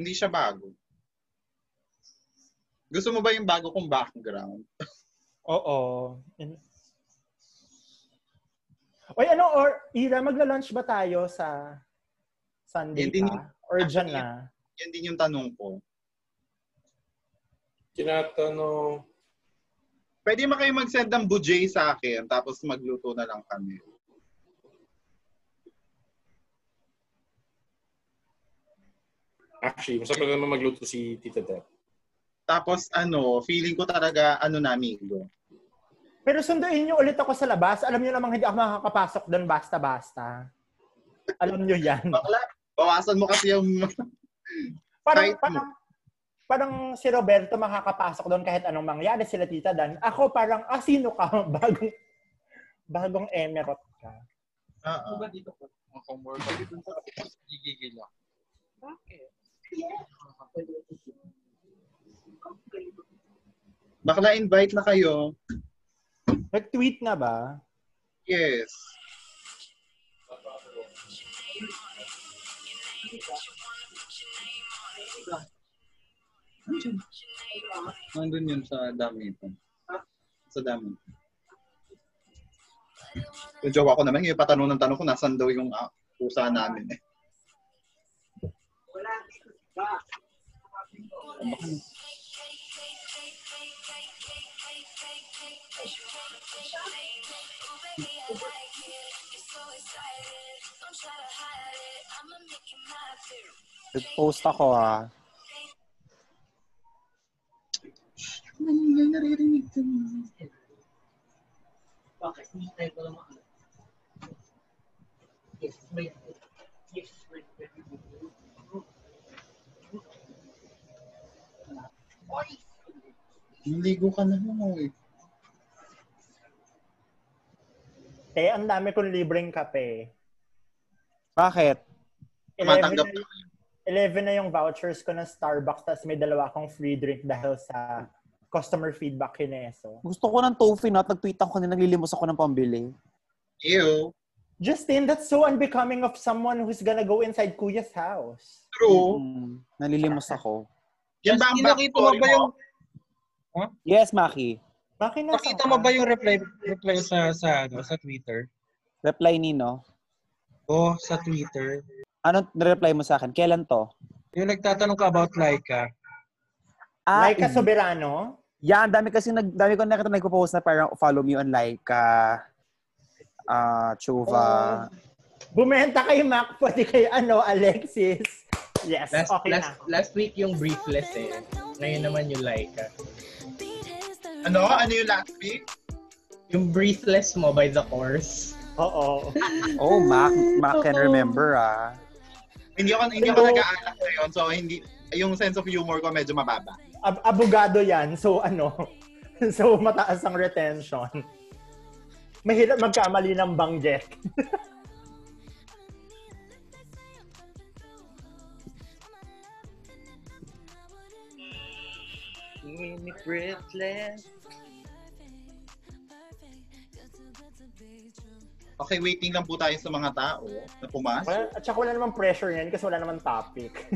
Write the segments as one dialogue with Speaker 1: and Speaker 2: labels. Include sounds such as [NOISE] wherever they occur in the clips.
Speaker 1: Hindi siya bago. Gusto mo ba yung bago kong background?
Speaker 2: [LAUGHS] Oo. In- Oy, ano, or, Ira, magla-lunch ba tayo sa Sunday
Speaker 1: Hindi.
Speaker 2: pa? Or dyan na?
Speaker 1: Yan din yung tanong ko.
Speaker 3: Tinatanong,
Speaker 1: Pwede ba kayo mag-send ng bujay sa akin tapos magluto na lang kami?
Speaker 3: actually, masarap na naman magluto si Tita Deb.
Speaker 1: Tapos ano, feeling ko talaga ano na amigo.
Speaker 2: Pero sunduin niyo ulit ako sa labas. Alam niyo namang hindi ako makakapasok doon basta-basta. Alam niyo yan.
Speaker 1: [LAUGHS] Bakla, bawasan mo kasi yung
Speaker 2: [LAUGHS] Parang,
Speaker 1: Kahit mo.
Speaker 2: parang, parang si Roberto makakapasok doon kahit anong mangyari sila Tita Dan. Ako parang, ah, sino ka? [LAUGHS] Bagong, bagong emerald ka.
Speaker 1: Oo.
Speaker 4: Ano ba dito ko? Mga homework. Kasi dun sa gigigil ako. Bakit?
Speaker 1: Bakla invite na kayo.
Speaker 2: Nag-tweet na ba?
Speaker 1: Yes. Nandun yun sa dami ito. Sa dami. Yung jowa ko naman, yung patanong ng tanong ko, nasan daw yung ah, pusa namin eh.
Speaker 2: Nag-post ako ah.
Speaker 4: Bakit hindi tayo pala makalat? Yes, wait. Yes, wait.
Speaker 1: Niligo ka na mo eh.
Speaker 2: Te, Eh, ang dami kong libreng kape. Bakit? 11 na,
Speaker 1: Matanggap na.
Speaker 2: 11 na yung vouchers ko ng Starbucks tapos may dalawa akong free drink dahil sa customer feedback eh, kineso.
Speaker 5: Gusto ko ng tofu nut. Nag-tweet ako kanina, naglilimos ako ng pambili.
Speaker 1: Ew.
Speaker 2: Justin, that's so unbecoming of someone who's gonna go inside Kuya's house.
Speaker 1: True.
Speaker 5: Mm, nalilimos ako.
Speaker 1: Yan ba ang
Speaker 4: Hindi, nakita mo
Speaker 1: backstory
Speaker 4: ba yung
Speaker 1: mo?
Speaker 5: Yes, Maki.
Speaker 2: Bakit nasa
Speaker 4: nakita mo ba yung reply reply sa sa ano, sa Twitter?
Speaker 5: Reply nino.
Speaker 4: Oh, sa Twitter.
Speaker 5: Ano reply mo sa akin? Kailan to?
Speaker 4: Yung nagtatanong ka about Laika.
Speaker 5: Ah,
Speaker 2: Laika Soberano?
Speaker 5: Yeah, ang dami kasi nag dami ko nakita nagpo-post na parang follow me on like ah ah, Chuva.
Speaker 2: Oh. Bumenta kay Mac, pati kay ano, Alexis. Yes,
Speaker 6: Last,
Speaker 2: okay
Speaker 6: last,
Speaker 2: na.
Speaker 6: last week yung briefless eh. Ngayon naman yung Laika.
Speaker 1: Ano? Ano yung last week?
Speaker 6: Yung briefless mo by the course.
Speaker 2: Oo.
Speaker 5: Oh, Mac, Mac can remember ah.
Speaker 1: Hindi ako, hindi ako
Speaker 2: Hello.
Speaker 1: nag-aalak na yun. So, hindi, yung sense of humor ko medyo mababa.
Speaker 2: Ab- abogado yan, so ano, [LAUGHS] so mataas ang retention. Mahirap magkamali ng banggit.
Speaker 4: Mini breathless.
Speaker 1: Okay, waiting lang po tayo sa mga tao na pumasok.
Speaker 2: Wala, at saka wala namang pressure yan kasi wala namang topic. [LAUGHS]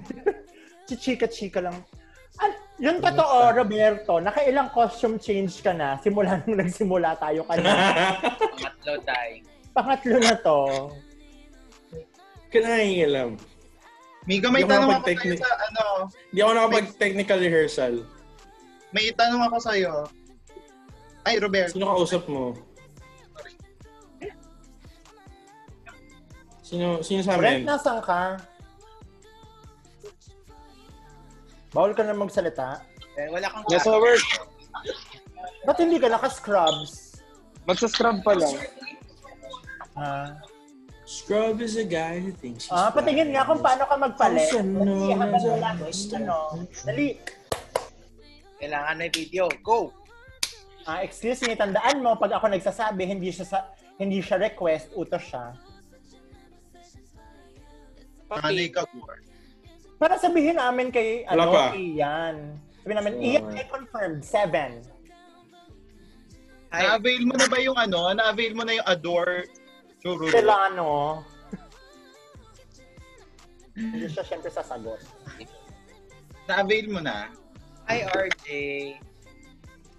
Speaker 2: Chichika-chika lang. At, yun totoo, Roberto, nakailang costume change ka na simula nung nagsimula tayo kanina.
Speaker 5: [LAUGHS]
Speaker 4: Matlo tayo.
Speaker 2: Pangatlo na to.
Speaker 3: Kaya nangingilam.
Speaker 1: Miga, may
Speaker 3: Yung
Speaker 1: tanong
Speaker 3: mga
Speaker 1: ako sa'yo
Speaker 3: technique.
Speaker 1: sa ano.
Speaker 3: Hindi ako nakapag-technical rehearsal.
Speaker 1: May tanong ako sa'yo. Ay, Robert.
Speaker 3: Sino kausap mo? Sino, sino sa
Speaker 2: Brent,
Speaker 3: amin?
Speaker 2: nasan ka? Bawal ka na magsalita.
Speaker 4: Eh, wala kang
Speaker 7: Yes, over.
Speaker 2: Ba't hindi ka naka-scrubs?
Speaker 7: Magsascrub pa lang.
Speaker 2: Ah,
Speaker 3: Scrub is a guy who thinks he's
Speaker 2: ah patingin nga kung paano ka magpalit.
Speaker 3: Awesome, no,
Speaker 2: Kasi habang
Speaker 3: no,
Speaker 2: wala,
Speaker 3: no,
Speaker 2: ano, dali.
Speaker 4: Kailangan na video. Go!
Speaker 2: Ah, excuse me, tandaan mo, pag ako nagsasabi, hindi siya sa, hindi siya request, utos siya.
Speaker 1: Nanay ka, Gord.
Speaker 2: Para sabihin namin kay,
Speaker 3: Wala
Speaker 2: ano,
Speaker 3: pa.
Speaker 2: Ian. Sabihin namin,
Speaker 3: Wala
Speaker 2: Ian,
Speaker 3: pa.
Speaker 2: I confirmed, seven.
Speaker 4: Hi.
Speaker 1: Na-avail mo na ba yung ano? Na-avail mo na yung Adore Chururu?
Speaker 2: Delano. hindi siya siyempre sasagot.
Speaker 1: [LAUGHS] Na-avail mo na?
Speaker 4: Hi, RJ.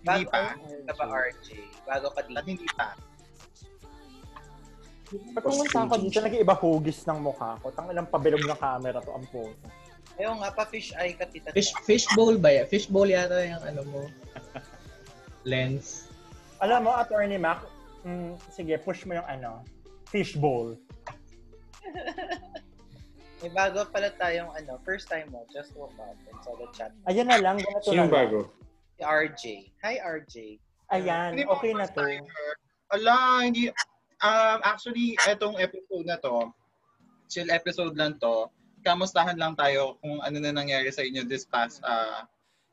Speaker 1: Hindi
Speaker 4: Bago-
Speaker 1: pa.
Speaker 4: Ano ba, RJ? Bago ka
Speaker 1: At
Speaker 4: dito.
Speaker 1: hindi pa.
Speaker 2: Ba't pumunta ako dito, nag-iiba hugis ng mukha ko. Tang ilang pabilog ng camera to, ang puto.
Speaker 4: Ayaw nga, pa-fish eye ka, tita.
Speaker 6: Fish, fish bowl ba yan? Fish bowl yata yung ano mo. Lens.
Speaker 2: Alam mo, Attorney Mac, mm, sige, push mo yung ano, fishbowl.
Speaker 4: May bago pala tayong ano, first time mo, just walk up and saw the chat.
Speaker 2: Ayan na lang, ganito na
Speaker 3: Sino yung
Speaker 2: lang.
Speaker 3: bago? [LAUGHS]
Speaker 4: Si RJ. Hi, RJ.
Speaker 2: Ayan,
Speaker 1: Hindi
Speaker 2: okay na to.
Speaker 1: Ala, hindi. Um, actually, etong episode na to, chill episode lang to, kamustahan lang tayo kung ano na nangyari sa inyo this past uh,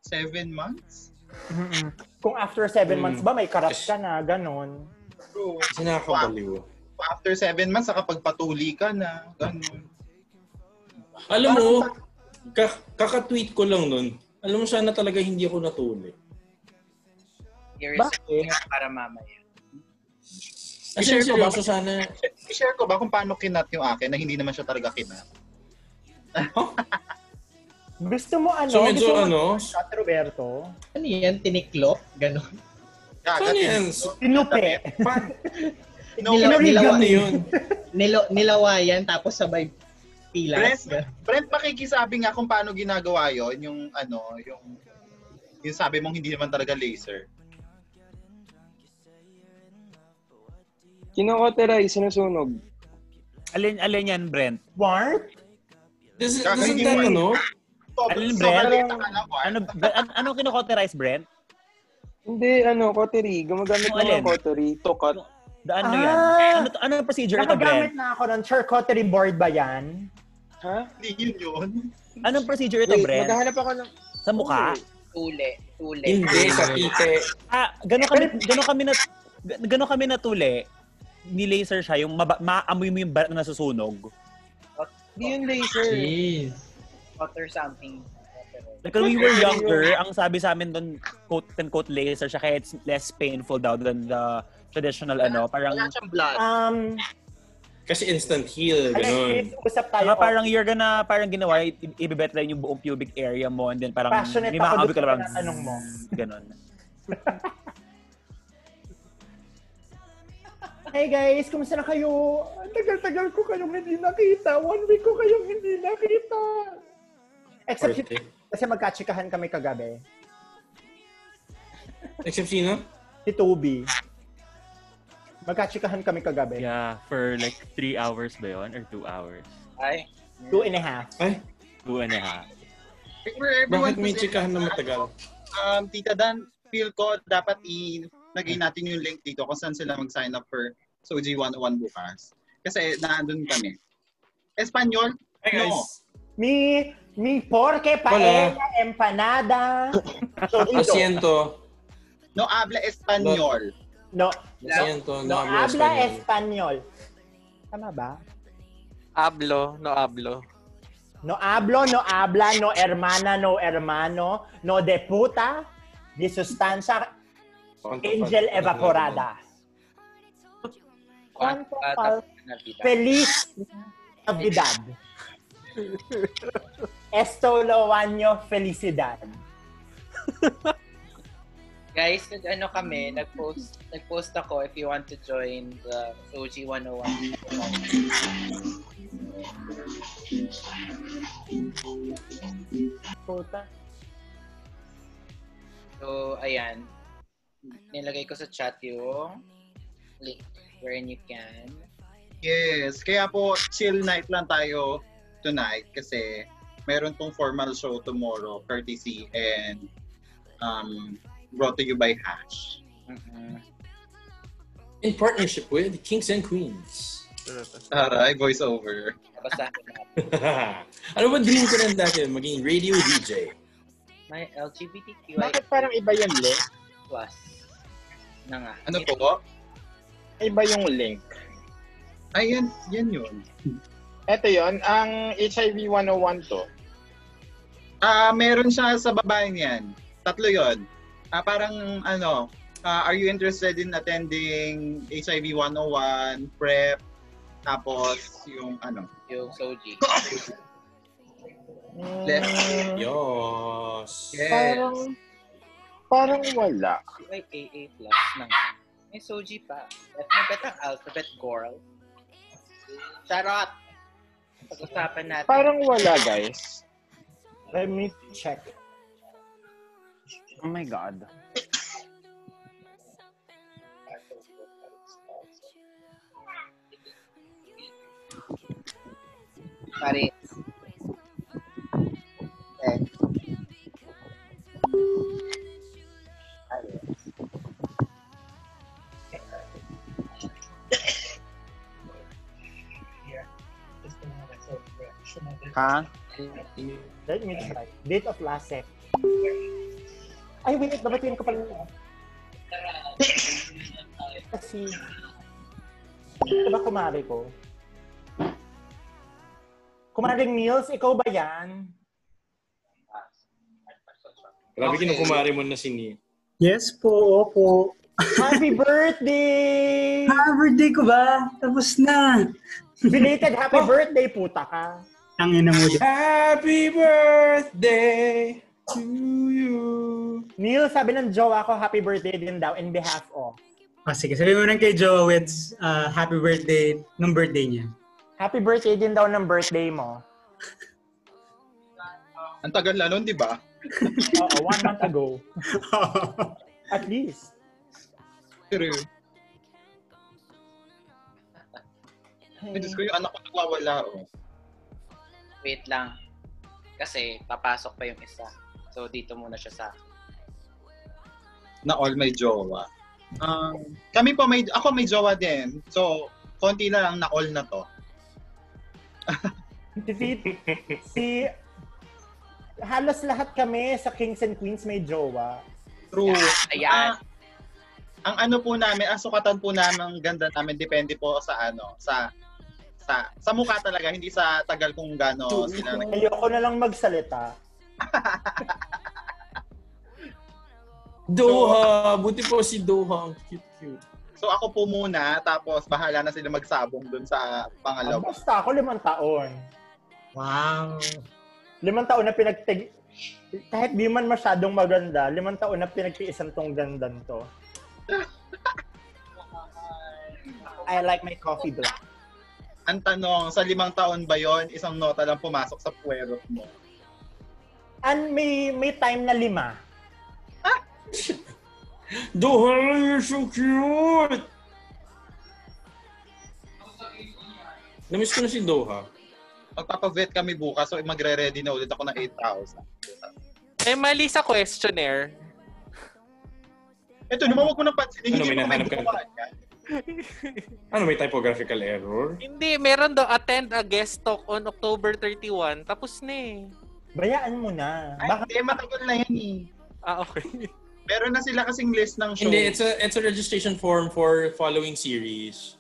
Speaker 1: seven months?
Speaker 2: Mm-mm. Kung after seven
Speaker 3: Mm.
Speaker 2: months ba, may karat ka na, ganon.
Speaker 1: True.
Speaker 3: Kasi nakakabaliw.
Speaker 1: After seven months, nakapagpatuli ka na. Ganun.
Speaker 3: Alam mo, ka- kakatweet ko lang nun. Alam mo, sana talaga hindi ako natuli.
Speaker 4: Here is
Speaker 2: Bakit?
Speaker 4: para mamaya.
Speaker 3: As in,
Speaker 1: I-share ko ba?
Speaker 3: seryoso sana.
Speaker 1: I-share ko ba kung paano kinat yung akin na hindi naman siya talaga kinat?
Speaker 2: Gusto mo ano?
Speaker 3: So
Speaker 2: gusto
Speaker 3: medyo
Speaker 2: mo
Speaker 3: ano,
Speaker 2: shot, Roberto?
Speaker 6: Ano yan? Tiniklop? Ganon.
Speaker 1: Kagat
Speaker 3: Saan Ano yan?
Speaker 2: Tinupi.
Speaker 1: No,
Speaker 6: Nilaw- nilawa-
Speaker 3: Ano yun?
Speaker 6: nilo- nilawayan tapos sabay pilas.
Speaker 1: Press.
Speaker 6: Ganon.
Speaker 1: Brent, makikisabi nga kung paano ginagawa yon yung ano, yung yung sabi mong hindi naman talaga laser.
Speaker 7: Kinokotera, sinusunog.
Speaker 8: Alin, alin yan, Brent?
Speaker 2: Warp?
Speaker 3: Does,
Speaker 1: Kaka-
Speaker 3: doesn't
Speaker 1: hindi
Speaker 3: that,
Speaker 1: mo-
Speaker 3: ano?
Speaker 8: Alin,
Speaker 1: Sobrang
Speaker 8: Brent?
Speaker 1: laser ka na, Juan.
Speaker 8: Ano, ba- an- anong kinokoterize, Brent?
Speaker 7: Hindi, ano, koteri. Gumagamit ng
Speaker 8: Yung
Speaker 7: mga
Speaker 8: alin?
Speaker 7: koteri. Tukat.
Speaker 8: The ano
Speaker 2: Ah!
Speaker 8: yan? Ano, to- ano yung procedure ito,
Speaker 2: Nakagamit
Speaker 8: Brent?
Speaker 2: na ako ng charcuterie board ba yan?
Speaker 7: Ha?
Speaker 1: Hindi yun yun.
Speaker 2: Ano
Speaker 8: Anong procedure ito,
Speaker 7: Wait,
Speaker 8: Brent?
Speaker 7: maghahanap ako ng...
Speaker 8: Sa mukha?
Speaker 4: Tule. Tule.
Speaker 3: Hindi, sa ite.
Speaker 8: Ah, gano'n kami, gano'n kami na, gano'n kami natuli, ni laser siya, yung maba, maamoy mo yung balat na nasusunog.
Speaker 7: Hindi yung laser.
Speaker 6: Jeez.
Speaker 4: Water something. Whatever.
Speaker 8: Like, when we were younger, ang sabi sa amin doon, quote and quote laser siya, kaya it's less painful daw than the traditional ano, parang,
Speaker 4: Wala siyang blood.
Speaker 2: Um,
Speaker 3: Kasi instant heal,
Speaker 2: Alexis,
Speaker 3: Eh, ganun.
Speaker 2: usap tayo.
Speaker 8: saka parang you're gonna, parang ginawa, i- ibibet lang yung buong pubic area mo, and then parang,
Speaker 2: Passionate ako
Speaker 8: may
Speaker 2: dun
Speaker 8: makakabi
Speaker 2: sa
Speaker 8: ka na parang,
Speaker 2: tinatanong mo.
Speaker 8: zzz, ganun.
Speaker 2: Hey guys, kumusta na kayo? Ang Tagal-tagal ko kayong hindi nakita. One week ko kayong hindi nakita. Except
Speaker 3: Parte.
Speaker 2: kasi magkatsikahan kami kagabi.
Speaker 3: Except sino?
Speaker 2: Si Toby. Magkatsikahan kami kagabi.
Speaker 9: Yeah, for like three hours ba yun? Or two hours?
Speaker 4: Ay.
Speaker 2: Two and a half.
Speaker 9: Two and a half.
Speaker 1: For everyone
Speaker 3: Bakit may
Speaker 1: kasi,
Speaker 3: chikahan na matagal?
Speaker 1: um, Tita Dan, feel ko dapat i lagay natin yung link dito kung saan sila mag-sign up for Soji 101 bukas. Kasi naandun kami. Espanyol?
Speaker 3: Hi
Speaker 1: No.
Speaker 3: guys.
Speaker 2: Mi, mi porke, paella, empanada, [LAUGHS] chorizo.
Speaker 3: Asiento.
Speaker 1: No habla Espanyol.
Speaker 2: No,
Speaker 3: Asiento.
Speaker 2: no habla español. Tama ba?
Speaker 7: Ablo, no ablo.
Speaker 2: No hablo, no habla, no hermana, no hermano, no de puta, de sustancia, angel evaporada. Quanto
Speaker 4: Ah,
Speaker 2: pal-
Speaker 4: tapos na vida.
Speaker 2: Feliz Navidad. Esto lo año felicidad.
Speaker 4: Guys, nag ano kami, nag-post, nag-post ako if you want to join the OG 101.
Speaker 2: Puta.
Speaker 4: So, ayan. Nilagay ko sa chat yung link wherein you can.
Speaker 1: Yes. Kaya po, chill night lang tayo tonight kasi meron pong formal show tomorrow, courtesy and um, brought to you by Hash.
Speaker 3: In partnership with Kings and Queens.
Speaker 1: Aray, voiceover.
Speaker 4: Babasahin natin.
Speaker 3: ano ba dream ko lang dati? Maging radio DJ.
Speaker 4: May LGBTQI
Speaker 7: Bakit parang iba yung link?
Speaker 4: plus na nga.
Speaker 1: Ano po?
Speaker 7: Iba yung link.
Speaker 1: Ay, yan, yan yun.
Speaker 7: Ito yon ang HIV 101 to.
Speaker 1: Ah, meron siya sa babae niyan. Tatlo 'yon. Ah, parang ano, ah, are you interested in attending HIV 101 [LAUGHS] prep? Tapos yung ano,
Speaker 4: Yung Soji.
Speaker 1: Left.
Speaker 3: Yes.
Speaker 1: Yes.
Speaker 7: Parang, parang wala.
Speaker 4: May AA plus na nga. May Soji pa. Alphabet ang alphabet, girl. Charot! Pag-usapan natin.
Speaker 7: Parang wala, guys.
Speaker 2: Let me check.
Speaker 5: Oh my God.
Speaker 4: Paris. Eh. Paris.
Speaker 5: Ha?
Speaker 2: Let me try. Date of last set. Ay, wait. Dapat yun ko pala. Kasi... Ito ba kumari ko? Kumaring Niels, ikaw ba yan?
Speaker 3: Grabe kinukumari mo na si Nia.
Speaker 10: Yes po, opo. [LAUGHS]
Speaker 2: Happy birthday!
Speaker 10: Ah, birthday ko ba? Tapos na.
Speaker 2: Belated happy birthday, puta ka.
Speaker 10: Ang ina Ano mo dyan.
Speaker 3: Happy birthday to you.
Speaker 2: Neil, sabi ng jowa ko, happy birthday din daw in behalf of.
Speaker 10: Ah, sige, sabi mo lang kay Joe Weds, ah, happy birthday nung birthday niya.
Speaker 2: Happy birthday din daw ng birthday mo.
Speaker 1: Ang tagal na nun, di ba?
Speaker 2: [LAUGHS] Oo, one month ago.
Speaker 1: [LAUGHS]
Speaker 2: At least.
Speaker 1: True. Ay, Diyos ko, yung anak ko nagwawala, oh.
Speaker 4: Wait lang. Kasi papasok pa yung isa. So dito muna siya sa akin.
Speaker 1: Na all may jowa. Um, kami po, may, ako may jowa din. So, konti na lang na all na to. [LAUGHS]
Speaker 2: Defeat. Si... Halos lahat kami sa Kings and Queens may jowa.
Speaker 1: True. Ah,
Speaker 4: Ayan.
Speaker 1: ang ano po namin, ang sukatan po namin, ang ganda namin, depende po sa ano, sa sa sa mukha talaga, hindi sa tagal kung gaano sila nag-
Speaker 2: Ayoko na lang magsalita.
Speaker 3: Doha. Buti po si Doha. Ang cute-cute.
Speaker 1: So ako po muna, tapos bahala na sila magsabong dun sa
Speaker 2: Ah,
Speaker 1: pangalawa.
Speaker 2: Basta ako limang taon.
Speaker 10: wow.
Speaker 2: Limang taon na pinagtig... Kahit di man masyadong maganda, limang taon na pinagtiisan tong gandan to. I like my coffee black.
Speaker 1: Ang tanong, sa limang taon ba yon isang nota lang pumasok sa puwero mo?
Speaker 2: And may, may time na lima.
Speaker 7: Ah!
Speaker 3: Doha, you're so cute. Namiss ko na si Doha.
Speaker 1: Magpapavet kami bukas, so magre-ready na ulit ako ng 8,000.
Speaker 11: May mali sa questionnaire.
Speaker 1: Ito, naman huwag mo nang pansinin,
Speaker 3: Ano,
Speaker 1: hindi mo
Speaker 3: minahanap ka
Speaker 1: medyo
Speaker 3: Ano, may typographical error?
Speaker 11: Hindi, meron daw attend a guest talk on October 31. Tapos na eh.
Speaker 2: Bayaan mo na.
Speaker 1: Ay,
Speaker 2: Baka
Speaker 1: hindi, matagal na yan eh.
Speaker 11: Ah, okay.
Speaker 1: Meron na sila kasing list ng show.
Speaker 3: [LAUGHS] Hindi, it's a, it's a registration form for following series.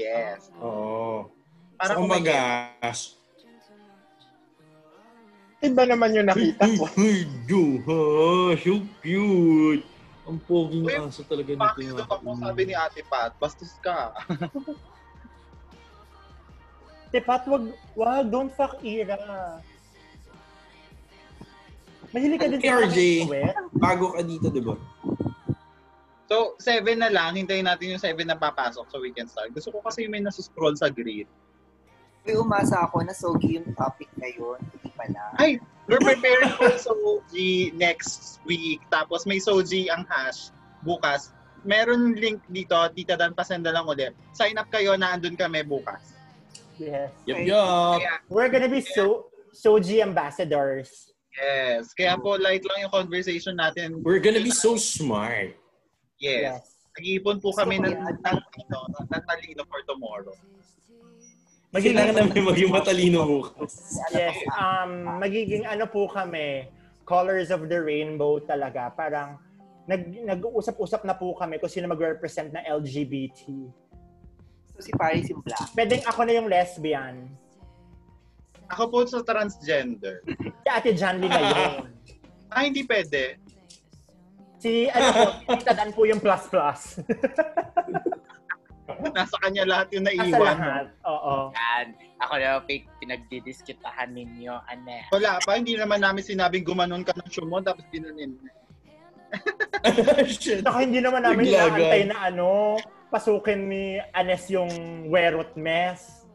Speaker 1: Yes.
Speaker 3: Oh. Oo.
Speaker 1: Para
Speaker 3: Para so, kumbaga,
Speaker 7: Iba naman yung
Speaker 2: [LAUGHS]
Speaker 7: nakita
Speaker 3: [LAUGHS]
Speaker 7: ko.
Speaker 3: Hey, Doha, Oh, so cute. Ang poging
Speaker 1: Uy,
Speaker 3: aso talaga nito. ah.
Speaker 1: Bakit
Speaker 3: yung
Speaker 1: ito ako,
Speaker 3: aso.
Speaker 1: sabi ni Ate Pat, bastos ka.
Speaker 2: Tepat, wag, wag, don't fuck Ira. Mahilig ka din sa
Speaker 3: RJ.
Speaker 2: sweat.
Speaker 3: Bago ka dito, di ba?
Speaker 1: So, 7 na lang. Hintayin natin yung 7 na papasok sa Weekend Star. Gusto ko kasi may nasuscroll sa grid.
Speaker 4: May umasa ako na sogi yung topic na yun. Hindi pala.
Speaker 1: Ay, we're preparing for Soji next week. Tapos may Soji ang hash bukas. Meron link dito. Tita Dan, pasenda lang ulit. Sign up kayo na andun kami bukas.
Speaker 2: Yes.
Speaker 3: Yup, yup.
Speaker 2: We're gonna be so Soji ambassadors.
Speaker 1: Yes. Kaya po, light lang yung conversation natin.
Speaker 3: We're gonna be so smart.
Speaker 1: Yes.
Speaker 2: Yes.
Speaker 1: Nag-iipon po kami ng,
Speaker 4: Soji,
Speaker 1: ng, ano, ng, ng talino for tomorrow.
Speaker 3: Maging lang namin maging matalino bukas.
Speaker 2: Yes. Um, magiging ano po kami, colors of the rainbow talaga. Parang nag, nag-uusap-usap na po kami kung sino mag-represent na LGBT.
Speaker 4: So si Paris yung black.
Speaker 2: Pwedeng ako na yung lesbian.
Speaker 1: Ako po sa transgender.
Speaker 2: Si Ate
Speaker 1: [LAUGHS]
Speaker 2: Janly na yun.
Speaker 1: Ah, hindi pwede.
Speaker 2: [LAUGHS] Si, ano po, Tita Dan po yung plus-plus.
Speaker 1: Nasa kanya lahat yung
Speaker 2: Nasa
Speaker 1: naiwan.
Speaker 2: lahat. Oo.
Speaker 4: Yan. Ako na yung pin- pinagdidiskitahan ninyo, ane.
Speaker 1: Wala pa, hindi naman namin sinabing gumanon ka ng sumon tapos ginanin.
Speaker 2: Saka hindi naman namin
Speaker 1: Naglagan.
Speaker 2: inaantay na ano, pasukin ni Anes yung werot mess.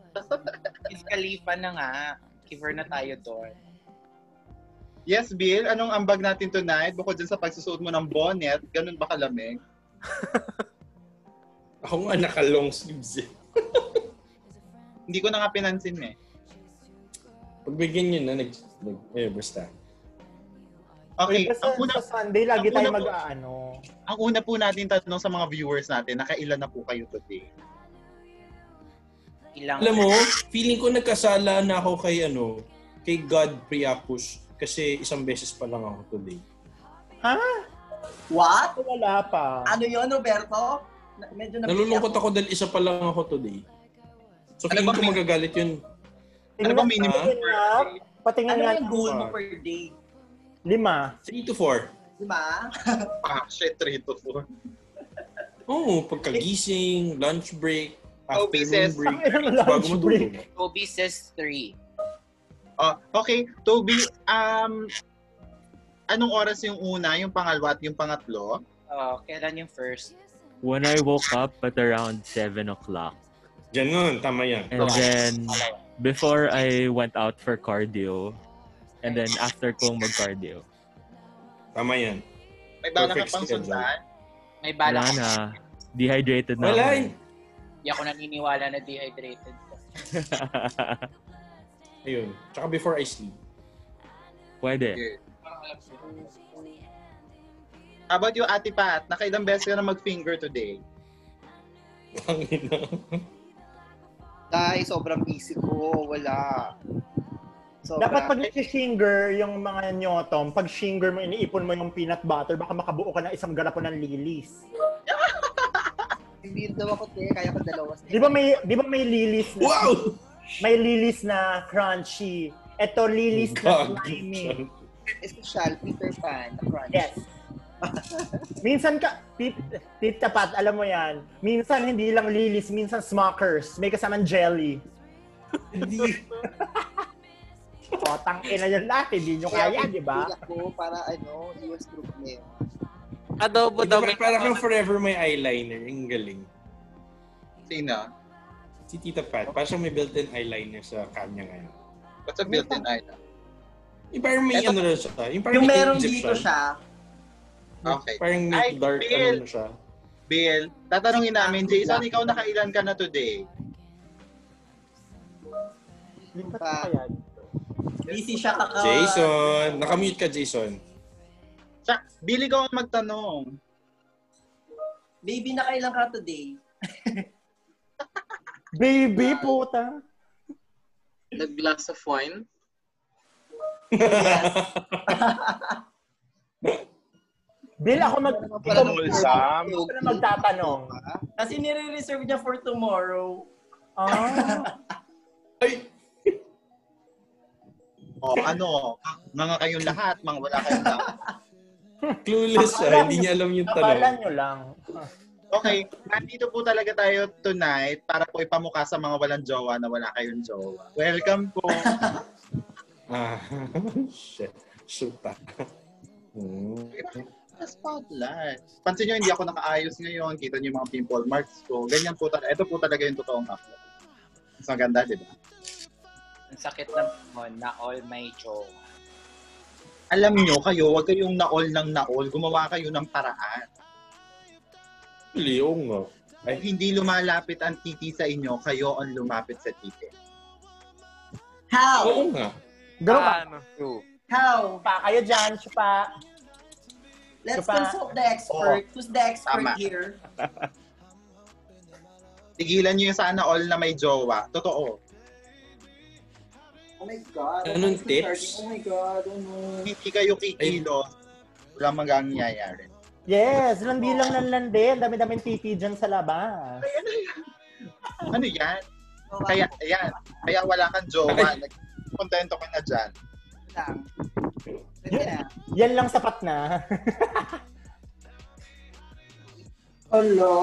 Speaker 4: Is Khalifa na nga. Give her na tayo doon.
Speaker 1: Yes, Bill, anong ambag natin tonight? Bukod dyan sa pagsusuot mo ng bonnet, ganun ba kalamig?
Speaker 3: Ako nga naka-long sleeves eh.
Speaker 1: Hindi ko na nga pinansin eh.
Speaker 3: Pagbigyan nyo na, nag, nag, eh, basta.
Speaker 1: Okay,
Speaker 2: Basta
Speaker 1: ang una,
Speaker 2: sa Sunday, lagi
Speaker 1: ang
Speaker 2: tayo
Speaker 1: una po-
Speaker 2: mag-ano.
Speaker 1: ang una po natin tanong sa mga viewers natin, nakailan na po kayo today?
Speaker 4: Ilang
Speaker 3: Alam mo, feeling ko nagkasala na ako kay ano, kay God Priapus kasi isang beses pa lang ako today.
Speaker 2: Ha?
Speaker 12: What?
Speaker 2: Wala pa.
Speaker 12: Ano yun, Roberto? Na- medyo na-
Speaker 3: Nalulungkot ako dahil isa pa lang ako today. So
Speaker 1: Ano
Speaker 3: feeling ko magagalit yun.
Speaker 2: Ano
Speaker 3: ba minimum?
Speaker 2: Patingin
Speaker 12: Ano
Speaker 2: nga.
Speaker 12: yung goal mo per day?
Speaker 2: Lima.
Speaker 3: 3 to 4.
Speaker 12: Di ba? [LAUGHS]
Speaker 1: Ah, shit, 3 to 4.
Speaker 3: Oo, Oh, pagkagising, lunch break,
Speaker 1: Obi
Speaker 3: afternoon
Speaker 1: says,
Speaker 3: break,
Speaker 1: "Ang
Speaker 3: bago
Speaker 1: lunch
Speaker 3: matulog.
Speaker 4: Toby says three.
Speaker 1: Oh, okay, Toby, um, anong oras yung una, yung pangalawa at yung pangatlo?
Speaker 4: Oh, kailan yung first?
Speaker 9: When I woke up at around 7 o'clock.
Speaker 3: Ganun, tama yan.
Speaker 9: And then, before I went out for cardio, and then after kong mag-cardio.
Speaker 3: Tama yan.
Speaker 1: May bala ka
Speaker 9: Perfect
Speaker 1: pang
Speaker 9: schedule.
Speaker 1: sundan?
Speaker 4: May bala
Speaker 9: Wala
Speaker 4: ka.
Speaker 9: na. Dehydrated na. [LAUGHS]
Speaker 3: eh.
Speaker 9: ako.
Speaker 4: Hindi ako naniniwala na dehydrated ka.
Speaker 3: Ayun. Tsaka before I sleep.
Speaker 9: Pwede.
Speaker 4: Parang alam ko.
Speaker 1: How about you, Ate Pat? Nakailang beses ka na mag-finger today?
Speaker 12: Dahil sobrang busy ko, wala. Sobra.
Speaker 2: Dapat pag nag-finger yung mga nyotom, pag finger mo, iniipon mo yung peanut butter, baka makabuo ka ng isang garapon ng lilis.
Speaker 12: Hindi daw ako, te. Kaya ko dalawa.
Speaker 2: Di ba may, di ba may lilis na...
Speaker 3: Wow!
Speaker 2: May lilis na crunchy. Ito, lilis na slimy.
Speaker 12: Special, Peter Pan, na crunch.
Speaker 2: Yes. minsan ka, tit, tita Pat, alam mo yan, minsan hindi lang lilis, minsan smuckers. May kasamang jelly. [LAUGHS]
Speaker 3: Hindi.
Speaker 2: o, tang ina yan lahat, hindi nyo
Speaker 12: Kaya
Speaker 2: kaya, di ba?
Speaker 12: pinipil ako para ano, iwas group name.
Speaker 11: Adobo
Speaker 3: Ito,
Speaker 11: daw.
Speaker 3: parang- parang kang forever may eyeliner. Ang galing.
Speaker 1: Sino?
Speaker 3: Si Tita Pat. Parang siyang may built-in eyeliner sa kanya ngayon.
Speaker 1: What's a built-in item?
Speaker 3: Yung parang may ano rin siya. Yung parang
Speaker 12: Yung
Speaker 3: may
Speaker 12: merong
Speaker 3: Egyptian.
Speaker 12: dito siya,
Speaker 1: Okay.
Speaker 3: Parang may dark ano na siya.
Speaker 1: Bill, tatanungin namin, Jason, ikaw nakailan ka na today?
Speaker 2: Lipat
Speaker 12: pa. busy siya
Speaker 11: Ah.
Speaker 12: kaka...
Speaker 3: Jason! Nakamute ka, Jason. [LAUGHS]
Speaker 1: Sa, Bill, ikaw ang magtanong.
Speaker 12: Baby, nakailan ka today?
Speaker 2: Baby, [LAUGHS] puta.
Speaker 13: nag glass of wine.
Speaker 2: Bill, ako mag...
Speaker 12: Para
Speaker 2: Ikaw-
Speaker 7: Sam.
Speaker 2: Ikaw na magtatanong.
Speaker 12: Kasi nire-reserve niya for tomorrow.
Speaker 2: Ah.
Speaker 1: O, ano, mga kayong lahat, mga wala kayong lahat.
Speaker 3: [LAUGHS] Clueless siya. Hindi niya alam yung
Speaker 2: Kapalan
Speaker 3: tanong.
Speaker 2: nyo lang.
Speaker 1: Okay, nandito po talaga tayo tonight para po ipamukha sa mga walang jowa na wala kayong jowa. Welcome po.
Speaker 3: [LAUGHS] Ah, [LAUGHS] shit.
Speaker 1: [LAUGHS]
Speaker 3: Shoot pa. Hmm.
Speaker 1: Sa spotlight. Pansin nyo, hindi ako nakaayos ngayon. Kita nyo yung mga pimple marks ko. Ganyan po talaga. Ito po talaga yung totoong ako. Mas maganda, di ba?
Speaker 4: Ang sakit ng panahon na all my joke.
Speaker 1: Alam nyo, kayo, huwag kayong naol ng naol. Gumawa kayo ng paraan.
Speaker 3: Actually, oo nga.
Speaker 1: Kung hindi lumalapit ang titi sa inyo, kayo ang lumapit sa titi.
Speaker 3: Oo
Speaker 12: How?
Speaker 3: nga.
Speaker 2: Ganun ka.
Speaker 11: ano?
Speaker 12: How?
Speaker 2: Pa kayo dyan, chupa.
Speaker 12: Let's
Speaker 2: Diba?
Speaker 12: consult the expert. Who's the expert
Speaker 1: Tama.
Speaker 12: here?
Speaker 1: Tigilan nyo yung sana all na may jowa. Totoo.
Speaker 12: Oh my God.
Speaker 3: Anong
Speaker 12: I'm
Speaker 3: tips?
Speaker 12: starting. Oh my God. Oh no.
Speaker 1: Hindi kayo kikilos. Wala magang nangyayari.
Speaker 2: Yes, landi lang ng landi. Ang dami-daming titi dyan sa labas.
Speaker 1: Ano yan? Kaya, ayan. Kaya wala kang jowa. Nag- Kontento ka na dyan.
Speaker 12: Lang. Pwede na.
Speaker 2: Yan lang sapat na.
Speaker 12: Hello.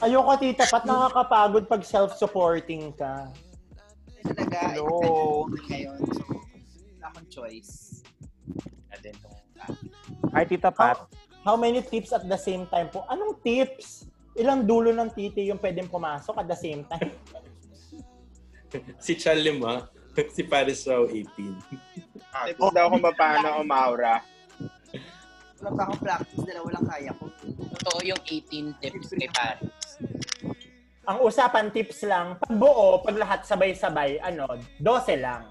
Speaker 2: Ayoko, tita Pat. Nakakapagod pag self-supporting ka.
Speaker 4: Talaga,
Speaker 2: Hello.
Speaker 4: ngayon. So, wala akong choice. Na din tong
Speaker 5: Ay, Tita Pat.
Speaker 2: How many tips at the same time po? Anong tips? Ilang dulo ng titi yung pwedeng pumasok at the same time? [LAUGHS]
Speaker 3: si Chal lima, [LAUGHS] si Paris Rao 18.
Speaker 7: Tips daw kung paano umaura.
Speaker 4: Wala pa akong practice, dalawa lang kaya ko. Totoo yung 18 tips ni Paris.
Speaker 2: Ang usapan tips lang, pag buo, pag lahat sabay-sabay, ano, 12 lang.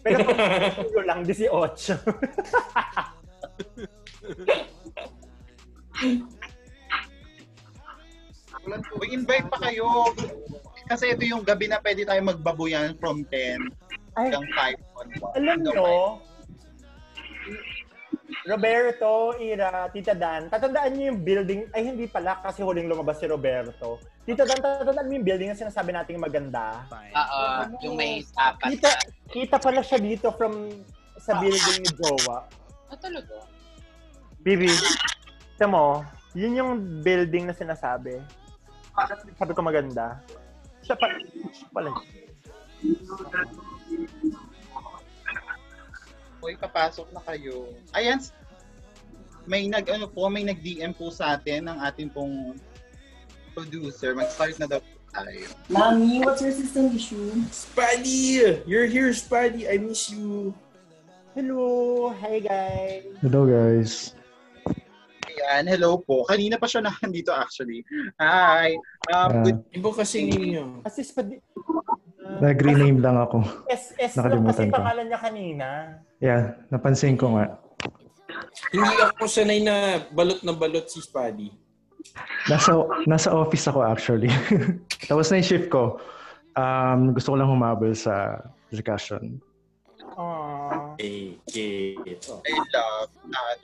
Speaker 2: Pero pag
Speaker 5: [LAUGHS]
Speaker 2: dulo lang, 18.
Speaker 1: Uy, invite pa kayo. Kasi ito yung gabi na pwede tayo magbabuyan from 10 hanggang 5 on 1.
Speaker 2: Alam nyo, Roberto, Ira, Tita Dan, tatandaan niyo yung building, ay hindi pala kasi huling lumabas si Roberto. Tita Dan, tatandaan mo yung building na sinasabi nating maganda.
Speaker 4: Oo, Ah,
Speaker 14: ano?
Speaker 4: yung may apat.
Speaker 2: Kita, kita pala siya dito from sa building ni Jowa.
Speaker 4: Ah, talaga?
Speaker 2: Bibi, ito mo, yun yung building na sinasabi. Sabi ko maganda. Siya pa, siya pala.
Speaker 1: Uy, papasok na kayo. Ayan, may nag ano po, may nag-DM po sa atin ng ating pong producer. Mag-start na daw po tayo.
Speaker 12: Mommy, what's your system issue?
Speaker 3: Spuddy! You're here, Spuddy! I miss you!
Speaker 2: Hello! Hi, guys!
Speaker 15: Hello guys.
Speaker 1: Ayan, hello po. Kanina pa siya nandito actually. Hi! Um, good
Speaker 3: Ibo kasi ninyo.
Speaker 2: Kasi Spuddy,
Speaker 15: Nag-rename lang ako.
Speaker 2: SS lang kasi
Speaker 15: Nakalimutan ko.
Speaker 2: pangalan niya kanina.
Speaker 15: Yeah, napansin ko nga.
Speaker 3: Hindi ako sanay na balot na balot si Spuddy.
Speaker 15: Nasa, nasa office ako actually. [LAUGHS] Tapos na yung shift ko. Um, gusto ko lang humabol sa discussion.
Speaker 2: Aww.
Speaker 3: Okay.
Speaker 1: I love that.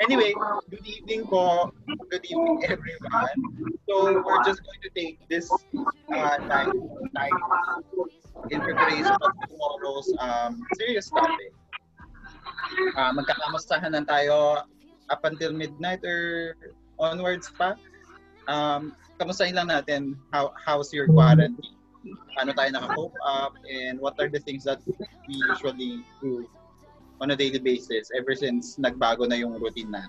Speaker 1: Anyway, good evening po. Good evening everyone. So we're just going to take this uh, time, time in preparation of tomorrow's um, serious topic. Uh, magkakamustahan lang tayo up until midnight or onwards pa. Um, kamustahin lang natin how, how's your quarantine? Paano tayo naka-cope up? And what are the things that we usually do on a daily basis ever since nagbago na yung routine natin.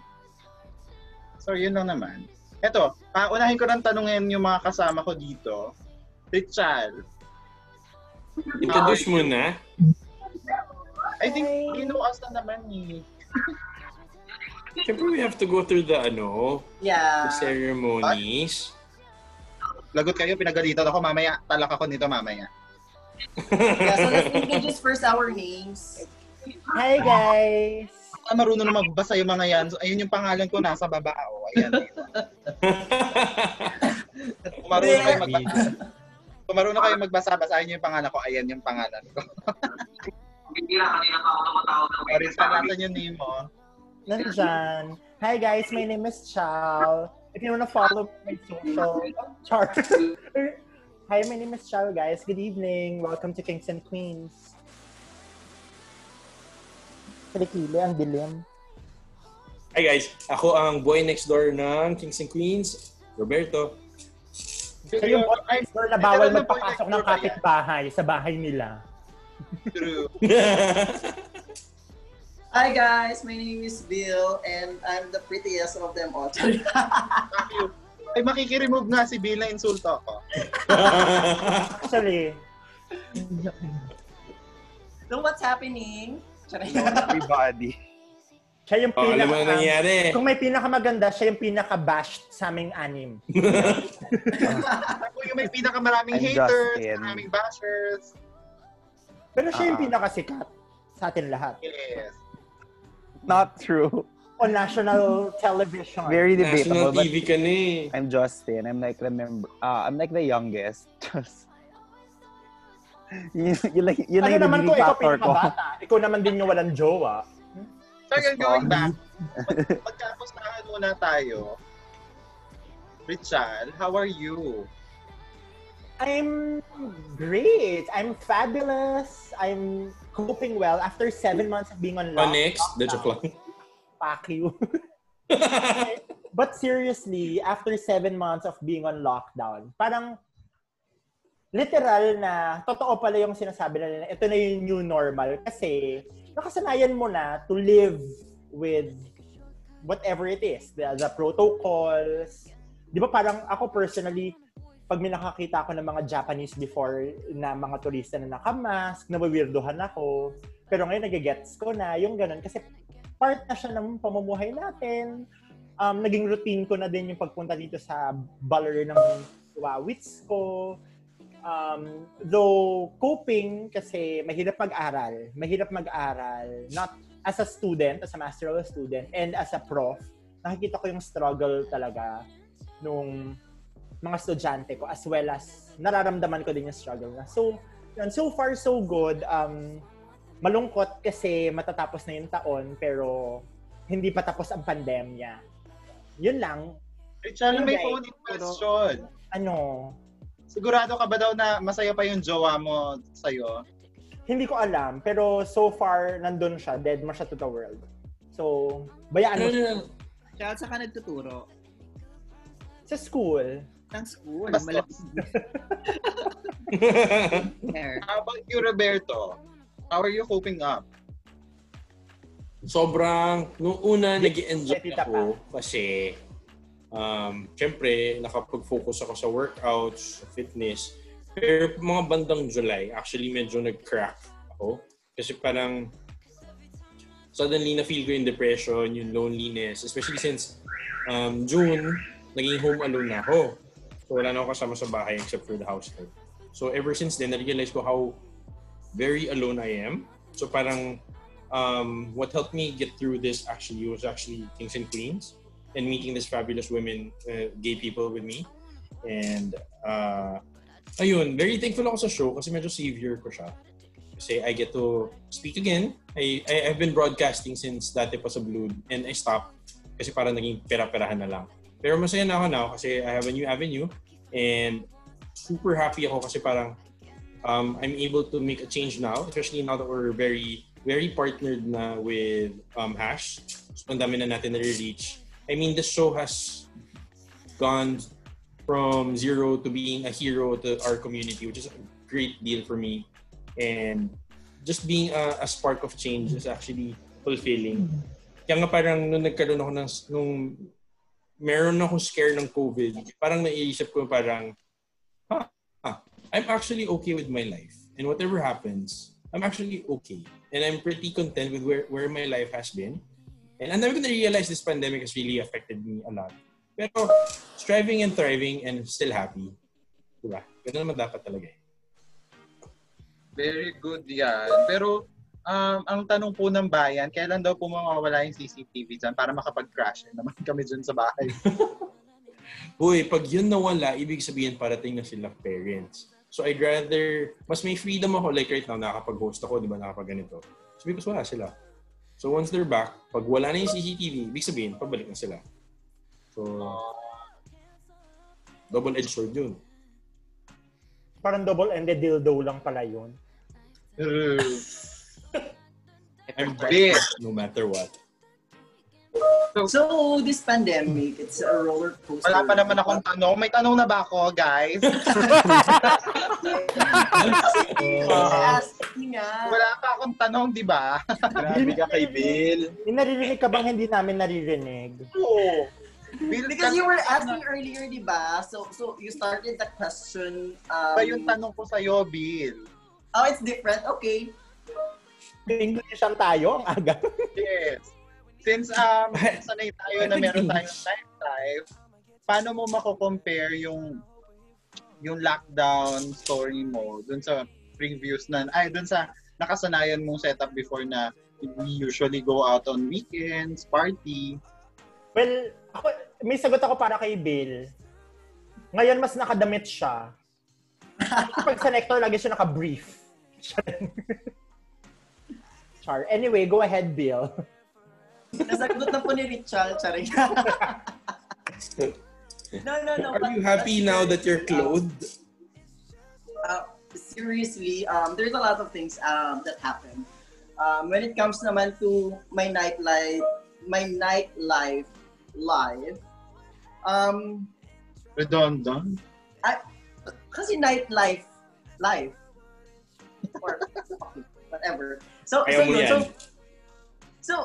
Speaker 1: So, yun lang naman. Eto, uh, unahin ko ng tanungin yung mga kasama ko dito. Richard,
Speaker 3: Introduce mo na.
Speaker 1: I think ginuas na naman ni...
Speaker 3: Siyempre, we have to go through the, ano,
Speaker 1: Yeah.
Speaker 3: the ceremonies.
Speaker 1: ah, Lagot kayo, pinagalitan ako mamaya. Talak ako nito mamaya.
Speaker 12: Yeah, so let's introduce first our names.
Speaker 2: Hi guys!
Speaker 1: Ah, marunong na magbasa yung mga yan. So, ayun yung pangalan ko, nasa baba. Oh, ayan. Kung marunong kayo magbasa. Kung marunong kayo magbasa, basahin niyo yung pangalan ko. Ayan yung pangalan
Speaker 2: [LAUGHS]
Speaker 1: ko. Hindi na, kanina pa ako tumatawag. Sorry, natin yung name mo.
Speaker 2: Nandyan. Hi guys, my name is Chal. If you wanna follow my social, char. [LAUGHS] Hi, my name is Chal guys. Good evening. Welcome to Kings and Queens. Kilikili, ang dilim.
Speaker 3: Hi guys, ako ang boy next door ng Kings and Queens, Roberto.
Speaker 2: Kayo po, I'm sure na bawal magpapasok ng kapitbahay sa bahay nila. [LAUGHS]
Speaker 1: True.
Speaker 12: Hi guys, my name is Bill and I'm the prettiest of them all. [LAUGHS]
Speaker 1: Ay, makikiremove nga si Bill na insulto ako.
Speaker 2: [LAUGHS] Actually,
Speaker 12: Look what's happening. Charay.
Speaker 5: Everybody.
Speaker 2: siya yung
Speaker 3: Oh,
Speaker 2: pinaka...
Speaker 3: alam mo na nangyari.
Speaker 2: Kung may pinakamaganda, siya yung pinaka-bashed sa aming anim.
Speaker 1: Ako yung may pinakamaraming
Speaker 2: I'm
Speaker 1: haters,
Speaker 2: Justin.
Speaker 1: maraming bashers.
Speaker 2: Pero siya yung
Speaker 1: Ah.
Speaker 2: pinakasikat sa atin lahat.
Speaker 1: Yes.
Speaker 5: Not true.
Speaker 2: On national television.
Speaker 5: Very debatable. but
Speaker 3: TV ka eh. ni.
Speaker 5: I'm Justin. I'm like remember.
Speaker 8: uh,
Speaker 5: ah I'm like the
Speaker 8: [LAUGHS]
Speaker 5: youngest. Just. yun, yun, like, yun
Speaker 2: ano
Speaker 5: lang yung
Speaker 2: naman ko,
Speaker 5: nagiging
Speaker 2: ikaw
Speaker 5: factor ko.
Speaker 2: pinakabata. Ikaw naman din yung walang jowa.
Speaker 1: So, yun, going back, mag- magkapustahan muna tayo. Richard, how are you?
Speaker 2: I'm great. I'm fabulous. I'm coping well after seven months of being on
Speaker 3: Oh,
Speaker 2: lock-
Speaker 3: next. The joke lang.
Speaker 2: Fuck you. But seriously, after seven months of being on lockdown, parang literal na totoo pala yung sinasabi nila na ito na yung new normal kasi nakasanayan mo na to live with whatever it is. The, the protocols. Di ba parang ako personally, pag may nakakita ako ng mga Japanese before na mga turista na nakamask, nabawirdohan ako. Pero ngayon nagigets ko na yung ganun kasi part na siya ng pamumuhay natin. Um, naging routine ko na din yung pagpunta dito sa baller ng wawits ko. Um, though coping kasi mahirap mag-aral, mahirap mag-aral, not as a student, as a masteral student, and as a prof, nakikita ko yung struggle talaga nung mga estudyante ko as well as nararamdaman ko din yung struggle na. So, yun, so far so good. Um, malungkot kasi matatapos na yung taon pero hindi pa tapos ang pandemya. Yun lang.
Speaker 1: Richelle, may
Speaker 2: Alright.
Speaker 1: phone question.
Speaker 2: Ano?
Speaker 1: Sigurado ka ba daw na masaya Ano pa yung jowa mo sa'yo?
Speaker 2: Hindi ko alam pero so far nandun siya. Dead mo siya to the world. So, bayaan
Speaker 7: Ano
Speaker 2: mo siya.
Speaker 12: Child, saan ka nagtuturo?
Speaker 2: Sa school.
Speaker 12: Ng school.
Speaker 1: Bastos.
Speaker 12: Malapit.
Speaker 1: How about you, Roberto? How are you coping up?
Speaker 3: sobrang, nung una, nag enjoy
Speaker 1: Tita
Speaker 3: ako kasi, um, syempre, nakapag-focus ako sa workouts, sa fitness. Pero mga bandang July, actually, medyo nag-crack ako. Kasi parang, suddenly, na-feel ko yung depression, yung loneliness. Especially since um, June, naging home alone na ako. So, wala na ako kasama sa bahay except for the household. So, ever since then, na-realize ko how very alone I am. So, parang um, what helped me get through this actually was actually Kings and Queens and meeting these fabulous women, uh, gay people with me. And uh, ayun, very thankful ako sa show kasi medyo savior ko siya. Kasi I get to speak again. I, I, I've been broadcasting since dati pa sa Blood and I stopped kasi parang naging pera-perahan na lang. Pero masaya na ako now kasi I have a new avenue and super happy ako kasi parang um, I'm able to make a change now, especially now that we're very, very partnered na with um, Hash. So, ang dami na natin nare-reach. I mean, the show has gone from zero to being a hero to our community, which is a great deal for me. And just being a, a spark of change is actually fulfilling. Kaya nga parang nung nagkaroon ako ng, nung meron akong scare ng COVID, parang naiisip ko parang, ah, I'm actually okay with my life. And whatever happens, I'm actually okay. And I'm pretty content with where, where my life has been. And I'm never gonna realize this pandemic has really affected me a lot. Pero striving and thriving and still happy. Diba? Ganun naman dapat talaga eh.
Speaker 1: Very good yan. Pero um, ang tanong po ng bayan, kailan daw po mawawala yung CCTV dyan para makapag-crash naman kami dyan sa bahay?
Speaker 3: Uy, pag yun nawala, ibig sabihin parating na sila parents. So I'd rather, mas may freedom ako. Like right now, nakakapag-host ako, di ba, nakakapag-ganito. So because wala sila. So once they're back, pag wala na yung CCTV, ibig sabihin, pabalik na sila. So, double-edged sword yun.
Speaker 2: Parang double-ended dildo lang pala yun.
Speaker 3: I'm bright no matter what.
Speaker 12: So, this pandemic, it's a roller coaster.
Speaker 1: Wala pa naman akong tanong. May tanong na ba ako,
Speaker 12: [LAUGHS]
Speaker 1: guys? [LAUGHS] Ah. Wala pa akong tanong, di
Speaker 2: [LAUGHS]
Speaker 1: ba? Grabe ka kay Bill.
Speaker 2: Yung naririnig ka bang hindi namin naririnig?
Speaker 1: Oo.
Speaker 12: Because you were asking earlier, di ba? So, so you started the question. Um,
Speaker 1: Ba yung tanong ko sa'yo, Bill?
Speaker 12: Oh, it's different? Okay.
Speaker 2: English lang tayo, ang aga.
Speaker 1: Yes. Since um, sanay tayo na meron tayong time drive, paano mo mako-compare yung yung lockdown story mo dun sa previous na, ay, dun sa nakasanayan mong setup before na we usually go out on weekends, party.
Speaker 2: Well, ako, may sagot ako para kay Bill. Ngayon, mas nakadamit siya. Kasi Pag sa Nectar, lagi siya naka-brief. [LAUGHS] Char. Anyway, go ahead, Bill.
Speaker 12: Nasagot na po ni Richard. Sorry. [LAUGHS] no, no, no.
Speaker 3: Are
Speaker 12: but-
Speaker 3: you happy now that you're clothed?
Speaker 12: uh, seriously, um, there's a lot of things um, that happen. Um, when it comes naman to my nightlife, my nightlife life, Um,
Speaker 1: Redondo?
Speaker 12: I, kasi nightlife, life, or [LAUGHS] whatever. So,
Speaker 3: Ayaw
Speaker 12: so,
Speaker 3: mo
Speaker 12: yun,
Speaker 3: yan.
Speaker 12: so, so,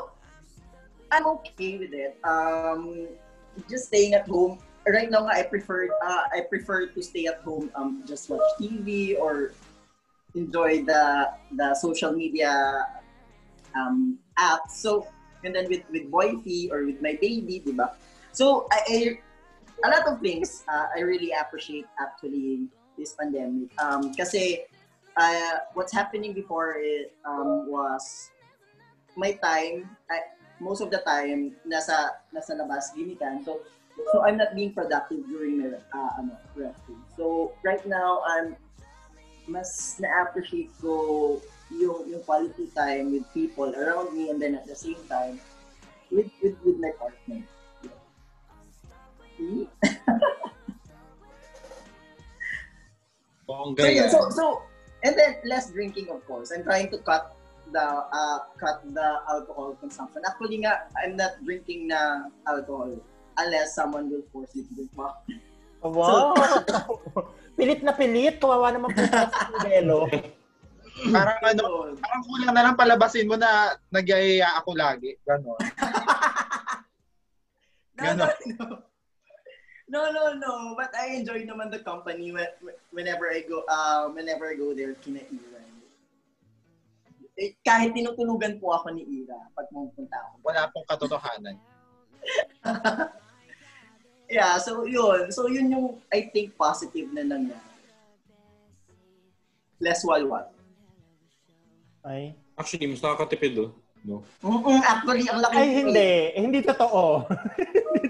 Speaker 12: I'm okay with it. Um, just staying at home. Right now, nga, I prefer, uh, I prefer to stay at home. Um, just watch TV or enjoy the the social media um, app. So, and then with with Boyfie or with my baby, di ba? So, I, I a lot of things uh, I really appreciate actually this pandemic. Um, kasi uh, what's happening before it um, was my time, I, most of the time, nasa, nasa labas, ginitan. So, so I'm not being productive during my uh, ano, resting. So right now, I'm mas na-appreciate ko yung, yung quality time with people around me and then at the same time, with, with, with my partner. Hmm? [LAUGHS] Yeah.
Speaker 1: Bongga
Speaker 12: So, yun,
Speaker 1: yan.
Speaker 12: so, so, and then less drinking, of course. I'm trying to cut the uh, cut the alcohol consumption. Actually nga, I'm not drinking na alcohol unless someone will force me to drink. [LAUGHS] Wow.
Speaker 2: Wow! pilit na pilit. Kawawa naman po sa modelo.
Speaker 1: [LAUGHS] parang ano, parang kulang na lang palabasin mo na nagyayaya ako lagi. Ganon. Ganon.
Speaker 12: [LAUGHS] No, no, no. But I enjoy naman the company when, whenever I go uh, whenever I go there kina Ira. Eh, kahit tinutulugan po ako ni Ira pag pumunta ako.
Speaker 1: Wala pong katotohanan.
Speaker 12: Yeah, so yun. So yun yung I think positive na nangyari. Less walwal.
Speaker 2: Ay.
Speaker 3: Actually, mas nakakatipid oh. No?
Speaker 12: Mm-mm, actually, ang laki.
Speaker 2: Ay, hindi. Eh, Hindi totoo.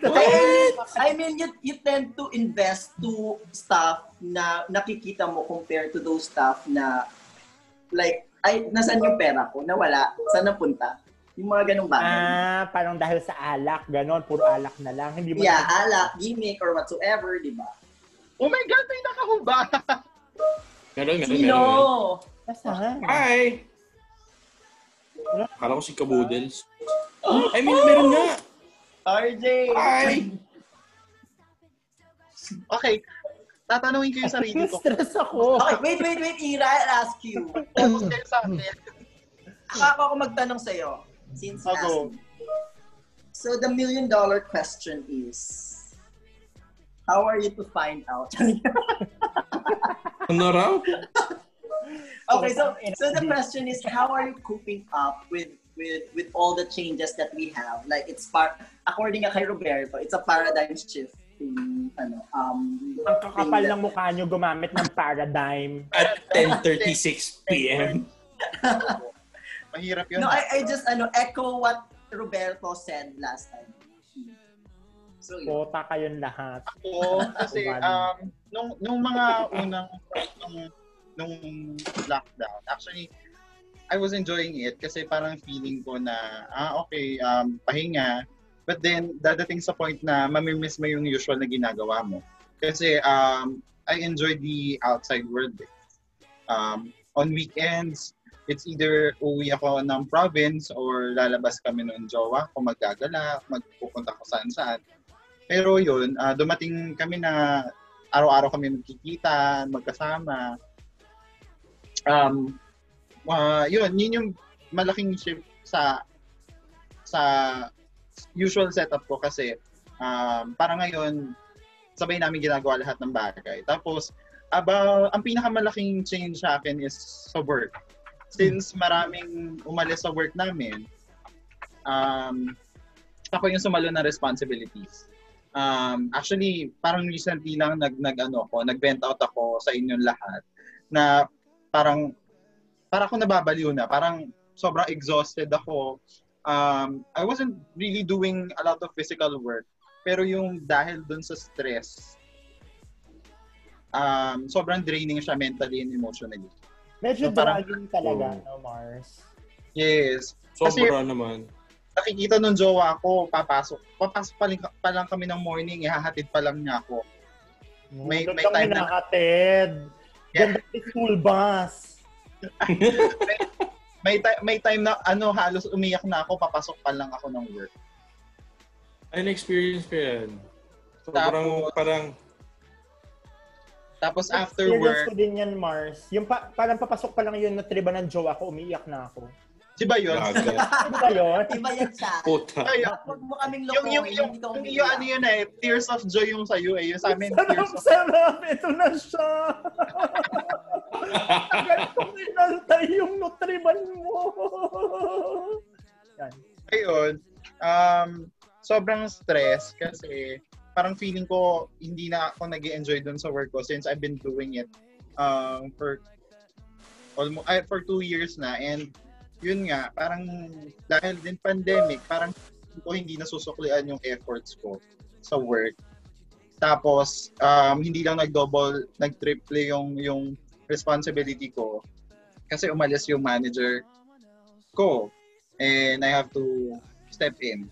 Speaker 12: I mean, I mean you, you tend to invest to stuff na nakikita mo compared to those stuff na like, ay, nasan yung pera ko? Nawala. Saan napunta? Yung mga ganong bagay.
Speaker 2: ah, parang dahil sa alak, ganon. Puro alak na lang. Hindi mo
Speaker 12: yeah,
Speaker 2: na-
Speaker 12: alak, gimmick, or whatsoever, di ba?
Speaker 1: Oh my God, may nakahuba!
Speaker 3: Meron, meron, meron. meron.
Speaker 12: Sino?
Speaker 2: Nasaan?
Speaker 3: Hi! Akala ko si Kabudels. I mean, meron nga!
Speaker 12: RJ!
Speaker 3: Hi!
Speaker 1: Okay, tatanungin ko yung sarili ko.
Speaker 2: Stress ako.
Speaker 12: Okay, wait, wait, wait, Ira, I'll ask you. Ako ako magtanong sa'yo. Since you asked me. So the million dollar question is, how are you to find out? [LAUGHS]
Speaker 3: Ano raw?
Speaker 12: okay, so so the question is, how are you coping up with with with all the changes that we have? Like it's part according kay Roberto, it's a paradigm shift. in, ano, um,
Speaker 2: Ang kakapal ng mukha nyo gumamit ng paradigm.
Speaker 3: At 10.36 p.m.
Speaker 1: Mahirap
Speaker 12: No, I, I just ano echo what Roberto said last time. So, yun.
Speaker 2: Kota kayong lahat. [LAUGHS] Diba?
Speaker 1: Oo, kasi um, nung, nung mga unang nung, nung lockdown, actually, I was enjoying it kasi parang feeling ko na, ah, okay, um, pahinga. But then, dadating sa point na mamimiss mo yung usual na ginagawa mo. Kasi um, I enjoy the outside world. eh. Um, on weekends, it's either uwi ako ng province or lalabas kami ng jowa kung magagala, magpupunta ko saan-saan. Pero yun, ah, dumating kami na araw-araw kami magkikita, magkasama. Um, ah, yun, yun yung malaking shift sa sa usual setup ko kasi um, para ngayon sabay namin ginagawa lahat ng bagay. Tapos, about, ang pinakamalaking change sa akin is sa work. Since maraming umalis sa work namin, um, ako yung sumalo ng responsibilities. Um, actually, parang recently lang nag, nag ano ko, nag-vent out ako sa inyong lahat na parang para ako nababaliw na, parang sobrang exhausted ako. Um, I wasn't really doing a lot of physical work, pero yung dahil dun sa stress, um, sobrang draining siya mentally and emotionally.
Speaker 2: Medyo
Speaker 1: So, parang-
Speaker 2: dragging talaga, no, Mars?
Speaker 1: Yes.
Speaker 3: Sobra naman.
Speaker 1: nakikita nung jowa ko, papasok. Papasok pa, lin- pa lang kami ng morning, ihahatid pa lang niya ako. May, may time na
Speaker 2: Nakatid. Ganda ng school bus.
Speaker 1: [LAUGHS] may, ti- may time na ano halos umiyak na ako papasok pa lang ako ng work.
Speaker 3: Ay, na-experience ko yan. Sobrang parang
Speaker 1: Tapos after
Speaker 2: Experience
Speaker 1: work,
Speaker 2: ko din yan, Mars. Yung pa, parang papasok pa lang yun, natriba ng jowa ko, umiiyak na
Speaker 1: [LAUGHS]
Speaker 2: ako.
Speaker 1: Di ba yun? [LAUGHS]
Speaker 2: Di ba yun?
Speaker 12: Iba yan sa
Speaker 3: [LAUGHS] Puta.
Speaker 1: Ay,
Speaker 12: Huwag mo
Speaker 1: [LAUGHS]
Speaker 12: kaming
Speaker 1: yung, yung, yung,
Speaker 12: lokohin. Hindi ako
Speaker 1: yung, yung ano yun eh, tears of joy yung sa'yo eh. Yung sa amin,
Speaker 2: Sarap,
Speaker 1: tears of...
Speaker 2: sarap! Ito na siya! Tagal kong inantay yung nutriban mo!
Speaker 1: Ayun, um, sobrang stress kasi parang feeling ko hindi na ako nag enjoy dun sa work ko since I've been doing it um, for almost, ay, for two years na and yun nga, parang dahil din pandemic, parang feeling ko hindi nasusuklian yung efforts ko sa work. Tapos, um, hindi lang nag-double, nag-triple yung, yung responsibility ko kasi umalis yung manager ko and I have to step in.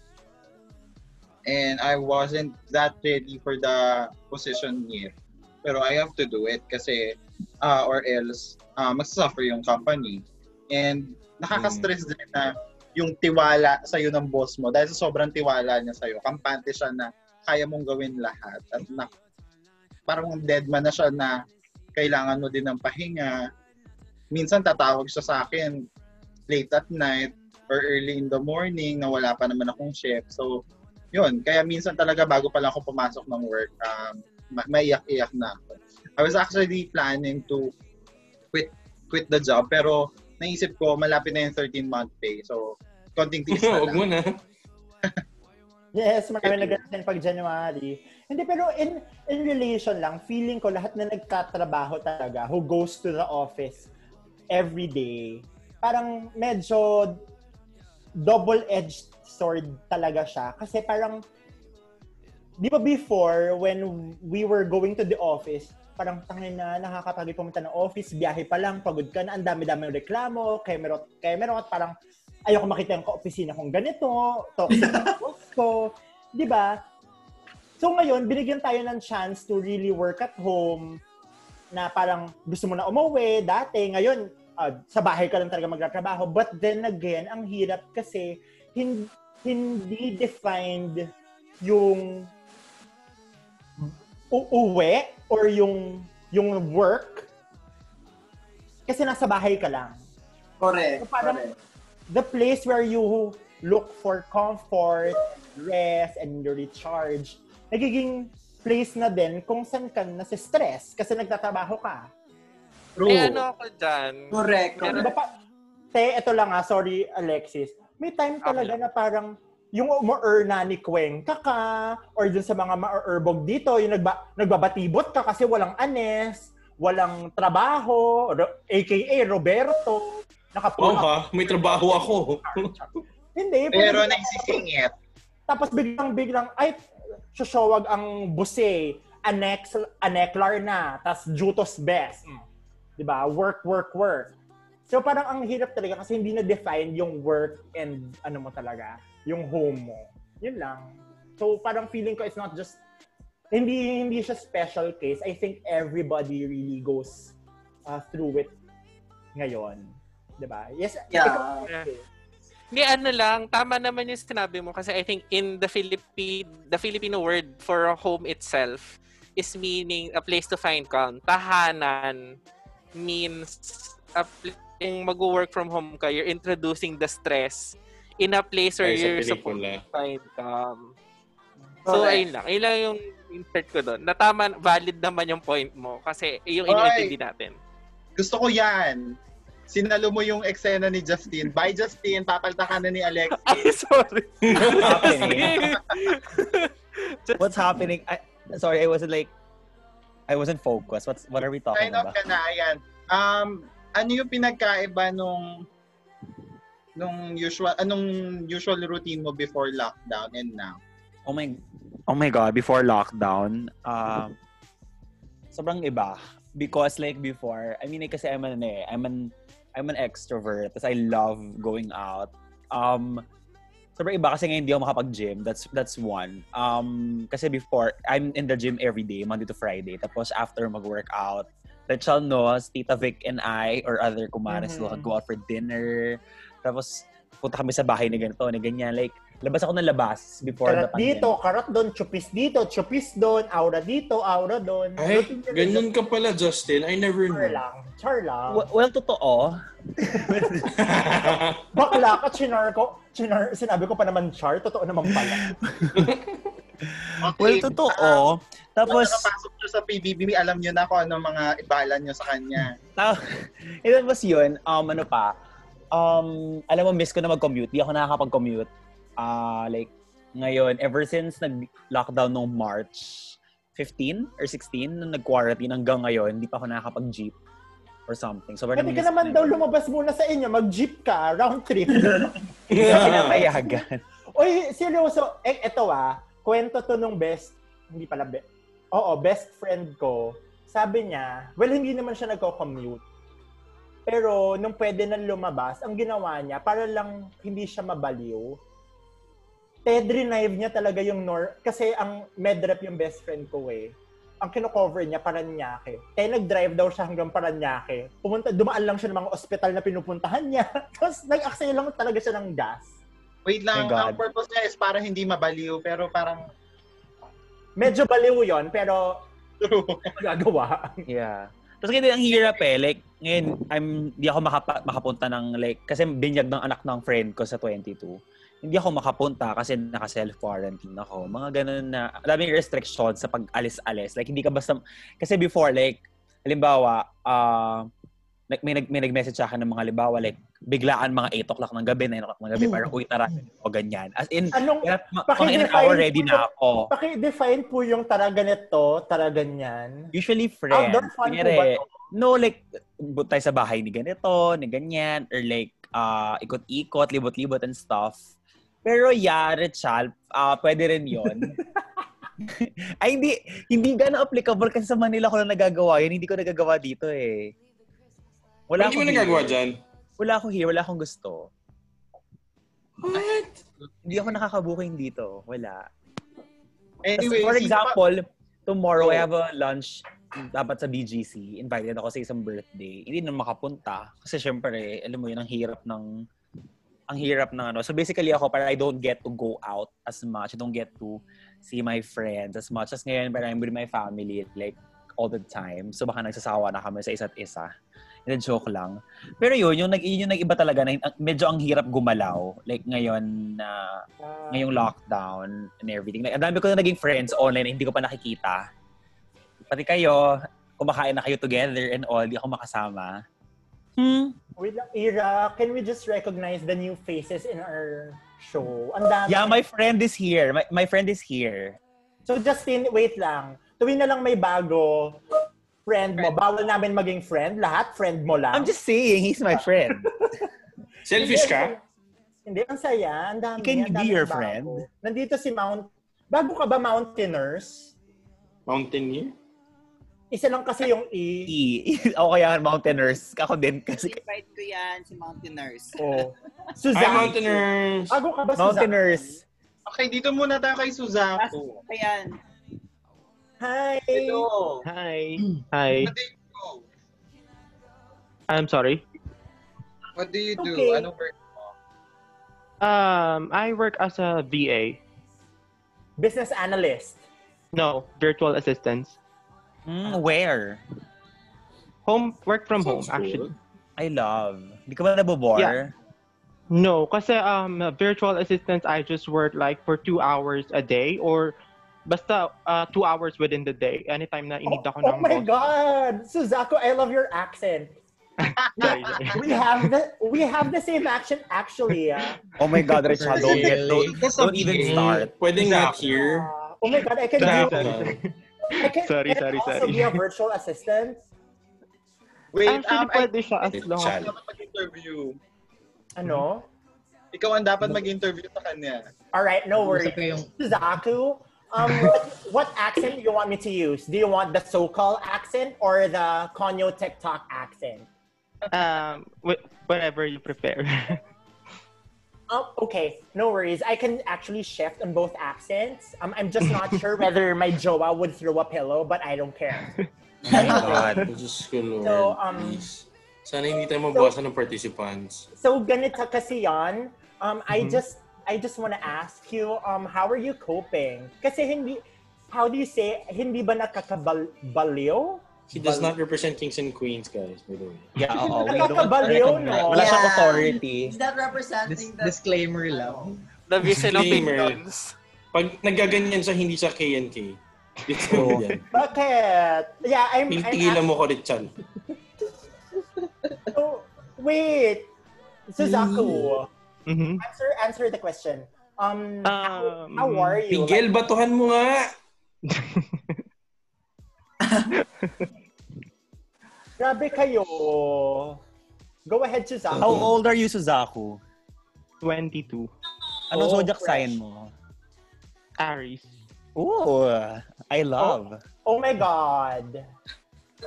Speaker 1: And I wasn't that ready for the position yet. Pero I have to do it kasi ah, or else uh, magsasuffer yung company. And nakaka-stress din na yung tiwala sa'yo ng boss mo dahil sa sobrang tiwala niya sa'yo. Kampante siya na kaya mong gawin lahat. At na, parang dead man na siya na kailangan mo din ng pahinga. Minsan tatawag siya sa akin late at night or early in the morning na wala pa naman akong shift. So, yun. Kaya minsan talaga bago pa lang ako pumasok ng work, um, ma- maiyak-iyak na ako. I was actually planning to quit quit the job pero naisip ko malapit na yung 13 month pay. So, konting tiis na lang.
Speaker 3: [LAUGHS] Huwag mo na.
Speaker 2: Yes, marami na ganyan pag January. Hindi, pero in, in relation lang, feeling ko lahat na nagtatrabaho talaga, who goes to the office every day, parang medyo double-edged sword talaga siya. Kasi parang, di ba before, when we were going to the office, parang tangin na nakakapagod pumunta ng office, biyahe pa lang, pagod ka na, ang dami-dami ng reklamo, kemerot, kemerot, parang ayoko makita yung ka-opisina kong ganito, toxic ang boss ko, di ba? So ngayon, binigyan tayo ng chance to really work at home na parang gusto mo na umuwi dati, ngayon ah, sa bahay ka lang talaga magtatrabaho. But then again, ang hirap kasi hin- hindi defined yung uuwi or yung yung work kasi nasa bahay ka lang.
Speaker 12: Correct.
Speaker 2: So parang the place where you look for comfort, rest, and your recharge, nagiging place na din kung saan ka na stress kasi nagtatrabaho ka.
Speaker 11: May ano ako dyan.
Speaker 12: Correct,
Speaker 11: Meron-
Speaker 2: Diba pa- te, ito lang ah, sorry Alexis. May time talaga na parang yung umu-earna ni Cuenca ka, or dun sa mga ma-erbog dito, yung nagba, nagbabatibot ka kasi walang anes, walang trabaho, ro- aka Roberto,
Speaker 3: Oo
Speaker 2: nakapuno
Speaker 3: ha, may trabaho ako. [LAUGHS]
Speaker 2: Hindi.
Speaker 1: Pero
Speaker 2: pwede-
Speaker 1: nagsisingit.
Speaker 2: Tapos biglang-biglang, ay, susuwag ang buse, annex, aneklar na, tas jutos best.
Speaker 1: Hmm.
Speaker 2: Mm. Di ba? Work, work, work. So parang ang hirap talaga kasi hindi na-define yung work and ano mo talaga, yung home mo. Yun lang. So parang feeling ko it's not just, hindi, hindi siya special case. I think everybody really goes uh, through it ngayon. Di ba? Yes. ikaw-
Speaker 11: Yeah. Hindi, ano lang, tama naman yung sinabi mo kasi I think in the Philippine, the Filipino word for home itself is meaning a place to find calm. Tahanan means a pl- yung mag-work from home ka, you're introducing the stress in a place where
Speaker 3: Ay, sa
Speaker 11: you're supposed
Speaker 3: pelikula.
Speaker 11: find calm. So,
Speaker 1: Correct.
Speaker 11: ayun lang. Ayun lang yung insert ko doon. Natama, valid naman yung point mo kasi yung
Speaker 1: Oy!
Speaker 11: iniintindi natin.
Speaker 1: Gusto ko yan. Sinalo mo yung eksena ni Justin. Bye, Justin. Papaltakan na ni Alex.
Speaker 11: Ay, sorry.
Speaker 8: What's happening? I, sorry, I wasn't like, I wasn't focused. What's, what are we
Speaker 1: Sign
Speaker 8: talking
Speaker 1: off
Speaker 8: about?
Speaker 1: ka na, ayan. Um, ano yung pinagkaiba nung nung usual anong usual routine mo before lockdown and now?
Speaker 8: Oh my, oh my God, before lockdown, um, sobrang iba. Because like before, I mean, eh, kasi I'm an, eh, I'm an, I'm an extrovert. Tapos I love going out. Um, sobrang iba kasi ngayon hindi ako makapag-gym. That's, that's one. Um, kasi before, I'm in the gym every day, Monday to Friday. Tapos after mag-workout, Rachel knows, Tita Vic and I, or other kumares,
Speaker 5: Mhm.
Speaker 8: will go out for dinner. Tapos, punta kami sa bahay na ganito, na ganyan. Like, Labas ako ng labas before the
Speaker 2: Karat
Speaker 8: pandemic.
Speaker 2: dito, karat doon, chupis dito, chupis doon, aura dito, aura doon.
Speaker 3: Ay, ganyan ka pala, Justin. I never knew.
Speaker 2: Char lang.
Speaker 8: Well, well, totoo.
Speaker 2: Bakla ka, chinar ko. Chinar, sinabi ko pa naman char, totoo naman pala.
Speaker 8: [LAUGHS] Well, totoo.
Speaker 1: Tapos, Kung nakapasok nyo sa PBB, alam nyo na kung anong mga ibala nyo sa kanya.
Speaker 8: [LAUGHS] Ta- And then Ah, was yun, um, ano pa, um, alam mo, miss ko na mag-commute. Di ako nakakapag-commute. Ah, like, ngayon, ever since nag-lockdown nung March 15 or 16, nung nag-quarantine hanggang ngayon, hindi pa ako nakakapag-jeep or something. So,
Speaker 2: Pwede ka naman
Speaker 8: [LAUGHS]
Speaker 2: daw lumabas muna sa inyo, mag-jeep ka, round trip.
Speaker 8: Pinapayagan.
Speaker 2: Uy, seryoso, eh, eto ah, kwento to nung best, hindi pala be, oo, best friend ko, sabi niya, well, hindi naman siya nagko-commute. Pero nung pwede na lumabas, ang ginawa niya, para lang hindi siya mabaliw, Ted-renive niya talaga yung nor... Kasi ang medrep yung best friend ko eh. Ang kinocover niya, Paranaque. Kaya nag-drive daw siya hanggang Paranaque. Pumunta, dumaan lang siya ng mga ospital na pinupuntahan niya. [LAUGHS] Tapos nag-axay lang talaga siya ng gas.
Speaker 1: Wait
Speaker 2: My
Speaker 1: lang,
Speaker 2: God.
Speaker 1: ang purpose niya is para hindi mabaliw, pero parang
Speaker 2: Medyo baliw yon pero gagawa.
Speaker 8: Yeah. Tapos ganyan, ang hirap eh. Like, ngayon, I'm, di ako makapa, makapunta ng, like, kasi binyag ng anak ng friend ko sa 22. Hindi ako makapunta kasi naka-self-quarantine ako. Mga ganun na, daming restrictions sa pag-alis-alis. Like, hindi ka basta, kasi before, like, halimbawa, ah, like, may, nag, may nag-message sa akin ng mga halimbawa, like, biglaan mga 8 o'clock ng gabi, 9 o'clock ng gabi, parang, uy, tara, o ganyan. As in,
Speaker 2: Anong,
Speaker 8: ma- mga in an
Speaker 2: paki-define
Speaker 8: hour ready
Speaker 2: po
Speaker 8: na
Speaker 2: yung-
Speaker 8: ako.
Speaker 2: Paki-define po yung tara ganito, tara ganyan.
Speaker 8: Usually friends.
Speaker 2: Outdoor fun po
Speaker 8: Kunyari,
Speaker 2: ba to?
Speaker 8: No, like, bu- tayo sa bahay ni ganito, ni ganyan, or like, ah, ikot-ikot, libot-libot and stuff. Pero yeah, Rachel, ah pwede rin
Speaker 2: [LAUGHS]
Speaker 8: yon. Ay, hindi, hindi gano'n applicable kasi sa Manila ko lang nagagawa yun. Hindi ko nagagawa dito eh. Wala
Speaker 3: Hindi mo
Speaker 8: akong
Speaker 3: nagagawa
Speaker 8: hilig.
Speaker 3: dyan?
Speaker 8: Wala akong here, wala akong gusto. What? Hindi ako nakakabuking dito. Wala.
Speaker 1: Anyway,
Speaker 8: Tas, for
Speaker 1: sino
Speaker 8: example, tomorrow
Speaker 1: Oh.
Speaker 8: I have a lunch dapat sa BGC. Invited ako sa isang birthday. Hindi na makapunta. Kasi syempre, alam mo yun, ang hirap ng ang hirap ng ano. So basically ako, parang I don't get to go out as much. I don't get to see my friends as much. As ngayon, parang I'm with my family like all the time. So baka nagsasawa na kami sa isa't isa. And then joke lang. Pero yun, yung, nag, yun yung nag-iba talaga. Na, ang- medyo ang hirap gumalaw. Like ngayon na, ngayong lockdown and everything. Like, ang dami ko na naging friends online na hindi ko pa nakikita. Pati kayo, kumakain na kayo together and all, di ako makasama. Hmm.
Speaker 2: Wait lang, Ira, can we just recognize the new faces in our show? Ang dami.
Speaker 8: Yeah, my friend is here. My, my friend is here. [LAUGHS]
Speaker 2: So Justin, wait lang. Tuwing na lang may bago friend mo, bawal namin maging friend. Lahat friend mo lang. I'm
Speaker 8: just saying, he's my friend.
Speaker 3: Selfish ka?
Speaker 2: [LAUGHS] Hindi, ang saya. Ang dami.
Speaker 8: He can
Speaker 2: ang
Speaker 8: be
Speaker 2: daming
Speaker 8: your
Speaker 2: bago.
Speaker 8: friend.
Speaker 2: Nandito si Mount... Bago ka ba Mountaineers?
Speaker 3: Mountaineer?
Speaker 2: Isa lang kasi yung E.
Speaker 8: E. Ako kaya mountaineers. Ako din kasi.
Speaker 4: Invite ko yan si Mountaineers.
Speaker 2: Oh.
Speaker 8: Suzanne. Hi, Mountaineers.
Speaker 2: Bago ka ba, Suzanne?
Speaker 8: Mountaineers.
Speaker 1: Okay, dito muna tayo kay Suzako.
Speaker 4: Ayan.
Speaker 2: Hi!
Speaker 1: Hello!
Speaker 16: Hi. Hi. I'm sorry.
Speaker 1: What do you do?
Speaker 16: Okay.
Speaker 1: Anong work mo?
Speaker 16: Um, I work as a VA.
Speaker 2: Business analyst.
Speaker 16: No, virtual assistance.
Speaker 8: Mm, where?
Speaker 16: Home, work from home, actually.
Speaker 8: I love. Hindi ka ba nabobore?
Speaker 16: Yeah. No, kasi um, virtual assistance, I just work like for two hours a day or basta uh, two hours within the day. Anytime na inid ako ng
Speaker 2: Oh my
Speaker 16: boss.
Speaker 2: God! Suzako, I love your
Speaker 16: [LAUGHS]
Speaker 2: accent. we have the we have the same accent actually. ah.
Speaker 8: Oh my God, Richard, don't get, don't, don't even start.
Speaker 3: Pwede nga here.
Speaker 2: Oh my God, I can do I can,
Speaker 3: Sorry,
Speaker 2: can I
Speaker 3: sorry,
Speaker 2: also
Speaker 3: sorry.
Speaker 2: be a virtual assistant.
Speaker 1: Wait,
Speaker 16: Actually,
Speaker 1: um, I-
Speaker 16: pwede siya as long
Speaker 1: Ikaw dapat mag-interview.
Speaker 2: Ano?
Speaker 1: Ikaw ang dapat mag-interview sa kanya.
Speaker 2: All right, no worries.
Speaker 1: Isa pa yung-
Speaker 2: Zaku,
Speaker 1: [LAUGHS]
Speaker 2: um, what accent you want me to use? Do you want the so-called accent or the Konyo TikTok accent?
Speaker 16: um, wh- whatever you [LAUGHS] prefer.
Speaker 2: Oh, okay, no worries. I can actually shift on both accents. Um, I'm just not sure whether my Joa would throw a pillow, but I don't care.
Speaker 3: Oh My
Speaker 8: [LAUGHS]
Speaker 3: God. Diyos ko, Lord.
Speaker 2: So, um,
Speaker 3: please. Sana hindi tayo mabawasan ng participants.
Speaker 2: So ganito kasi yan. Um, I
Speaker 3: Mhm.
Speaker 2: just I just want to ask you, um, how are you coping? Kasi hindi, how do you say, hindi ba nakakabaliw?
Speaker 3: He does not represent kings and queens, guys, by the way.
Speaker 2: [LAUGHS]
Speaker 8: Yeah, oo.
Speaker 2: we don't Nakakabaliw, no? recognize- wala siyang Yeah.
Speaker 8: authority.
Speaker 12: Is that representing the... Oh.
Speaker 3: Disclaimer lang.
Speaker 11: The vision of
Speaker 3: Pag nagaganyan sa hindi sa K&K,
Speaker 2: [LAUGHS]
Speaker 3: disclaimer yan.
Speaker 2: Bakit? Yeah, I'm... I'm
Speaker 3: Pintigilan mo ko rin, Chan.
Speaker 2: Wait. Suzaku.
Speaker 16: Mm-hmm.
Speaker 3: Mm.
Speaker 2: Answer, answer the question. Um, how, how are you?
Speaker 3: Miguel, batuhan mo nga!
Speaker 2: Grabe kayo. Go ahead, Suzaku.
Speaker 8: How old are you, Suzaku?
Speaker 16: 22.
Speaker 8: Anong
Speaker 16: Oh,
Speaker 8: zodiac
Speaker 16: fresh.
Speaker 8: sign mo?
Speaker 16: Aries.
Speaker 8: Ooh, I love.
Speaker 2: Oh my God.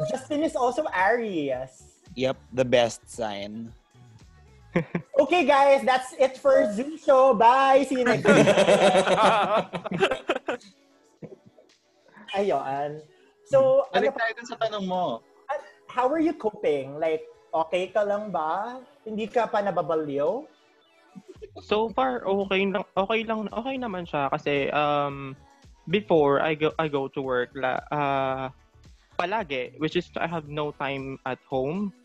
Speaker 2: Justin is also Aries.
Speaker 8: Yep, the best sign.
Speaker 2: Okay, guys, that's it for Zoo Show. Bye! See you
Speaker 1: [LAUGHS]
Speaker 2: next week. Ayun. So, ano
Speaker 1: Balik tayo dun sa tanong mo.
Speaker 2: how are you coping? Like, okay ka lang ba? Hindi ka pa nababaliw?
Speaker 16: So far okay lang okay lang okay naman siya kasi um before I go I go to work la uh, palagi which is I have no time at home.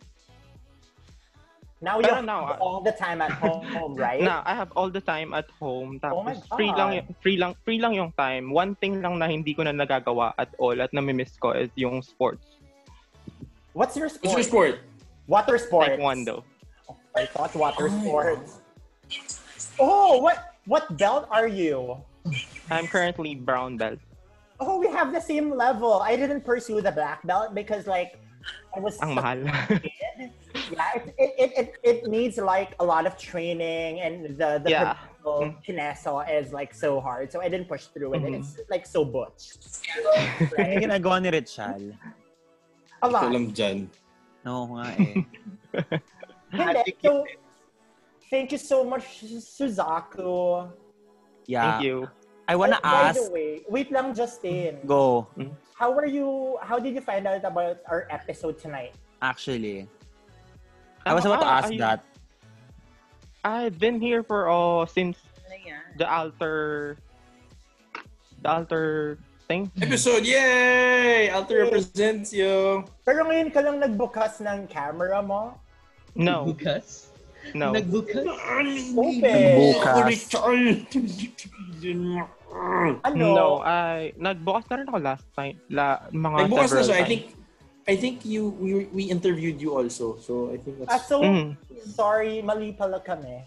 Speaker 2: Now
Speaker 16: Pero
Speaker 2: you're
Speaker 16: now, ah.
Speaker 2: all the time
Speaker 16: [LAUGHS]
Speaker 2: at home, right? Oh
Speaker 16: Na I have all the time at home tapos
Speaker 2: God.
Speaker 16: free lang y- free lang free lang yung time. One thing lang na hindi ko na nagagawa at all at nami-miss ko is yung sports.
Speaker 2: What's your sport?
Speaker 16: your sport?
Speaker 2: Water sports.
Speaker 16: Taekwondo.
Speaker 2: I thought water sports. Oh, what what belt are you?
Speaker 16: I'm currently brown belt.
Speaker 2: Oh, we have the same level. I didn't pursue the black belt because like I was
Speaker 16: Ang
Speaker 2: [LAUGHS]
Speaker 16: mahal.
Speaker 2: yeah, it, it, it, it, it needs like a lot of training and the the
Speaker 16: Yeah. Mm.
Speaker 2: professional kineso is like so hard. So I didn't push through it. And
Speaker 8: Mhm.
Speaker 2: it's
Speaker 16: Mm-hmm.
Speaker 2: like so butch.
Speaker 8: Ano yung ginagawa ni Richal?
Speaker 2: A lot.
Speaker 3: Alam dyan.
Speaker 8: Oo nga eh.
Speaker 2: Hindi, so, thank you so much, Suzaku.
Speaker 8: Yeah.
Speaker 16: Thank you.
Speaker 8: I wanna
Speaker 2: Oh, By
Speaker 8: ask,
Speaker 2: the way, wait lang, Justin.
Speaker 8: go,
Speaker 17: Hmm?
Speaker 2: How are you? How did you find out about our episode tonight?
Speaker 8: actually. I was about to ask that.
Speaker 16: Ah, I've been here for oh since the altar the altar thing.
Speaker 3: Episode, yay! Alter represents you.
Speaker 2: Pero ngayon ka lang nagbukas ng camera mo.
Speaker 16: No.
Speaker 4: Nagbukas?
Speaker 16: No.
Speaker 4: Nagbukas?
Speaker 2: Nagbukas.
Speaker 16: Ano? No, I nagbukas na rin ako last night. La, mga
Speaker 3: Nagbukas na
Speaker 16: several
Speaker 3: siya. I
Speaker 16: times.
Speaker 3: think I think you we, we interviewed you also. So I think that's
Speaker 2: Ah, so,
Speaker 16: Mm.
Speaker 2: sorry, mali pala kami.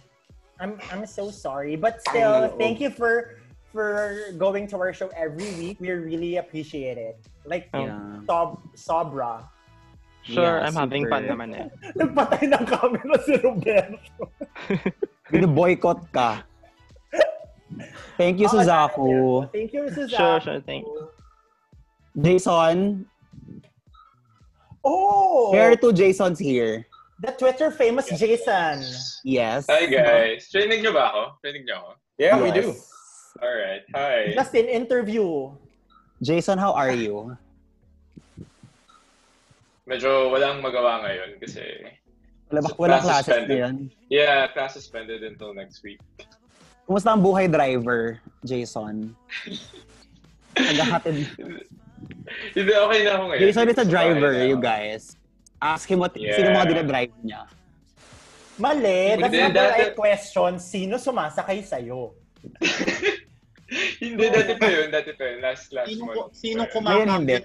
Speaker 2: I'm, I'm so sorry. But still,
Speaker 3: Ay, oo.
Speaker 2: thank you for for going to our show every week. We really appreciate it. Like,
Speaker 16: Oh.
Speaker 2: sob, sobra.
Speaker 16: Sure,
Speaker 2: Yeah,
Speaker 16: I'm having
Speaker 2: super.
Speaker 16: fun naman eh.
Speaker 2: [LAUGHS] Nagpatay ng camera [LAUGHS] si Roberto.
Speaker 8: Binoboycott ka. Thank you,
Speaker 2: Oo,
Speaker 8: Suzaku.
Speaker 2: Thank you, Suzaku.
Speaker 16: Sure, sure, thank
Speaker 8: Jason,
Speaker 2: Oh!
Speaker 8: where to Jason's here?
Speaker 2: The Twitter famous Jason.
Speaker 8: Yes.
Speaker 17: Hi guys. Training niyo ba ako? Training niyo ako?
Speaker 8: Yeah, we do.
Speaker 17: Alright. Hi.
Speaker 2: Justin, interview.
Speaker 8: Jason, how are you?
Speaker 17: Medyo walang magawa ngayon kasi
Speaker 8: Wala, ba, wala
Speaker 17: Class
Speaker 8: classes
Speaker 17: suspended.
Speaker 8: ngayon.
Speaker 17: yeah, class suspended until next week.
Speaker 8: Kumusta ang buhay driver, Jason? Naghahatid.
Speaker 17: [LAUGHS] Hindi, okay na ako ngayon.
Speaker 8: Jason is a driver, you guys. Ask him what,
Speaker 17: Yeah.
Speaker 8: sino mga dinadrive niya.
Speaker 2: Mali, that's
Speaker 17: Hindi,
Speaker 2: not the
Speaker 17: dati-
Speaker 2: right question. Sino sumasakay sa'yo?
Speaker 17: Hindi, dati pa yun. Dati pa yun. Last, last month.
Speaker 2: sino
Speaker 8: Ngayon hindi.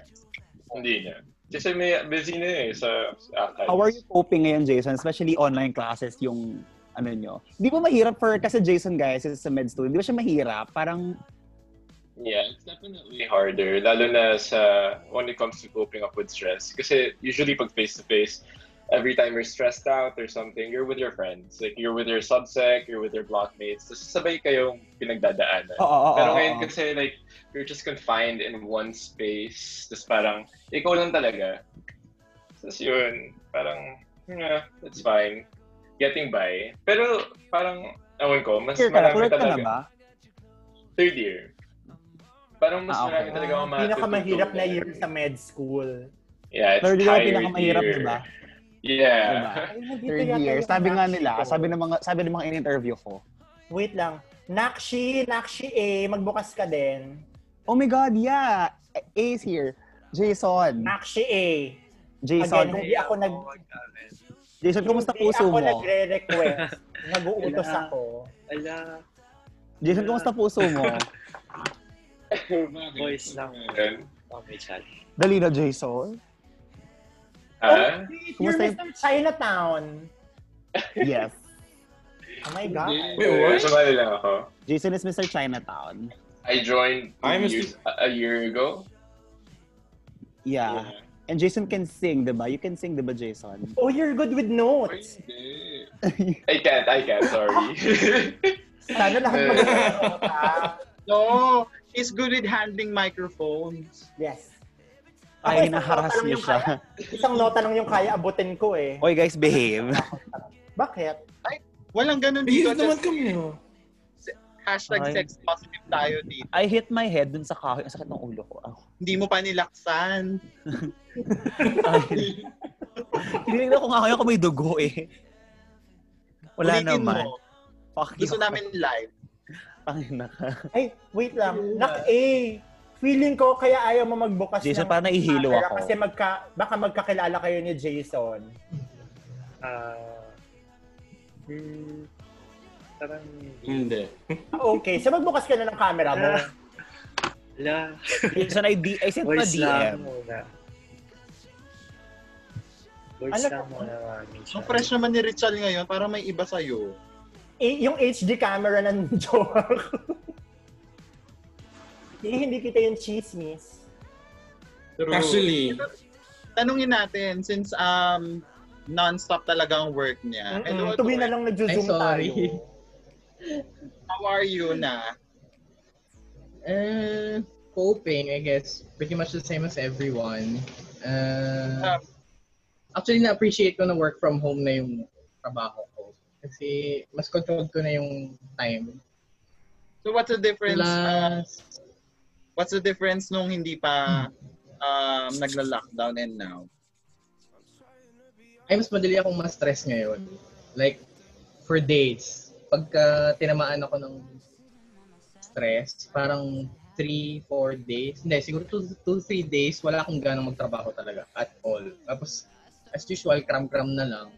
Speaker 17: Hindi na. Kasi may busy na eh sa sa archives.
Speaker 8: How are you coping ngayon, Jason? Especially online classes yung ano nyo. Di ba mahirap for, kasi Jason guys is a med student, di ba siya mahirap? Parang,
Speaker 17: Yeah, it's definitely harder. Lalo na sa when it comes to coping up with stress. Kasi usually pag face-to-face, every time you're stressed out or something, you're with your friends. Like, you're with your subsec, you're with your blockmates. Tapos sabay kayong pinagdadaanan.
Speaker 8: Oo, oo,
Speaker 17: Pero
Speaker 8: oo,
Speaker 17: ngayon
Speaker 8: oo.
Speaker 17: kasi, like, you're just confined in one space. Tapos parang, ikaw lang talaga. Tapos yun, parang, yeah, it's fine. Getting by. Pero parang, awan ko, mas
Speaker 8: Third year ka na?
Speaker 17: marami
Speaker 8: Third ka na
Speaker 17: talaga.
Speaker 8: ba?
Speaker 17: Third year. Parang mas
Speaker 8: Ah, okay.
Speaker 17: marami talaga akong
Speaker 2: Pinakamahirap na year sa med school.
Speaker 17: Yeah, it's
Speaker 8: third year ang
Speaker 17: tired
Speaker 8: pinakamahirap,
Speaker 17: year.
Speaker 8: di
Speaker 2: diba?
Speaker 8: ba?
Speaker 17: Yeah. [LAUGHS]
Speaker 8: Diba? Third year. Sabi nga nila, sabi ng mga, sabi ng mga in-interview ko,
Speaker 2: Wait lang. Nakshi, Nakshi A, magbukas ka din.
Speaker 5: Oh my God, yeah. A's here. Jason.
Speaker 2: Nakshi A.
Speaker 5: Jason.
Speaker 2: Again, hindi ako nag...
Speaker 5: Jason, kumusta
Speaker 2: Hindi
Speaker 5: puso
Speaker 2: ako
Speaker 5: mo?
Speaker 2: nagre-request.
Speaker 5: [LAUGHS]
Speaker 2: Nag-uutos
Speaker 5: Wala.
Speaker 2: ako.
Speaker 3: [LAUGHS]
Speaker 13: Ala.
Speaker 5: Jason, kumusta puso mo?
Speaker 13: Voice lang. Oh, may chat.
Speaker 5: Dali na, Jason.
Speaker 13: Ha?
Speaker 17: Ah?
Speaker 2: You're
Speaker 5: Kumusta yung-
Speaker 2: Mr. Chinatown.
Speaker 5: Yes.
Speaker 2: Oh my God.
Speaker 17: Wait, sumali lang ako.
Speaker 5: Jason is Mr. Chinatown.
Speaker 17: I joined
Speaker 5: I'm a
Speaker 17: years, a year ago.
Speaker 5: Yeah. And Jason can sing, di ba? You can sing, di ba, Jason?
Speaker 2: Oh, you're good with notes.
Speaker 17: I can't, I can't, sorry. [LAUGHS]
Speaker 2: Sana lahat
Speaker 17: Eh.
Speaker 1: No, he's good with handling microphones.
Speaker 2: Yes.
Speaker 5: Ay,
Speaker 2: Ako, isang
Speaker 5: naharas
Speaker 2: nota lang
Speaker 5: niya
Speaker 2: yung
Speaker 5: siya.
Speaker 2: Isang nota lang yung kaya abutin ko eh.
Speaker 5: Oy, guys, behave.
Speaker 2: Bakit?
Speaker 1: Walang ganun dito. Yes naman kami. Hashtag
Speaker 5: Ay.
Speaker 1: sex positive tayo dito.
Speaker 5: I hit my head dun sa kahoy. Ang sakit ng ulo ko. Ah.
Speaker 1: Hindi mo pa nilaksan.
Speaker 5: Tinignan ko nga kayo kung may dugo eh. Wala
Speaker 1: Ulitin
Speaker 5: naman.
Speaker 1: mo.
Speaker 5: Fuck
Speaker 1: Gusto namin live.
Speaker 5: Pangina ka.
Speaker 2: Ay, wait lang. Nak A, feeling ko kaya ayaw mo magbukas
Speaker 5: Jason, parang nahihilo
Speaker 2: camera
Speaker 5: ako.
Speaker 2: Kasi magka, baka magkakilala kayo ni Jason.
Speaker 13: Ah. hmm, parang
Speaker 3: Hindi.
Speaker 2: Ah, Okay, so magbukas ka na ng camera mo.
Speaker 13: Ah, Ala.
Speaker 5: Jason, I, D- I sent mo
Speaker 13: Voice lang
Speaker 5: DM.
Speaker 13: muna. Voice
Speaker 2: Ano?
Speaker 1: Alam
Speaker 13: lang
Speaker 1: ko-
Speaker 13: muna, mami.
Speaker 1: Ang fresh naman ni Richal ngayon, parang may iba sa'yo.
Speaker 2: Eh, yung HD camera ng [LAUGHS] jowa ko. Eh, hindi kita yung chismis.
Speaker 1: True.
Speaker 3: Actually-
Speaker 1: tanungin natin since um non-stop talaga ang work niya.
Speaker 2: Mm-mm. Tuloy na lang nagjo-zoom Ay, sorry. tayo.
Speaker 1: How are you na?
Speaker 14: Uh, coping, I guess, pretty much the same as everyone.
Speaker 13: Um,
Speaker 14: Uh, actually, na-appreciate ko na work from home na yung trabaho ko. Kasi mas controlled ko na yung time.
Speaker 1: So what's the difference? uh,
Speaker 14: Plus-
Speaker 1: what's the difference nung hindi pa um, nagla-lockdown and now?
Speaker 14: Ay, mas madali akong ma-stress ngayon. Like, for days. Pagka tinamaan ako ng stress, parang 3, 4 days. Hindi, siguro 2, 3 days, wala akong ganang magtrabaho talaga at all. Tapos, as usual, cram-cram na lang.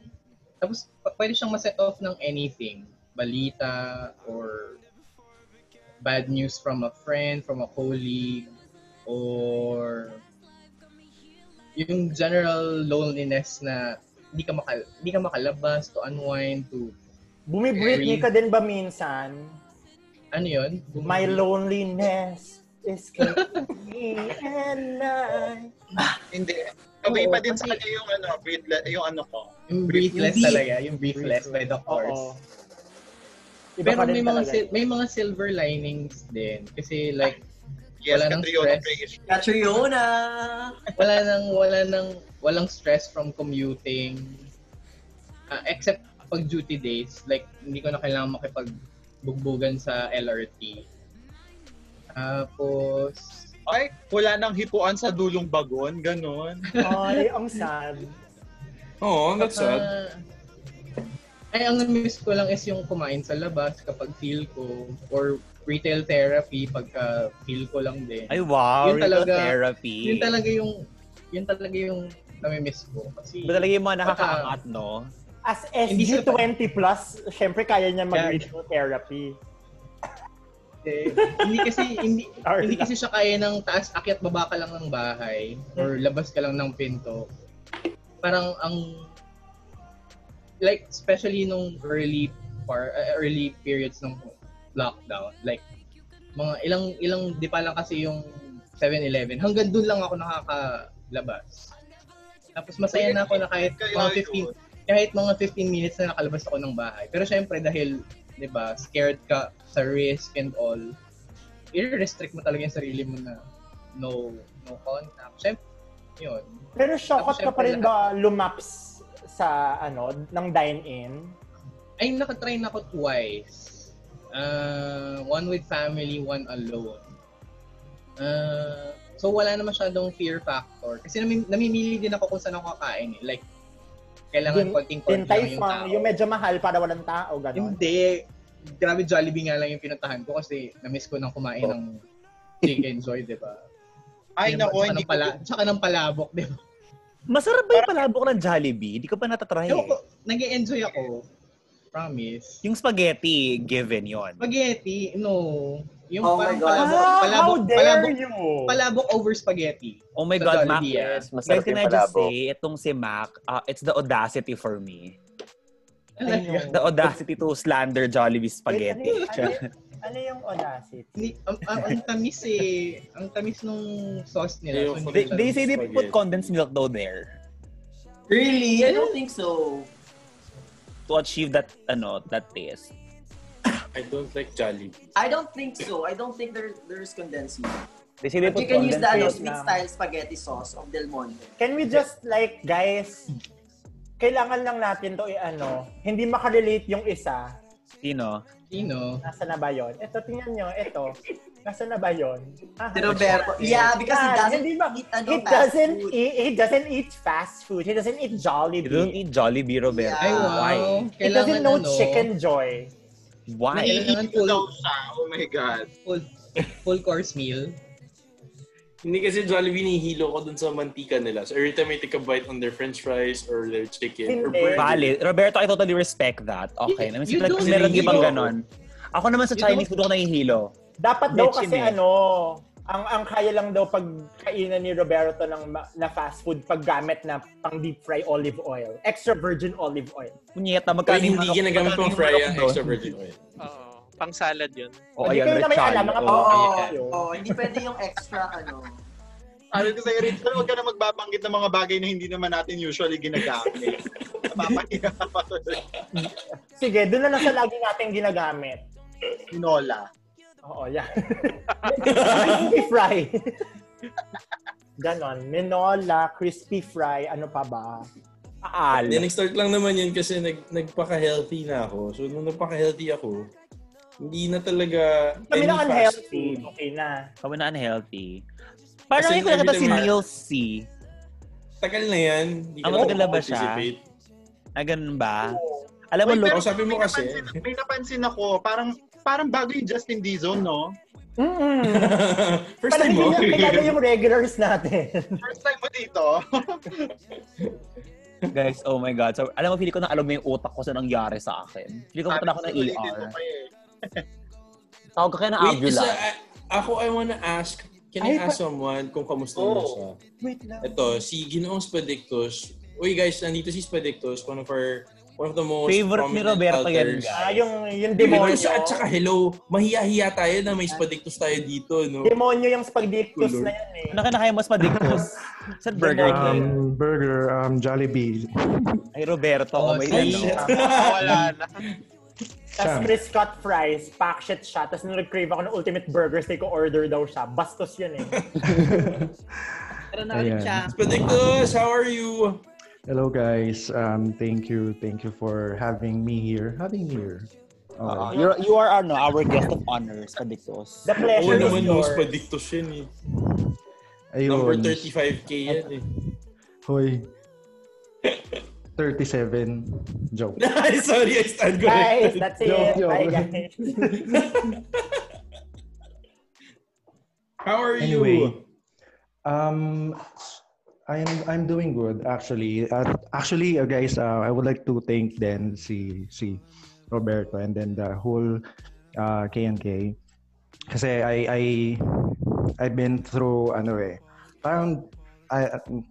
Speaker 14: Tapos, p- pwede siyang ma-set off ng anything. Balita or bad news from a friend, from a colleague, or yung general loneliness na hindi ka makal hindi ka makalabas to unwind to
Speaker 2: Bumi-Britney ka din ba minsan?
Speaker 14: ano yun? Bumi-
Speaker 2: My loneliness is killing me and I.
Speaker 1: Hindi. Kabay pa din sa kanya yung ano, breathless, yung ano ko.
Speaker 14: Yung breathless
Speaker 1: Hindi.
Speaker 14: talaga, yung breathless by the course.
Speaker 1: Iba
Speaker 14: Pero
Speaker 1: pa rin
Speaker 14: may mga
Speaker 1: talaga.
Speaker 14: sil- may mga silver linings din kasi like
Speaker 1: Yes,
Speaker 14: wala nang
Speaker 1: Catriona
Speaker 14: stress.
Speaker 1: Grace.
Speaker 14: Catriona! wala nang wala nang walang stress from commuting. Ah, except pag duty days, like hindi ko na kailangan makipagbugbugan sa LRT. Tapos
Speaker 1: Ay, wala nang hipuan sa dulong bagon, ganun. [LAUGHS]
Speaker 2: Ay, ang sad. Uh,
Speaker 3: Oo, that's sad.
Speaker 14: Ay, ang miss ko lang is yung kumain sa labas kapag feel ko or retail therapy pagka feel ko lang din.
Speaker 5: Ay, wow,
Speaker 14: Yun
Speaker 5: retail
Speaker 14: talaga-
Speaker 5: therapy.
Speaker 14: Yun talaga yung yun talaga yung nami-miss ko.
Speaker 5: Ba
Speaker 14: Kasi,
Speaker 5: Diba talaga yung mga
Speaker 14: baka-
Speaker 5: nakakaangat, no?
Speaker 2: As SG20 plus, syempre kaya niya
Speaker 14: Yeah.
Speaker 2: mag-ritual therapy.
Speaker 14: Eh, hindi kasi hindi, hindi kasi siya kaya ng taas akyat baba ka lang ng bahay or labas ka lang ng pinto. Parang ang like especially nung early par uh, early periods ng lockdown like mga ilang ilang di pa lang kasi yung 7-Eleven hanggang doon lang ako nakakalabas. Tapos masaya na ako na kahit mga 15 kahit mga 15 minutes na nakalabas ako ng bahay. Pero syempre dahil 'di ba, scared ka sa risk and all, i-restrict mo talaga yung sarili mo na no no contact. Syempre, yun.
Speaker 2: Pero shockot
Speaker 14: Tapos
Speaker 2: ka pa rin
Speaker 14: syempre
Speaker 2: ba lumaps sa ano, ng dine-in?
Speaker 14: Ay, nakatry na ako twice. Uh, one with family, one alone. Uh, so, wala na masyadong fear factor. Kasi nami- namimili din ako kung saan ako kakain. Eh. Like, kailangan
Speaker 2: Din-
Speaker 14: konting-konti lang
Speaker 2: Tintay
Speaker 14: yung tao.
Speaker 2: fang, yung medyo mahal para walang tao, gano'n.
Speaker 14: Hindi. grabe Jollibee nga lang yung pinuntahan ko kasi na-miss ko nang kumain ng chicken joy, di ba?
Speaker 1: Ay,
Speaker 14: Yun naman,
Speaker 1: naku,
Speaker 14: tsaka
Speaker 1: hindi
Speaker 14: ng pala, Tsaka ng palabok, di ba?
Speaker 8: Masarap ba yung palabok ng Jollibee? Hindi ko pa natatry. eh.
Speaker 14: Ayoko, nag-enjoy ako. Promise.
Speaker 8: Yung spaghetti, given yon.
Speaker 14: Spaghetti, no. Yung
Speaker 8: Oh my
Speaker 14: parang
Speaker 8: God.
Speaker 14: palabok,
Speaker 8: Ah,
Speaker 14: palabok,
Speaker 8: how dare
Speaker 14: palabok,
Speaker 8: you!
Speaker 14: palabok over spaghetti.
Speaker 8: Oh my
Speaker 14: Sa
Speaker 8: God, Mac.
Speaker 14: Jollibee, ah.
Speaker 8: Guys, can I just say, itong si Mac, uh, it's the audacity for me. The audacity to slander Jollibee
Speaker 14: [LAUGHS]
Speaker 8: spaghetti.
Speaker 2: Wait, ano yun? Ano yung audacity?
Speaker 14: Ni, ang, ang, ang tamis eh. Ang tamis nung sauce nila. So,
Speaker 8: they, they say they put condensed milk though there
Speaker 12: Really? I don't think so.
Speaker 8: to achieve that ano that taste.
Speaker 3: I don't like Jollibee.
Speaker 12: I don't think so. I don't think there there's condensed milk.
Speaker 8: They say they
Speaker 12: But
Speaker 8: put
Speaker 12: you can use the ano,
Speaker 8: condensed um,
Speaker 12: sweet
Speaker 8: milk.
Speaker 12: style spaghetti sauce of Del Monte.
Speaker 2: Can we just like, guys, kailangan lang natin to i-ano, hindi makarelate yung isa.
Speaker 8: Sino?
Speaker 14: Sino?
Speaker 2: Nasa na ba yun? Ito, tingnan nyo, ito. Nasa na ba yun? Ah,
Speaker 12: Si Roberto. Yeah, because he
Speaker 2: Yan,
Speaker 12: doesn't
Speaker 2: hindi ba-
Speaker 12: eat ano,
Speaker 2: he
Speaker 12: fast
Speaker 2: doesn't
Speaker 12: food.
Speaker 2: eat, he doesn't eat fast food. He doesn't eat
Speaker 8: You
Speaker 2: Jollibee.
Speaker 8: don't eat Jollibee, Roberto.
Speaker 2: Ay, wow.
Speaker 8: Why?
Speaker 2: He doesn't
Speaker 14: Kailangan
Speaker 2: know
Speaker 14: ano.
Speaker 2: chicken joy.
Speaker 8: Why?
Speaker 14: Kailangan
Speaker 1: full. Oh my God.
Speaker 14: Full, full course meal.
Speaker 3: Hindi kasi Jollibee nihilo ko dun sa mantika nila. So every time I take a bite on their french fries or their chicken or burger.
Speaker 8: Valid. Roberto, I totally respect that. Okay. Naman
Speaker 3: you
Speaker 8: sila
Speaker 3: don't
Speaker 8: meron
Speaker 3: really
Speaker 8: ibang
Speaker 3: know.
Speaker 8: ganon. Ako naman sa
Speaker 2: You
Speaker 8: Chinese
Speaker 2: don't-
Speaker 8: food ako nahihilo.
Speaker 2: Dapat daw
Speaker 8: Lechon
Speaker 2: kasi
Speaker 8: eh.
Speaker 2: ano, ang ang kaya lang daw pag kainan ni Roberto ng ma- na fast food pag gamit na pang deep fry olive oil, extra virgin olive oil.
Speaker 8: Punyeta,
Speaker 3: Ay, hindi ginagamit pang fry ang extra virgin oil.
Speaker 11: Oo. Pang salad yun.
Speaker 8: Oh, Oo,
Speaker 2: Hindi kayo na may alam, mga
Speaker 12: Oo,
Speaker 2: pang-
Speaker 12: oo, hindi pwede yung extra ano.
Speaker 1: Sabi ko sa'yo, Rachel, huwag ka na magbabanggit ng mga bagay na hindi naman natin usually ginagamit. Napapahiya pa.
Speaker 2: Sige, doon na lang sa lagi nating ginagamit.
Speaker 1: Pinola.
Speaker 2: Oo, yan. crispy fry. Ganon. Minola, crispy fry, ano pa ba? Aal.
Speaker 3: Then nag-start lang naman yun kasi nag, nagpaka-healthy na ako. So nung nagpaka-healthy ako, hindi na talaga
Speaker 2: Kami
Speaker 3: any
Speaker 2: na
Speaker 3: fast
Speaker 2: unhealthy.
Speaker 3: food.
Speaker 2: Okay na.
Speaker 8: Kami na unhealthy. Parang ngayon ko
Speaker 3: every
Speaker 8: nakita
Speaker 3: time
Speaker 8: si
Speaker 3: na-
Speaker 8: Neil C.
Speaker 3: Tagal na yan. Hindi
Speaker 8: Ang
Speaker 3: na
Speaker 8: matagal na ba siya?
Speaker 3: participate.
Speaker 8: Ah, ganun
Speaker 2: [LAUGHS]
Speaker 8: ba? Alam mo,
Speaker 1: Uy,
Speaker 8: look,
Speaker 3: Oh,
Speaker 1: pero may napansin- may napansin ako, parang parang bago yung Justin Dizon, no?
Speaker 3: Mm-hmm. [LAUGHS] First
Speaker 2: Parang
Speaker 3: time
Speaker 2: hindi
Speaker 3: mo?
Speaker 2: na kilala ano
Speaker 3: [LAUGHS]
Speaker 2: yung regulars natin.
Speaker 1: First time mo
Speaker 2: [LAUGHS]
Speaker 1: dito.
Speaker 8: guys, oh my God. So, alam mo, feeling ko na alam mo yung utak ko sa nangyari sa akin. Feeling ko punta ako ng ER. Tawag ka kaya ng
Speaker 3: Wait,
Speaker 8: ambulance.
Speaker 3: isa, a- ako I wanna ask, can
Speaker 8: Ay,
Speaker 3: I ask
Speaker 8: pa-
Speaker 3: someone kung kamusta
Speaker 8: Oh.
Speaker 3: na siya?
Speaker 2: Wait lang.
Speaker 3: Ito, si Ginoong Spadictos. Uy guys, nandito si Spadictos, one of our one of the most
Speaker 8: Favorite ni
Speaker 3: prominent
Speaker 8: Roberto yan,
Speaker 3: alters.
Speaker 8: guys.
Speaker 2: Ah, yung, yung
Speaker 3: Demonyo.
Speaker 2: demonyo.
Speaker 3: At saka hello, mahiya-hiya tayo na may Spadictos tayo dito, no?
Speaker 2: Demonyo yung spagdictus
Speaker 3: Kulor.
Speaker 2: na yun eh.
Speaker 8: Ano kinakaya mo sa Padikos? Sa Burger King.
Speaker 15: Um, burger, um, Jollibee.
Speaker 8: Ay, Roberto. Oh, may
Speaker 15: ay,
Speaker 8: ano.
Speaker 15: shit.
Speaker 8: [LAUGHS]
Speaker 2: Wala na. Tapos
Speaker 15: Sam.
Speaker 2: Scott fries, pack shit siya. Tapos nag-crave ako ng ultimate burgers, take order daw siya. Bastos yun eh.
Speaker 4: Pero
Speaker 15: na ulit Ayan. siya.
Speaker 3: Spadictos, how are you?
Speaker 15: Hello guys. Um, thank you. Thank you for having me here. Having me here.
Speaker 8: Oo,
Speaker 3: Uh,
Speaker 2: Oh,
Speaker 15: Okay.
Speaker 8: you're, you are ano, our guest of honor, Spadictos.
Speaker 2: The
Speaker 3: Oo
Speaker 2: pleasure is
Speaker 3: naman yung
Speaker 2: yours.
Speaker 3: Spadictos yun eh.
Speaker 15: Ayun.
Speaker 3: Number 35k yan eh. [LAUGHS]
Speaker 15: Hoy. 37. Joke.
Speaker 3: [LAUGHS] Sorry, I stand
Speaker 2: Guys,
Speaker 3: corrected.
Speaker 2: that's it.
Speaker 15: Joke, joke.
Speaker 2: Bye [LAUGHS] guys.
Speaker 3: How are
Speaker 15: Anyway,
Speaker 3: you?
Speaker 15: um, I'm I'm doing good actually. Uh, actually, uh, guys, uh, I would like to thank then si si Roberto and then the whole uh, K&K kasi I I I've been through ano eh parang I,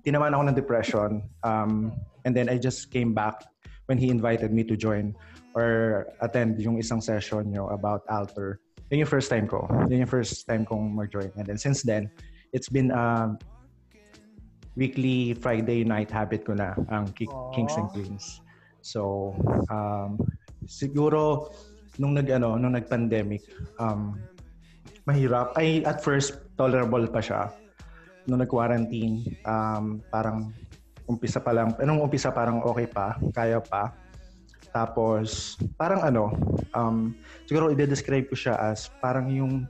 Speaker 15: tinamaan ako ng depression um, and then I just came back when he invited me to join or attend yung isang session nyo about Alter. Yun yung first time ko. Yun yung first time kong mag-join. And then since then, it's been a weekly Friday night habit ko na ang Ki- Kings and Queens. So, um, siguro nung nag ano, nung nag-pandemic, um, mahirap. Ay, at first, tolerable pa siya. Nung nag-quarantine, um, parang umpisa pa lang. eh, Nung umpisa parang okay pa, kaya pa. Tapos, parang ano, um, siguro i-describe ko siya as parang yung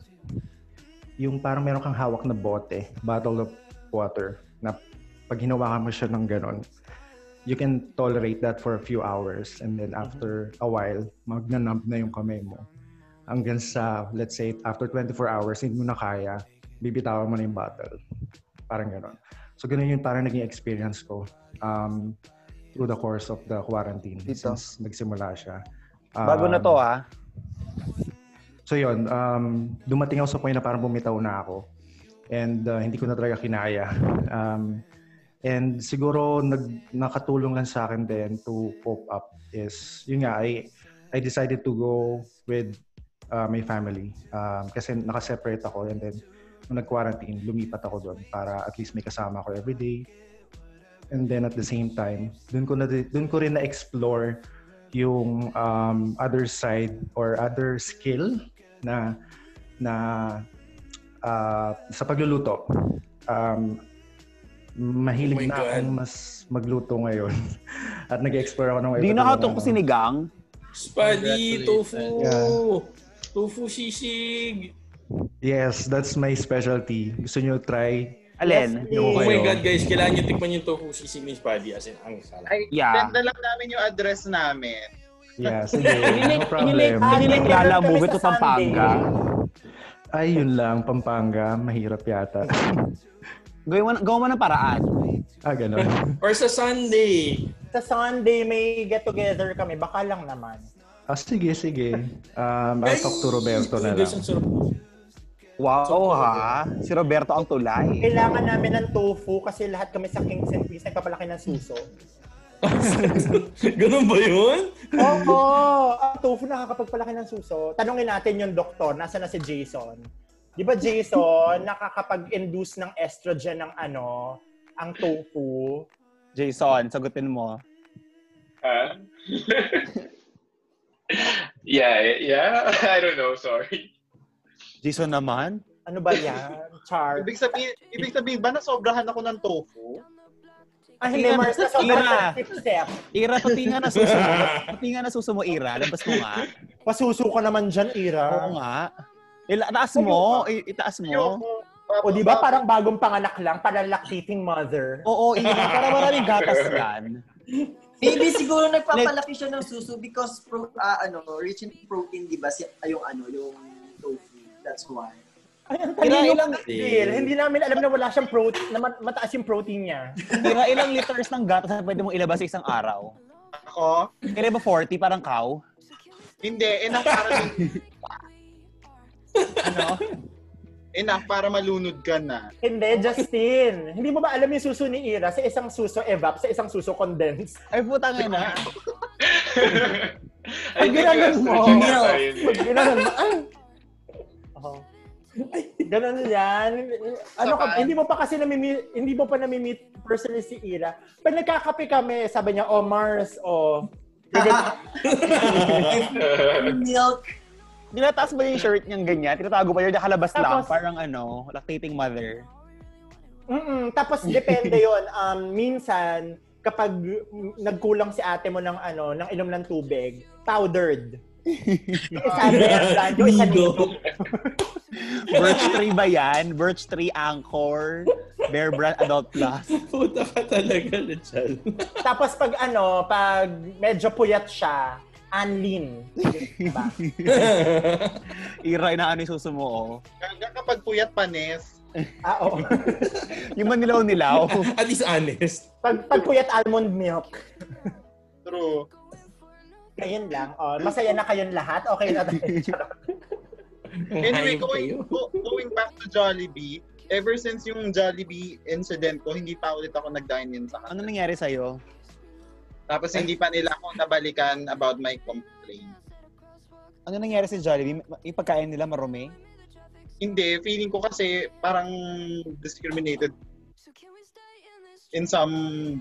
Speaker 15: yung parang meron kang hawak na bote, bottle of water, na pag hinawakan mo siya ng ganon, you can tolerate that for a few hours
Speaker 5: Mhm.
Speaker 15: and then after a while, magnanumb na yung kamay mo. Hanggang sa, let's say, after 24 hours, hindi mo na kaya, bibitawan mo na yung bottle. Parang ganon. So, ganun yung parang naging experience ko um, through the course of the quarantine since nagsimula siya.
Speaker 5: Bago na to
Speaker 15: Um,
Speaker 5: ah.
Speaker 15: So yun, um, dumating ako sa point na parang bumitaw na ako. And uh, hindi ko na talaga kinaya. [LAUGHS] Um, and siguro nag, nakatulong lang sa akin din to pop up is, yun nga, I, I decided to go with uh, my family. Um, kasi nakaseparate ako and then nung nag-quarantine, lumipat ako doon para at least may kasama ko everyday. And then at the same time, doon ko, na, doon ko rin na-explore yung um, other side or other skill na na ah, sa pagluluto. Um, mahilig
Speaker 5: Oh my
Speaker 15: na akong mas magluto ngayon. [LAUGHS] At nag-explore ako ng
Speaker 5: Do you know how to
Speaker 15: ano.
Speaker 5: sinigang?
Speaker 3: Spaghetti, tofu,
Speaker 15: Yeah.
Speaker 3: tofu sisig.
Speaker 15: Yes, that's my specialty. Gusto nyo try?
Speaker 5: Alin?
Speaker 15: Yung
Speaker 3: Oh
Speaker 15: kayo.
Speaker 3: my God, guys, kailangan nyo tikman yung tofu sisig ni Spaghetti. As in, ang sarap.
Speaker 1: Ay,
Speaker 5: Yeah.
Speaker 1: Send na lang namin yung address namin.
Speaker 15: Yeah,
Speaker 5: [LAUGHS] Inilay-
Speaker 15: sige. no problem.
Speaker 5: inilay- inilay Lala, move it to Pampanga.
Speaker 15: Ay, yun lang. Pampanga, mahirap yata.
Speaker 5: [LAUGHS] Gawin mo, gawin mo ng paraan.
Speaker 15: ah, ganun.
Speaker 3: Or sa Sunday.
Speaker 2: Sa Sunday, may get-together kami. Baka lang naman.
Speaker 15: Ah, sige, sige. Um, I'll talk to Roberto na lang.
Speaker 5: Wow ha. Si Roberto ang tulay.
Speaker 2: Kailangan namin ng tofu kasi lahat kami sa Kings and Queens nagpapalaki ng suso.
Speaker 3: [LAUGHS] Ganun ba yun?
Speaker 2: [LAUGHS] Oo! Ang Ah, tofu nakakapagpalaki ng suso. Tanungin natin yung doktor. Nasa na si Jason? Di ba Jason, nakakapag-induce ng estrogen ng ano, ang tofu?
Speaker 5: Jason, sagutin mo.
Speaker 17: Huh? [LAUGHS] yeah, yeah. [LAUGHS] I don't know. Sorry.
Speaker 5: Jason naman?
Speaker 2: Ano ba yan? Char.
Speaker 1: Ibig sabihin, ibig sabihin ba na sobrahan ako ng tofu?
Speaker 2: Ah, hindi, Mars. Nasa
Speaker 5: Ira.
Speaker 2: Step.
Speaker 5: Ira, pati nga na suso
Speaker 2: [LAUGHS]
Speaker 5: mo. Pati nga na suso mo, Ira. Labas mo nga.
Speaker 2: Pasuso ka naman dyan, Ira.
Speaker 5: Oo nga. Ila- Itaas mo. I- Itaas mo.
Speaker 2: O di ba parang bagong panganak lang para lactating mother?
Speaker 5: Oo, Ira. Para maraming
Speaker 3: [LAUGHS]
Speaker 5: gatas yan.
Speaker 12: Maybe siguro nagpapalaki siya ng suso because pro, ah, ano, rich in protein, di ba? Si, ay, yung ano, yung tofu. That's why.
Speaker 2: Ira,
Speaker 5: ilang-
Speaker 2: Hindi namin alam na wala siyang protein, na ma- mataas yung protein niya.
Speaker 5: Ira, ilang liters ng gatas na pwede mong ilabas sa isang araw?
Speaker 1: Ako?
Speaker 5: Kaya ba 40? Parang cow?
Speaker 1: Hindi, enough para ano? Enough para malunod ka na.
Speaker 2: Hindi, Justin. Hindi mo ba alam yung suso ni Ira? Sa isang suso evap, sa isang suso condense.
Speaker 5: Ay, putang
Speaker 1: [LAUGHS]
Speaker 5: ina.
Speaker 2: Pag ginanon mo,
Speaker 17: estrogen ata yun eh.
Speaker 2: pag ginanon mo, ay! Oo. Ganon yan. Ano ka, hindi mo pa kasi nami-meet, hindi mo pa nami-meet personally si Ira. Pag nagkakape kami, sabi niya, oh Mars, oh.
Speaker 12: Milk.
Speaker 5: Dinataas ba yung shirt niyang ganyan? Tinatago pa yun, nakalabas lang.
Speaker 2: Tapos-
Speaker 5: Parang ano, lactating mother.
Speaker 2: Mm-mm. Tapos depende yon. Um, minsan, kapag mm, nagkulang si ate mo ng ano, ng inom ng tubig, powdered. isa ano, yung isa dito.
Speaker 5: [LAUGHS] Birch tree ba yan? Birch tree anchor? Bear brand adult plus?
Speaker 3: Puta ka talaga,
Speaker 5: [LAUGHS]
Speaker 3: Lechal.
Speaker 2: Tapos pag ano, pag medyo puyat siya, Anlin. Diba?
Speaker 5: Ira, inaano yung suso mo, oh.
Speaker 1: Hanggang kapag puyat panes.
Speaker 2: ah, oo.
Speaker 5: Yung manilaw-nilaw.
Speaker 3: [LAUGHS] At least honest.
Speaker 2: Pag, pag puyat almond milk.
Speaker 1: True.
Speaker 2: Ayun lang.
Speaker 3: [LAUGHS]
Speaker 2: Oh, masaya na kayong lahat. Okay na tayo. Charot.
Speaker 1: Anyway, going, go- going back to Jollibee, ever since yung Jollibee incident ko, hindi pa ulit ako nag-dine-in sa kanila.
Speaker 5: Ano nangyari sa'yo?
Speaker 1: Tapos hindi pa nila ako nabalikan about my complaint.
Speaker 5: Ano nangyari sa Jollibee? Ma- Yung pagkain nila marumi?
Speaker 1: Hindi, feeling ko kasi parang discriminated in some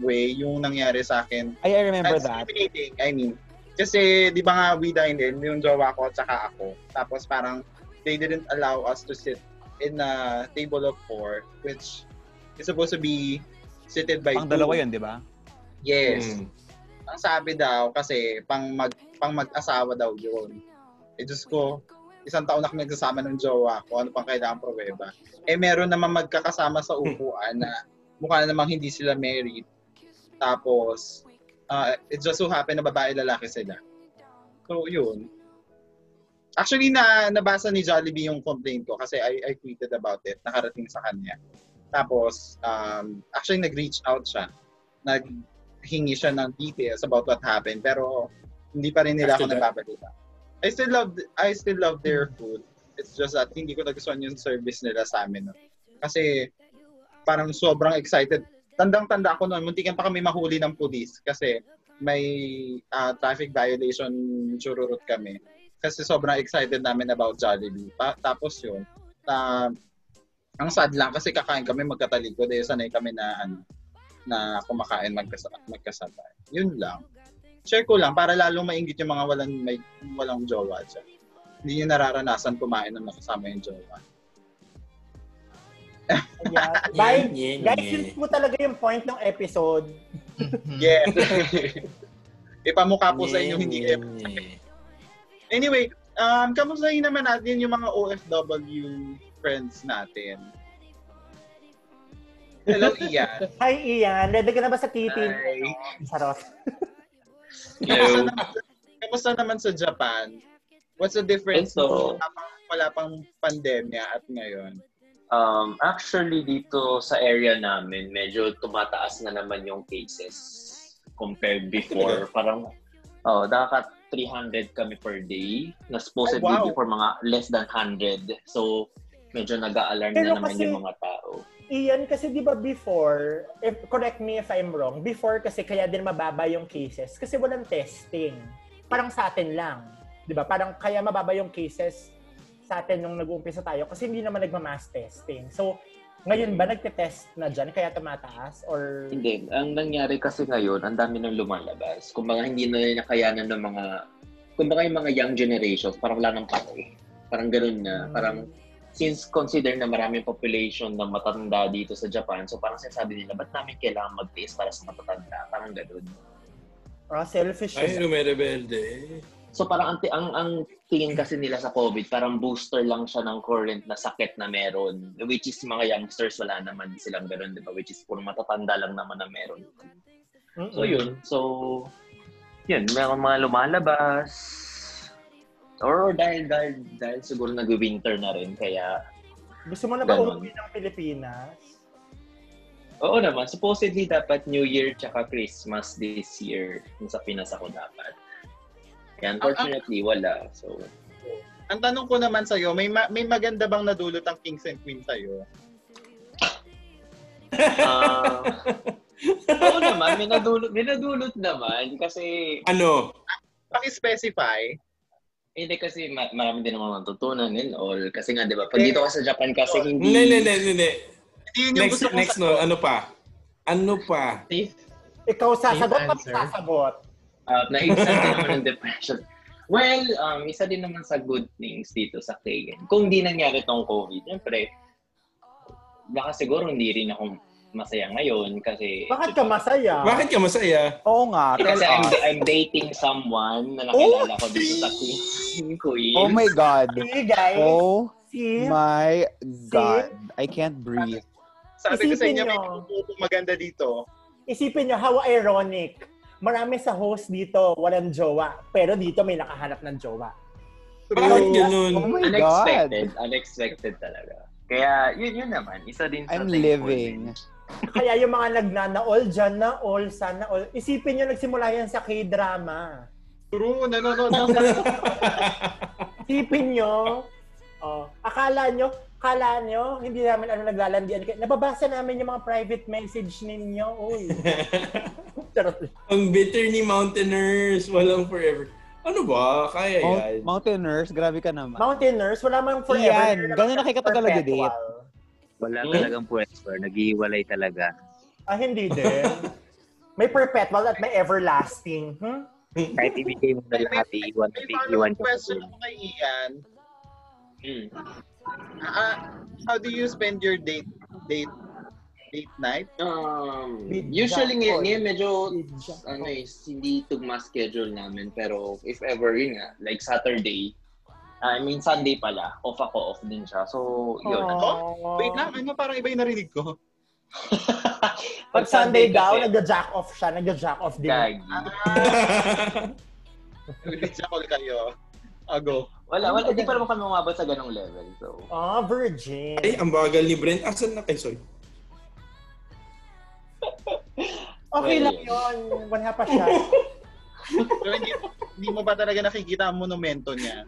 Speaker 1: way yung nangyari sa akin.
Speaker 5: Ay, I remember that.
Speaker 1: Ah, Discriminating, I mean. Kasi, di ba nga, we dined in, yung jowa ko at saka ako. Tapos parang, they didn't allow us to sit in a table of four, which is supposed to be seated by
Speaker 5: Pang
Speaker 1: two.
Speaker 5: dalawa yun, di ba?
Speaker 1: Yes.
Speaker 3: Hmm.
Speaker 2: Hmm.
Speaker 1: Ang sabi daw, kasi pang, mag, pang mag-asawa daw yun. Eh, Diyos ko, isang taon na kami nagsasama ng jowa ko, ano pang kailangan pruweba. Eh, meron naman magkakasama sa upuan na mukha namang hindi sila married. Tapos, Uh, it just so happened na babae lalaki sila. So, yun. Actually, na nabasa ni Jollibee yung complaint ko kasi I, I tweeted about it. Nakarating sa kanya. Tapos, um, actually, nag-reach out siya. Naghingi siya ng details about what happened. Pero, hindi pa rin nila ako
Speaker 3: After that?
Speaker 1: nababalita. I still love I still love their food. It's just that hindi ko nagustuhan yung service nila sa amin. nun. Kasi parang sobrang excited. Tandang-tanda ako noon, muntikan pa kami mahuli ng pulis kasi may ah, traffic violation chururut kami. Kasi sobrang excited namin about Jollibee. Pa- tapos yun, na ang sad lang kasi kakain kami magkatalikod eh sanay kami na ano, na kumakain magkasa magkasabay. Yun lang. Share ko lang para lalong mainggit yung mga walang may walang jowa dyan. Hindi niyo nararanasan kumain ng nakasama yung jowa.
Speaker 18: [LAUGHS]
Speaker 2: Yeah. Bye. Guys, yun po talaga yung point ng
Speaker 18: [LAUGHS]
Speaker 2: episode.
Speaker 1: Yes. Ipamukha po sa inyo hindi kayo. Anyway, um, kamustahin naman natin yung mga OFW friends natin. Hello, Ian.
Speaker 2: Hi, Ian. Ready ka na ba sa titi? Charot.
Speaker 1: Kamusta naman, kamusta naman sa Japan? What's the difference
Speaker 18: Ito.
Speaker 1: nung wala pang, wala pang pandemya at ngayon?
Speaker 18: Um, actually, dito sa area namin, medyo tumataas na naman yung cases compared before. Parang, oh, dapat 300 kami per day. Na supposedly
Speaker 2: Oh, wow.
Speaker 18: before mga less than 100. So, medyo nag-a-alarm
Speaker 2: Pero
Speaker 18: na naman
Speaker 2: kasi-
Speaker 18: yung mga tao.
Speaker 2: Ian, kasi di ba before, if, correct me if I'm wrong, before kasi kaya din mababa yung cases kasi walang testing. Parang sa atin lang. Di ba? Parang kaya mababa yung cases sa atin nung nag-uumpisa tayo kasi hindi naman nagma-mass testing. So, ngayon ba nagte-test na dyan kaya tumataas or...
Speaker 18: Hindi. Ang nangyari kasi ngayon, ang dami nang lumalabas. Kung mga hindi na nila kayanan ng mga... Kung mga yung mga young generations, parang wala nang pake. Parang ganun na. Parang since consider na maraming population na matanda dito sa Japan, so parang sinasabi nila, ba't namin kailangan mag-taste para sa matatanda? Parang ganun.
Speaker 2: Ah, selfish.
Speaker 3: Ay, lumerebelde.
Speaker 18: So parang ang, ti- ang, ang tingin kasi nila sa COVID, parang booster lang siya ng current na sakit na meron. Which is mga youngsters, wala naman silang ganun, di ba? Which is puro matatanda lang naman na meron. So yun, so yun, meron mga lumalabas. Or dahil, dahil, dahil siguro nag-winter na rin, kaya
Speaker 2: Gusto mo na Ano ba
Speaker 18: Ganon.
Speaker 2: umuwi ng Pilipinas?
Speaker 18: Oo naman, supposedly dapat New Year tsaka Christmas this year yung sa Pinas ako dapat. Kaya unfortunately, wala. So,
Speaker 1: Ang tanong ko naman sa'yo, may, ma- may maganda bang nadulot ang Kings and Queens sa'yo?
Speaker 18: ah, oo naman, may nadulot, may nadulot naman kasi...
Speaker 3: Ano?
Speaker 1: Paki-specify.
Speaker 18: Hindi kasi ma- marami din naman matutunan and all. Kasi nga, di ba, pag dito ka sa Japan kasi hindi...
Speaker 3: Hindi, hindi, hindi, hindi.
Speaker 1: yun
Speaker 18: Eh, oh. yung
Speaker 3: Next,
Speaker 18: gusto ko
Speaker 3: next
Speaker 18: sa-
Speaker 3: no, ano pa? Ano pa?
Speaker 2: Ikaw sasagot,
Speaker 18: Safe
Speaker 2: pati
Speaker 18: answer.
Speaker 2: sasagot.
Speaker 18: Uh, naigsan din naman
Speaker 3: [LAUGHS]
Speaker 18: ng depression. Well, um, isa din naman sa good things dito sa Kagan. Kung di nangyari tong COVID, syempre, baka siguro hindi rin ako masaya ngayon kasi...
Speaker 2: Bakit ka masaya?
Speaker 18: Bakit ka
Speaker 3: masaya?
Speaker 15: Oh.
Speaker 5: Oo nga.
Speaker 18: Eh, kasi
Speaker 5: tell
Speaker 18: I'm,
Speaker 5: us.
Speaker 18: I'm dating someone na
Speaker 3: Oh,
Speaker 18: nakilala ko dito sa Queen. [LAUGHS] Queen.
Speaker 5: Oh my
Speaker 2: [LAUGHS]
Speaker 5: God.
Speaker 2: See, guys?
Speaker 5: Oh
Speaker 2: See?
Speaker 5: my God. I can't breathe.
Speaker 1: Sabi ko sa
Speaker 2: Isipin
Speaker 1: inyo, may
Speaker 2: nyo.
Speaker 1: tutulong maganda dito.
Speaker 2: Isipin nyo, how ironic. Marami sa host dito, walang jowa. Pero dito may nakahanap ng jowa.
Speaker 3: Bakit ganun?
Speaker 5: Oh my
Speaker 18: unexpected. Unexpected talaga. Kaya, yun yun naman. Isa din sa
Speaker 5: I'm
Speaker 18: thankful
Speaker 5: living.
Speaker 2: Kaya yung mga nagnana all dyan na all, sana all. Isipin nyo, nagsimula yan sa K-drama.
Speaker 1: True, nanonood
Speaker 2: [LAUGHS] Isipin nyo. Oh, akala nyo, akala nyo, hindi namin ano naglalandian. kayo. Nababasa namin yung mga private message ninyo. Uy.
Speaker 3: Ang bitter ni Mountaineers, walang forever. Ano ba? Kaya
Speaker 15: Oh.
Speaker 3: yan.
Speaker 5: Mount- Mountaineers, grabe ka naman.
Speaker 2: Mountaineers, wala mang forever.
Speaker 5: Iyan, ganun
Speaker 2: Wala
Speaker 5: na
Speaker 2: namang
Speaker 5: kayo katagal
Speaker 2: perpetual.
Speaker 5: nag-date.
Speaker 18: Wala
Speaker 3: Hmm?
Speaker 18: talagang pwesto. Nag-iiwalay talaga.
Speaker 2: Ah, hindi din. may perpetual at may everlasting. Hmm?
Speaker 13: Kahit ibigay mo na lahat, iiwan, iiwan ka pa
Speaker 1: Question ako kay Ian.
Speaker 4: Hmm.
Speaker 1: Ah, how do you spend your date date date night?
Speaker 18: Um, Usually ngayon,
Speaker 1: eh.
Speaker 18: ngayon medyo ano eh, hindi tugma schedule namin pero if ever yun nga, like Saturday, ah, I mean Sunday pala, off ako, off din siya. So, yun.
Speaker 1: Oh, wait lang, ano parang iba yung narinig ko?
Speaker 2: Pag Sunday daw, nag-jack off siya. Nag-jack off din.
Speaker 4: Gagi.
Speaker 1: Ulit kayo. Ago.
Speaker 4: Wala, wala. Hindi pa naman kami umabot sa ganong level. So,
Speaker 2: Ah, virgin.
Speaker 3: Ay, ang bagal ni Brent. Asan na kay Soy?
Speaker 2: Okay
Speaker 1: Well,
Speaker 2: lang yun. Wala pa siya.
Speaker 1: Pero hindi, hindi mo ba talaga nakikita ang monumento niya?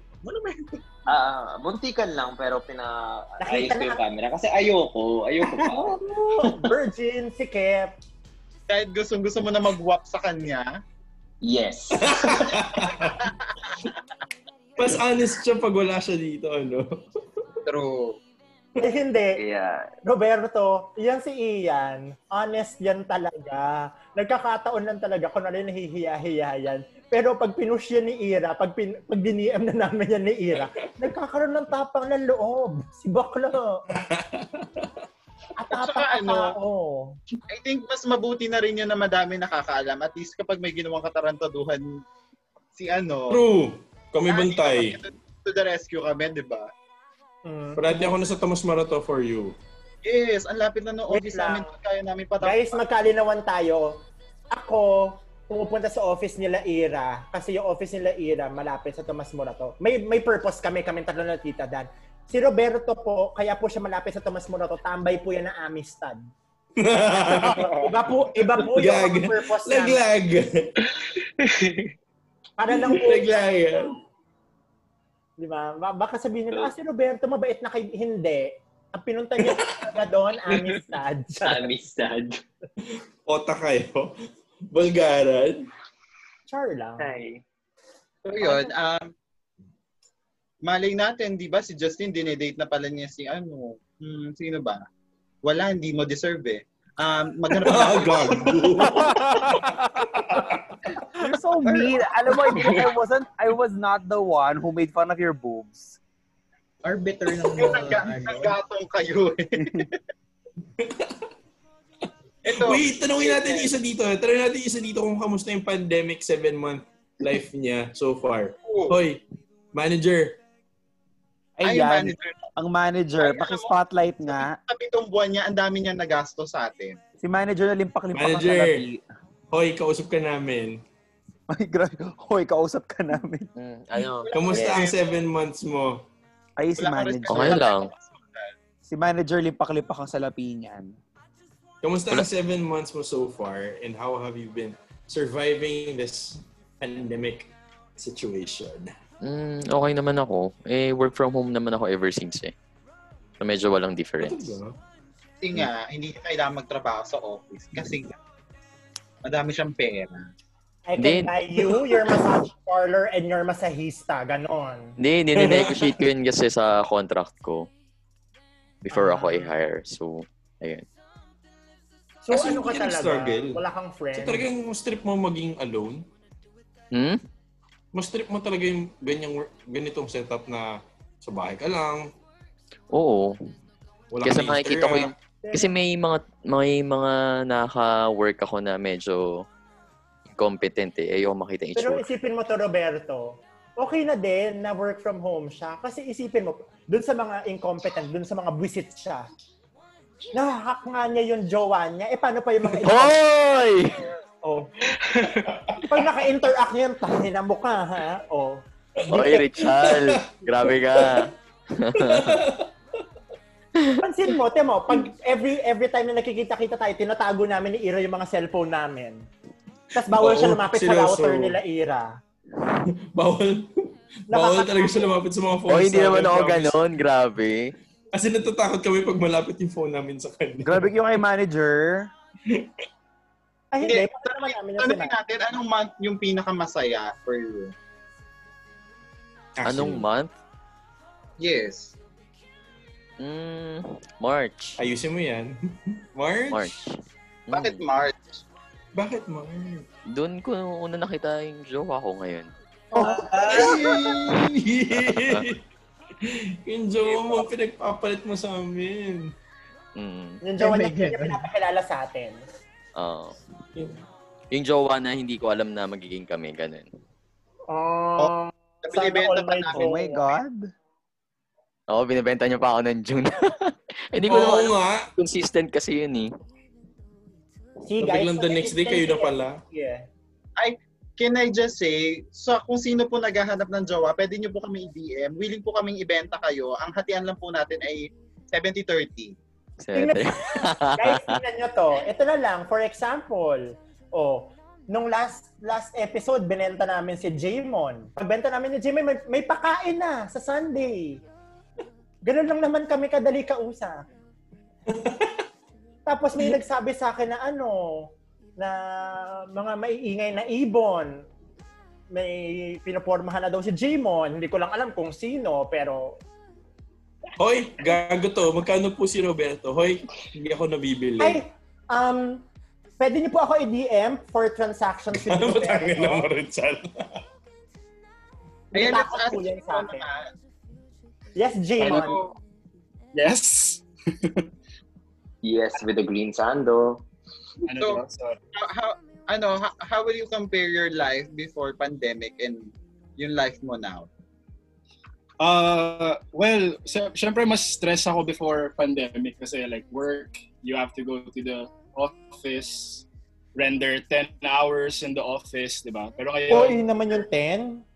Speaker 4: ah, buntikan lang pero pina...
Speaker 2: Nakita
Speaker 4: Ayos ko
Speaker 2: na.
Speaker 4: yung camera. Kasi ayoko. Ayoko pa.
Speaker 2: Virgin, si Kep.
Speaker 1: Kahit gusto, gusto mo na mag-wap sa kanya?
Speaker 4: Yes.
Speaker 3: [LAUGHS] Mas honest siya pag wala siya dito, ano?
Speaker 1: True.
Speaker 2: Eh, hindi.
Speaker 4: Yeah.
Speaker 2: Roberto, yan si Ian. Honest yan talaga. Nagkakataon lang talaga. Kunwari nahihiya-hiya yan. Pero pag pinush yan ni Ira, pag, pin, pag diniem na namin yan ni Ira, nagkakaroon ng tapang ng loob. Si Bakla.
Speaker 1: At saka ano, I think mas mabuti na rin yun na madami nakakaalam. At least kapag may ginawang katarantaduhan si ano.
Speaker 3: True. Kami bantay.
Speaker 1: To the rescue kami, di ba?
Speaker 2: Mm.
Speaker 3: Parati ako na sa Tomas Marato for you.
Speaker 1: Yes, ang lapit na ng
Speaker 2: Wait
Speaker 1: office
Speaker 2: lang.
Speaker 1: namin. Kaya namin patapos.
Speaker 2: Guys, magkalinawan tayo. Ako, pumupunta sa office nila Ira kasi yung office nila Ira malapit sa Tomas Morato. May may purpose kami, kami tatlo na tita Dan. Si Roberto po, kaya po siya malapit sa Tomas Morato, tambay po yan ng Amistad. [LAUGHS] iba po, iba po yung
Speaker 3: Gag.
Speaker 2: mga purpose namin.
Speaker 3: Laglag.
Speaker 2: Para lang po.
Speaker 3: Laglag.
Speaker 2: Di ba? Ba- Baka sabihin nila, ah, si Roberto mabait na kay... Hindi. Ang pinunta niya talaga doon, [LAUGHS] ah, Amistad.
Speaker 4: Amistad.
Speaker 3: Ota kayo. Bulgaran.
Speaker 2: Char lang.
Speaker 1: So yun, um, malay natin, di ba si Justin dinedate na pala niya si ano, hmm, sino ba? Wala, hindi mo deserve eh. Um, maghanap
Speaker 3: [LAUGHS] Ah,
Speaker 8: You're so mean. Alam
Speaker 12: [LAUGHS]
Speaker 8: mo, I, didn't- I wasn't, I was not the one who made fun of your boobs.
Speaker 12: Arbiter ng mga
Speaker 1: Gatong kayo eh.
Speaker 3: Wait, tanungin natin yung isa dito. Tanungin natin yung isa dito kung kamusta yung pandemic seven-month life niya so far. Hoy, manager.
Speaker 1: Oh. Ay, yung
Speaker 8: Ayan.
Speaker 1: manager.
Speaker 8: Ang manager, paki-spotlight nga.
Speaker 1: Sa pitong buwan niya, ang dami niya nagasto sa atin.
Speaker 8: Si manager na limpak-limpak ang
Speaker 3: Manager.
Speaker 8: salapi.
Speaker 3: Hoy, kausap ka namin.
Speaker 8: Ay, grabe. Hoy, kausap ka namin.
Speaker 2: Mm.
Speaker 3: Ano? Kamusta ang seven months mo?
Speaker 8: Ay, si
Speaker 3: Wala ka
Speaker 8: manager.
Speaker 3: respect. Okay lang.
Speaker 8: Si manager, limpak-limpak ang salapi niyan.
Speaker 3: Kamusta ang seven months mo so far and how have you been surviving this pandemic situation?
Speaker 18: Mm, okay naman ako. Eh, work from home naman ako ever since eh. So medyo walang difference.
Speaker 1: Ano Kasi nga, hindi niya kailangan magtrabaho sa office. Kasi nga, madami siyang pera.
Speaker 2: I can
Speaker 18: Then-
Speaker 2: buy you, your massage parlor, and your masahista. Ganon.
Speaker 18: Hindi, nine-negotiate ko yun kasi sa contract ko before ako i-hire. So, ayun.
Speaker 2: So
Speaker 3: Kasi
Speaker 2: ano ka
Speaker 3: hindi ka
Speaker 2: talaga?
Speaker 3: nag-struggle.
Speaker 2: Wala kang
Speaker 3: So
Speaker 2: friend.
Speaker 3: talagang strip mo maging alone?
Speaker 18: Hmm?
Speaker 3: Mastrip mo talaga yung ganyang, work- ganitong setup na sa bahay ka lang. [LAUGHS]
Speaker 18: Oo.
Speaker 3: Wala
Speaker 18: kasi
Speaker 3: kang
Speaker 18: makikita ko yung...
Speaker 3: Instagram.
Speaker 18: Kasi may mga, may mga naka-work ako na medyo incompetent eh. Ayoko makita yung
Speaker 2: Pero
Speaker 18: itsura.
Speaker 2: isipin mo to, Roberto. Okay na din na work from home siya. Kasi isipin mo, dun sa mga incompetent, dun sa mga buisit siya, nahahak nga niya yung jowa niya. Eh, paano pa yung mga...
Speaker 18: Hoy!
Speaker 2: Oh. [LAUGHS] Pag naka-interact niya yung tani na mukha, ha? Oh.
Speaker 18: Hoy, Richal! Grabe ka!
Speaker 2: Pansin mo, Temo, pag every every time na nakikita-kita tayo, tinatago namin ni Ira yung mga cellphone namin. Tapos bawal
Speaker 3: Oo,
Speaker 2: siya lumapit sa
Speaker 3: seryoso.
Speaker 2: router nila, Ira.
Speaker 3: Bawal. Bawal talaga siya lumapit sa mga phones.
Speaker 18: Oh, hindi naman
Speaker 3: namin,
Speaker 18: ako
Speaker 3: promise.
Speaker 18: ganon. Grabe.
Speaker 3: Kasi natatakot kami pag malapit yung phone namin sa kanya.
Speaker 8: Grabe yung kay manager.
Speaker 2: Ay,
Speaker 1: hindi.
Speaker 2: naman namin
Speaker 1: yung natin, anong month yung pinakamasaya for you?
Speaker 18: Anong month?
Speaker 1: Yes.
Speaker 18: Mm, March.
Speaker 3: Ayusin mo yan. [LAUGHS] March?
Speaker 18: March. Hmm.
Speaker 1: Bakit March?
Speaker 3: Bakit March?
Speaker 18: Doon ko una nakita yung jowa ko
Speaker 3: [LAUGHS]
Speaker 18: ngayon.
Speaker 3: yung jowa mo, pinagpapalit mo sa amin.
Speaker 18: Mm.
Speaker 2: Yung jowa niya, hindi niya pinapakilala sa atin.
Speaker 18: Oo. Yung jowa na hindi ko alam na magiging kami, ganun.
Speaker 2: Oh,
Speaker 1: Binibenta pa namin.
Speaker 8: Oh my God.
Speaker 18: Oo, binibenta niya pa ako ng June. [LAUGHS] Hindi ko
Speaker 3: Oo
Speaker 18: naman alam.
Speaker 3: nga.
Speaker 18: Consistent kasi yun eh.
Speaker 2: See,
Speaker 3: So,
Speaker 2: guys.
Speaker 3: biglang the next day kayo na pala.
Speaker 2: Yeah.
Speaker 1: I can I just say, so kung sino po naghahanap ng jowa, pwede niyo po kami i-DM. Willing po kaming ibenta kayo. Ang hatian lang po natin ay Ano 70-30.
Speaker 9: [LAUGHS]
Speaker 2: Siyempre. Guys, tingnan nyo to. Ito na lang. For example, oh, nung last last episode, binenta namin si Jamon. Pagbenta namin ni Jamon, may, may pakain na sa Sunday. Ganun lang naman kami kadali kausap. Tapos may nagsabi sa akin na ano, na mga maiingay na ibon. May pinapormahan na daw si Jamon. Hindi ko lang alam kung sino, pero
Speaker 3: Hoy, gago to. Magkano po si Roberto? Hoy, hindi ako nabibili.
Speaker 2: Ay, um, pwede niyo po ako i-DM for transactions with
Speaker 3: [LAUGHS] Ano ba tangin na
Speaker 2: Roberto.
Speaker 3: mo, Richard?
Speaker 2: Ayan, let's ask sa akin. Yes, Jamon.
Speaker 18: Yes. yes, with the green sando.
Speaker 1: So, how, how- ano, how, how will you compare your life before pandemic and yung life mo now?
Speaker 19: Uh, well, sy- syempre mas stress ako before pandemic kasi like work, you have to go to the office, render 10 hours in the office, di ba? Pero
Speaker 2: Oh, yun
Speaker 19: ngayon,
Speaker 2: naman yung 10.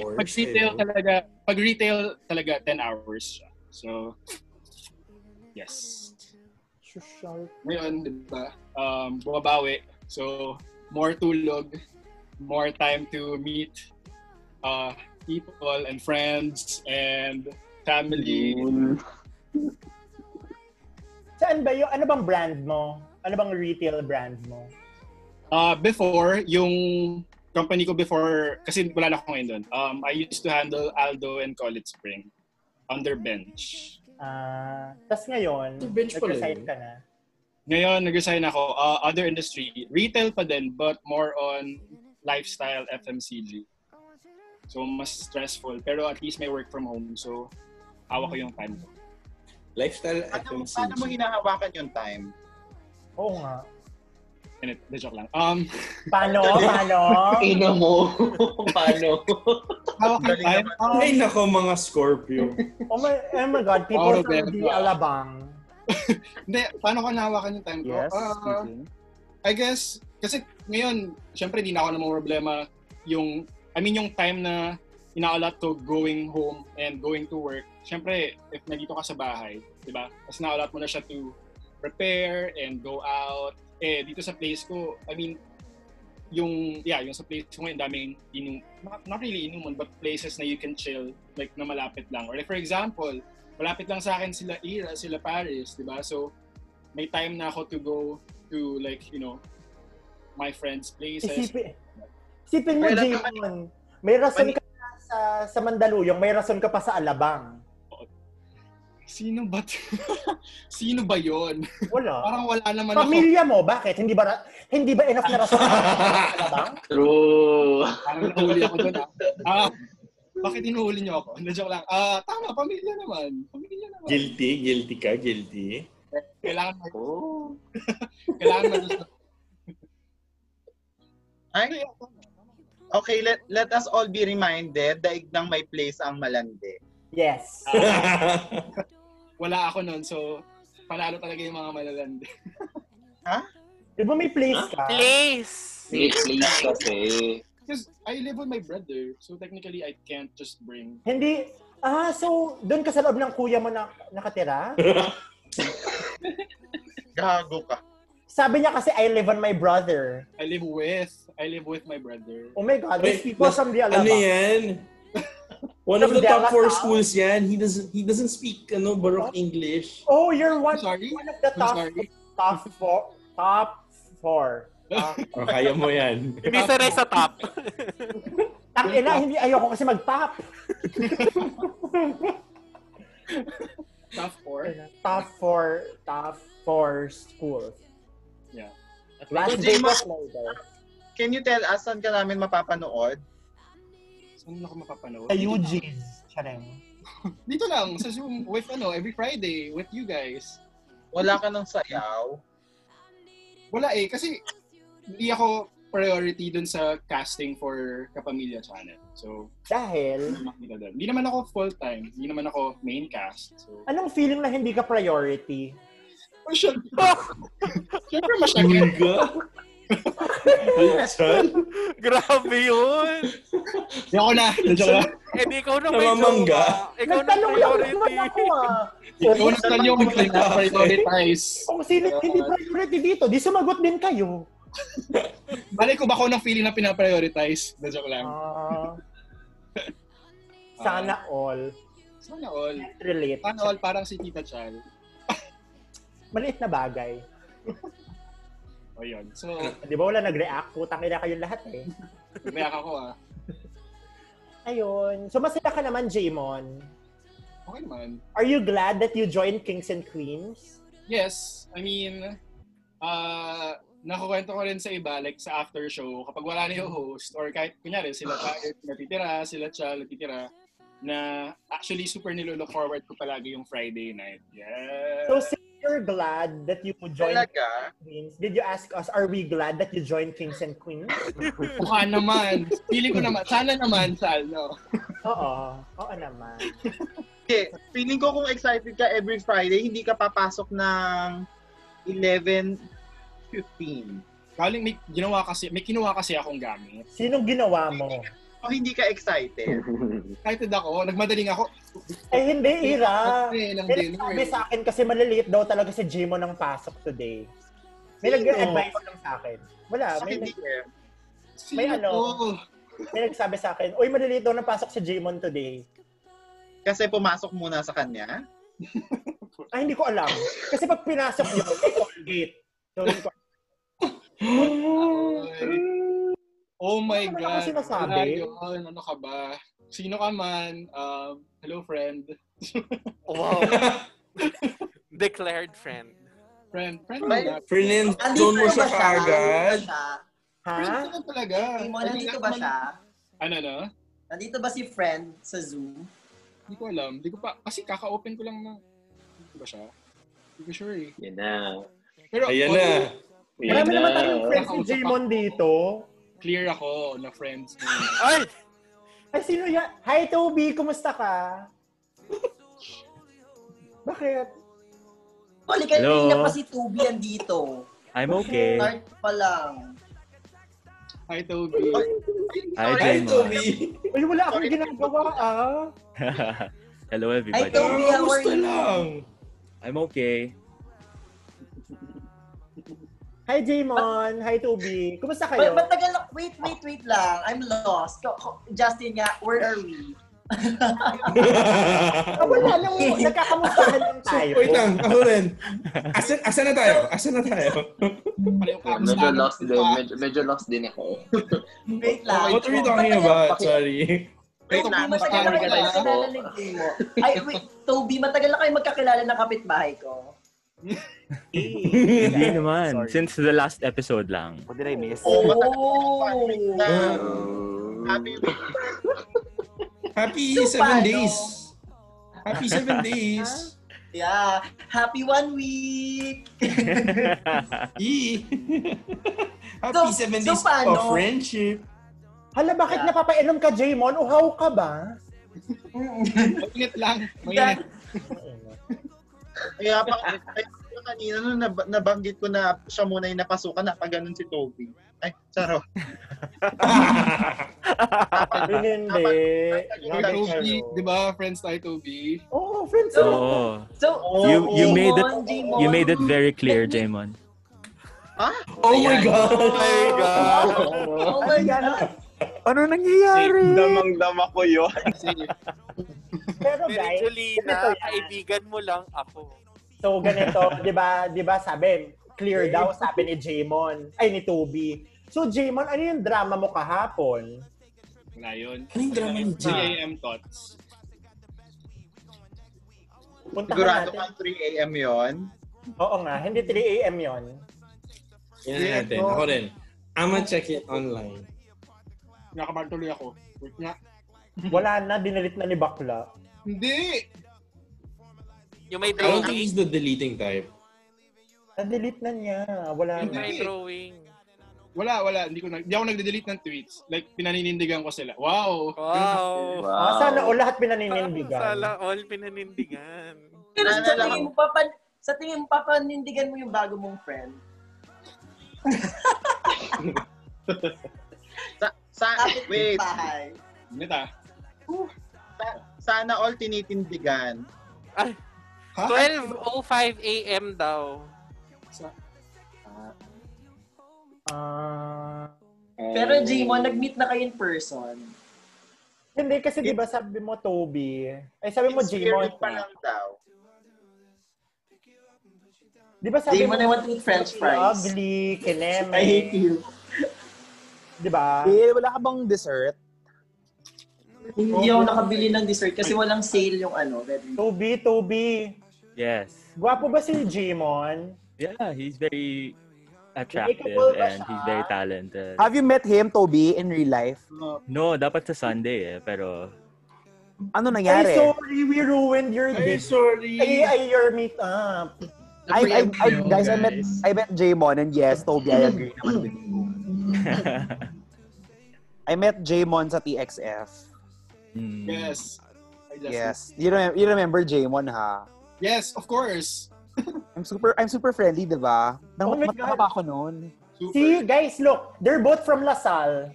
Speaker 7: Oh,
Speaker 19: re- pag retail talaga, pag retail talaga 10 hours siya. So, yes. Ngayon, di ba, um, bumabawi. So, more tulog, more time to meet uh, people and friends and family.
Speaker 2: Saan ba yun? Ano bang brand mo? Ano bang retail brand mo?
Speaker 19: Uh, before, yung company ko before, kasi wala na ako ngayon doon, um, I used to handle Aldo and College Spring under bench.
Speaker 2: Ah, tas ngayon,
Speaker 19: bench pala
Speaker 2: nag-resign
Speaker 19: yun.
Speaker 2: ka na.
Speaker 19: Ngayon, nag-resign ako. Uh, other industry, retail pa din, but more on lifestyle FMCG. So, mas stressful. Pero at least may work from home. So, awa ko yung time ko.
Speaker 3: Lifestyle
Speaker 1: Paano, paano mo hinahawakan yung time?
Speaker 2: Oo nga.
Speaker 19: Minute, de joke lang. Um,
Speaker 2: paano? Paano?
Speaker 19: Ina
Speaker 18: mo. [LAUGHS] paano?
Speaker 19: Hawak yung time.
Speaker 3: Ay, nako mga Scorpio.
Speaker 2: Oh my, oh my
Speaker 18: [LAUGHS]
Speaker 2: God, people
Speaker 19: Oh,
Speaker 2: from
Speaker 19: Roberto.
Speaker 2: the Alabang.
Speaker 19: Hindi, paano ko nahawakan yung time ko?
Speaker 2: Yes,
Speaker 19: Ah,
Speaker 2: speaking.
Speaker 19: I guess, kasi ngayon, syempre hindi na ako namang problema yung, I mean yung time na inaalat ko going home and going to work. Syempre, if nandito ka sa bahay, di ba? Mas naalat mo na siya to prepare and go out. Eh, dito sa place ko, I mean, yung, yeah, yung sa place ko ngayon, daming inum, not, not really inuman, but places na you can chill, like na malapit lang. Or like, for example, malapit lang sa akin sila Ira, sila Paris, di ba? So, may time na ako to go to like, you know, my friends' places.
Speaker 2: Isipin, isipin mo,
Speaker 19: Wala
Speaker 2: Jamon. May rason ka pa sa, sa Mandaluyong, may rason ka pa sa Alabang.
Speaker 19: Sino ba? [LAUGHS] Sino ba yon?
Speaker 2: Wala.
Speaker 19: [LAUGHS] Parang wala naman ako.
Speaker 2: Pamilya mo, bakit? Hindi ba, ra- hindi ba enough na rason [LAUGHS] ka pa sa Alabang?
Speaker 19: True. Parang nahuli ako doon ah. Ah, bakit inuhuli niyo ako? [LAUGHS] Na joke lang. Ah, tama, pamilya naman. Pamilya naman.
Speaker 3: Guilty? Guilty ka? Guilty?
Speaker 19: Kailangan mag- Kailangan
Speaker 1: [LAUGHS]
Speaker 19: mag-
Speaker 1: Ay, okay, let, let us all be reminded, daigdang may place ang malandi.
Speaker 2: Yes.
Speaker 19: [LAUGHS] wala ako noon, so panalo talaga yung mga malalandi.
Speaker 2: Di ba may place ka?
Speaker 11: Place!
Speaker 18: May place kasi.
Speaker 19: Because I live with my brother, so technically I can't just bring.
Speaker 2: Hindi. Ah, so, doon ka sa loob ng kuya mo na nakatira?
Speaker 1: [LAUGHS] Gago ka.
Speaker 2: Sabi niya kasi, I live on my brother.
Speaker 19: I live with, I live with my brother.
Speaker 2: Oh my God, these people from the Alabang.
Speaker 3: Ano
Speaker 2: [LAUGHS]
Speaker 3: yan? One of
Speaker 2: From
Speaker 3: the top
Speaker 2: Dallas,
Speaker 3: four
Speaker 2: ah?
Speaker 3: schools yan. He doesn't he doesn't speak ano Baroque English.
Speaker 2: Oh, you're one, one of the top, top four. Top four.
Speaker 11: [LAUGHS]
Speaker 2: Ah,
Speaker 3: Oh, kaya mo yan.
Speaker 11: Hindi saray sa top.
Speaker 2: [LAUGHS] Tang ina, hindi ayoko kasi
Speaker 11: [LAUGHS]
Speaker 2: mag-top.
Speaker 19: Top four?
Speaker 2: Top four. Top four school.
Speaker 19: Yeah.
Speaker 1: So,
Speaker 2: Las Vegas
Speaker 1: Jimon,
Speaker 2: later.
Speaker 1: Can you tell us saan ka namin mapapanood?
Speaker 19: Saan ako mapapanood?
Speaker 2: Sa UGs. Charing.
Speaker 19: Dito lang, sa Zoom, with ano, every Friday, with you guys.
Speaker 1: Wala ka ng sayaw?
Speaker 19: Wala eh, kasi hindi ako priority dun sa casting for Kapamilya Channel. So,
Speaker 2: Dahil?
Speaker 19: Hindi naman ako full-time. Hindi naman ako main cast. So,
Speaker 2: Anong feeling na hindi ka priority?
Speaker 19: Masyal pa. Siyempre masyal ka.
Speaker 11: [LAUGHS] Grabe yun.
Speaker 19: Di ako na. Nandiyan na.
Speaker 11: Eh, di ikaw na may
Speaker 19: Namamangga?
Speaker 11: jowa. Ikaw na
Speaker 2: Nagtanong lang naman
Speaker 11: priority.
Speaker 2: ako ah.
Speaker 19: Ikaw na saan yung mag-prioritize.
Speaker 2: Kung sino hindi priority dito, di sumagot din kayo.
Speaker 19: Balik ko ba ako ng feeling na pinaprioritize? Na joke lang.
Speaker 2: Ah. Sana all.
Speaker 19: Ah. Sana all.
Speaker 2: Relate.
Speaker 19: Sana all, parang si Tita [LAUGHS] Chal.
Speaker 2: Maliit na bagay.
Speaker 19: O yun. So,
Speaker 2: Di ba wala nag-react? Putang ina kayo lahat eh.
Speaker 19: umiyak ako ah.
Speaker 2: Ayun. So masaya ka naman, Jamon.
Speaker 19: Okay naman.
Speaker 2: Are you glad that you joined Kings and Queens?
Speaker 19: Yes, I mean, uh, nakukwento ko rin sa iba, like sa after show, kapag wala na yung host, or kahit kunyari sila pa natitira, sila siya natitira, na actually super nilulook forward ko palagi yung Friday night. Yeah.
Speaker 2: So since you're glad that you joined
Speaker 19: Talaga?
Speaker 2: Kings and Queens, did you ask us, are we glad that you joined Kings and Queens?
Speaker 19: [LAUGHS] Mukha naman. Feeling ko naman. Sana naman, Sal, no?
Speaker 2: Oo. Oo naman.
Speaker 1: Hindi. Feeling ko kung excited ka every Friday, hindi ka papasok ng 11.15. [LAUGHS]
Speaker 19: Kaling may ginawa kasi, may kinuha kasi akong gamit.
Speaker 2: Sinong ginawa mo?
Speaker 1: O hindi ka excited.
Speaker 19: Excited ako. Nagmadaling ako.
Speaker 2: Eh hindi, Ira.
Speaker 19: Eh, lang
Speaker 2: Pero
Speaker 19: din,
Speaker 2: sabi
Speaker 19: eh.
Speaker 2: sa akin kasi maliliit daw talaga si Jimon ng pasok today. May
Speaker 19: Sino?
Speaker 2: nag-advise lang sa akin. Wala, may,
Speaker 1: Hindi eh.
Speaker 2: may
Speaker 1: Sino
Speaker 2: ano.
Speaker 1: to?
Speaker 2: May nagsabi sa akin, Uy, maliliit daw ng pasok si Jimon today.
Speaker 1: Kasi pumasok muna sa kanya.
Speaker 2: [LAUGHS] Ay, hindi ko alam. Kasi pag pinasok yun, may Colgate. So,
Speaker 1: [LAUGHS]
Speaker 2: hindi ko
Speaker 19: Oh my
Speaker 2: Ano naman
Speaker 19: God.
Speaker 2: ang sinasabi?
Speaker 19: Wala yun. Ano ka ba? Sino ka man? Um, hello,
Speaker 2: [LAUGHS]
Speaker 19: friend.
Speaker 11: wow. Declared friend.
Speaker 19: friend. Friend
Speaker 11: May-
Speaker 19: na.
Speaker 3: Friend, zone mo siya kaagad.
Speaker 2: Ha?
Speaker 19: Friend ka na talaga.
Speaker 12: Jimon, nandito ba siya?
Speaker 19: Ano na?
Speaker 12: Nandito ba si friend sa Zoom?
Speaker 19: Hindi ko alam. Hindi ko pa. Kasi kaka-open ko lang na. Hindi ba siya? Hindi ko sure eh.
Speaker 18: Yan na.
Speaker 19: Pero,
Speaker 3: Ayan na.
Speaker 2: Marami naman tayong friends ni
Speaker 19: Nakausap
Speaker 2: Jamon dito.
Speaker 19: Clear ako na friends mo.
Speaker 11: Ay!
Speaker 2: Ay, sino yan? Hi, Toby! Kumusta ka? Bakit?
Speaker 12: Balik kayo
Speaker 9: Hello?
Speaker 12: kanina pa si Toby andito.
Speaker 9: I'm okay.
Speaker 12: Start pa lang.
Speaker 19: Hi, Toby.
Speaker 9: Hi, Jamon.
Speaker 2: Uy, wala akong ginagawa ah.
Speaker 9: [LAUGHS] Hello,
Speaker 12: Hi,
Speaker 9: everybody.
Speaker 12: Toby. How are you?
Speaker 9: I'm okay.
Speaker 2: Hi, Jamon! Hi, Toby! Kumusta
Speaker 12: Ba-
Speaker 2: kayo?
Speaker 12: ba't tagal na- Wait, wait, wait lang. I'm lost. Ko- ko- Justin nga, where are we?
Speaker 3: [LAUGHS]
Speaker 2: Ah, wala lang.
Speaker 9: [LAUGHS]
Speaker 2: Nagkakamustahan lang tayo.
Speaker 3: Wait lang, ako rin. Asan, asan na tayo? Asan na tayo?
Speaker 18: Medyo lost din. Medyo, medyo lost din ako.
Speaker 12: Wait lang.
Speaker 3: What are you talking about?
Speaker 18: Paki-
Speaker 3: Sorry.
Speaker 12: Wait lang, matagal na kayo magkakilala ng game mo.
Speaker 1: [LAUGHS]
Speaker 12: Ay, wait. Toby, matagal na kayo magkakilala ng kapitbahay ko.
Speaker 9: Hindi naman. Since the last episode lang.
Speaker 5: What did I miss?
Speaker 12: Oh
Speaker 1: Oo,
Speaker 9: [LAUGHS]
Speaker 1: matagal na. Happy
Speaker 3: Happy
Speaker 12: So,
Speaker 3: seven
Speaker 12: paano?
Speaker 3: days. Happy
Speaker 12: [LAUGHS]
Speaker 3: seven days.
Speaker 12: Yeah. Happy one week!
Speaker 1: [LAUGHS]
Speaker 3: Yee. Happy
Speaker 12: So-
Speaker 3: seven
Speaker 12: so
Speaker 3: days
Speaker 12: paano?
Speaker 3: of friendship.
Speaker 2: Hala, bakit napapainom ka, Jamon? Uhaw ka ba?
Speaker 19: Mainit lang. Mainit.
Speaker 1: Kaya pa, kaya pa kanina nung nab- nabanggit ko na siya muna yung napasukan, napaganon si Toby. Ay, charo.
Speaker 2: Hindi.
Speaker 19: Hi, Toby. Di ba? Friends tayo, Toby.
Speaker 2: Oo, friends. Oh.
Speaker 12: So,
Speaker 9: Oo.
Speaker 12: so
Speaker 9: You you made it
Speaker 12: Jamon,
Speaker 9: you made it very clear, Jamon.
Speaker 3: Oh my God!
Speaker 12: my God! Oh my God!
Speaker 5: Ano nangyayari?
Speaker 13: Damang-dama ko yun.
Speaker 11: Pero
Speaker 2: Pero guys, ganito
Speaker 11: Julina,
Speaker 2: yan.
Speaker 11: kaibigan mo lang ako.
Speaker 2: So ganito, 'di ba? 'Di ba sabi, clear daw sabi ni Jamon, ay ni Toby. So Jamon, ano yung drama mo kahapon?
Speaker 19: Wala yun.
Speaker 3: Ano yung drama ni Jay?
Speaker 19: JAM Thoughts.
Speaker 2: Punta ka
Speaker 1: Sigurado
Speaker 2: natin.
Speaker 1: ka 3 a.m. yon.
Speaker 2: Oo nga, hindi 3 a.m. 'yon.
Speaker 3: Yan na natin.
Speaker 19: Ako.
Speaker 3: Ako rin. I'ma check it online.
Speaker 19: Nakapagtuloy ako. Wait nga.
Speaker 2: Wala na dinilit na ni bakla.
Speaker 19: Hindi!
Speaker 11: Yung may
Speaker 3: I don't think
Speaker 11: drawing.
Speaker 3: he's the deleting type.
Speaker 2: Na-delete na niya. Wala
Speaker 11: Yung
Speaker 2: na.
Speaker 11: may drawing.
Speaker 19: Wala, wala. Hindi ko na, hindi ako nagde-delete ng tweets. Like, pinaninindigan ko sila. Wow!
Speaker 11: Wow.
Speaker 2: Ah, sana o lahat
Speaker 11: Parang
Speaker 2: pinaninindigan.
Speaker 11: Sala all pinanindigan.
Speaker 12: Pero sa tingin mo, papan, sa tingin mo, papanindigan mo yung bago mong friend?
Speaker 1: [LAUGHS] Sa,
Speaker 12: Kapit
Speaker 1: wait.
Speaker 12: bahay.
Speaker 19: Mita.
Speaker 1: Sa, sana all tinitindigan.
Speaker 11: 12.05 a.m. daw.
Speaker 2: Ah.
Speaker 12: Pero J1, nag-meet na kayo in person.
Speaker 2: Hindi kasi di ba sabi mo Toby? Ay sabi mo
Speaker 12: It's
Speaker 2: Jimon.
Speaker 12: weird pa lang
Speaker 1: daw.
Speaker 2: Di ba sabi
Speaker 12: Jimon, I want to eat french fries.
Speaker 2: Lovely, kineme.
Speaker 12: I hate you.
Speaker 2: Di ba?
Speaker 5: Eh, wala ka bang dessert?
Speaker 12: Hindi ako nakabili ng dessert kasi walang sale yung ano.
Speaker 2: Toby, Toby.
Speaker 9: Yes.
Speaker 2: Gwapo ba si Jimon?
Speaker 9: Yeah, he's very attractive
Speaker 5: Likable ba
Speaker 9: and he's very talented.
Speaker 5: Have you met him, Toby, in real life?
Speaker 9: No, dapat sa Sunday eh, pero
Speaker 5: Ano
Speaker 2: Ay,
Speaker 5: nangyari?
Speaker 2: sorry, we ruined your day. Ay,
Speaker 19: sorry.
Speaker 2: Ay, your meet up.
Speaker 5: I, I, I, guys, I met, I met Jamon and yes, Toby, I agree naman with you. I met Jamon sa TXF.
Speaker 13: Hmm.
Speaker 19: Yes. I just-
Speaker 5: Yes. You, remember, you remember Jamon, ha?
Speaker 19: Yes, of course.
Speaker 5: I'm super I'm super friendly, di ba? Nang oh mataba ako noon.
Speaker 2: See, guys, look. They're both from LaSalle.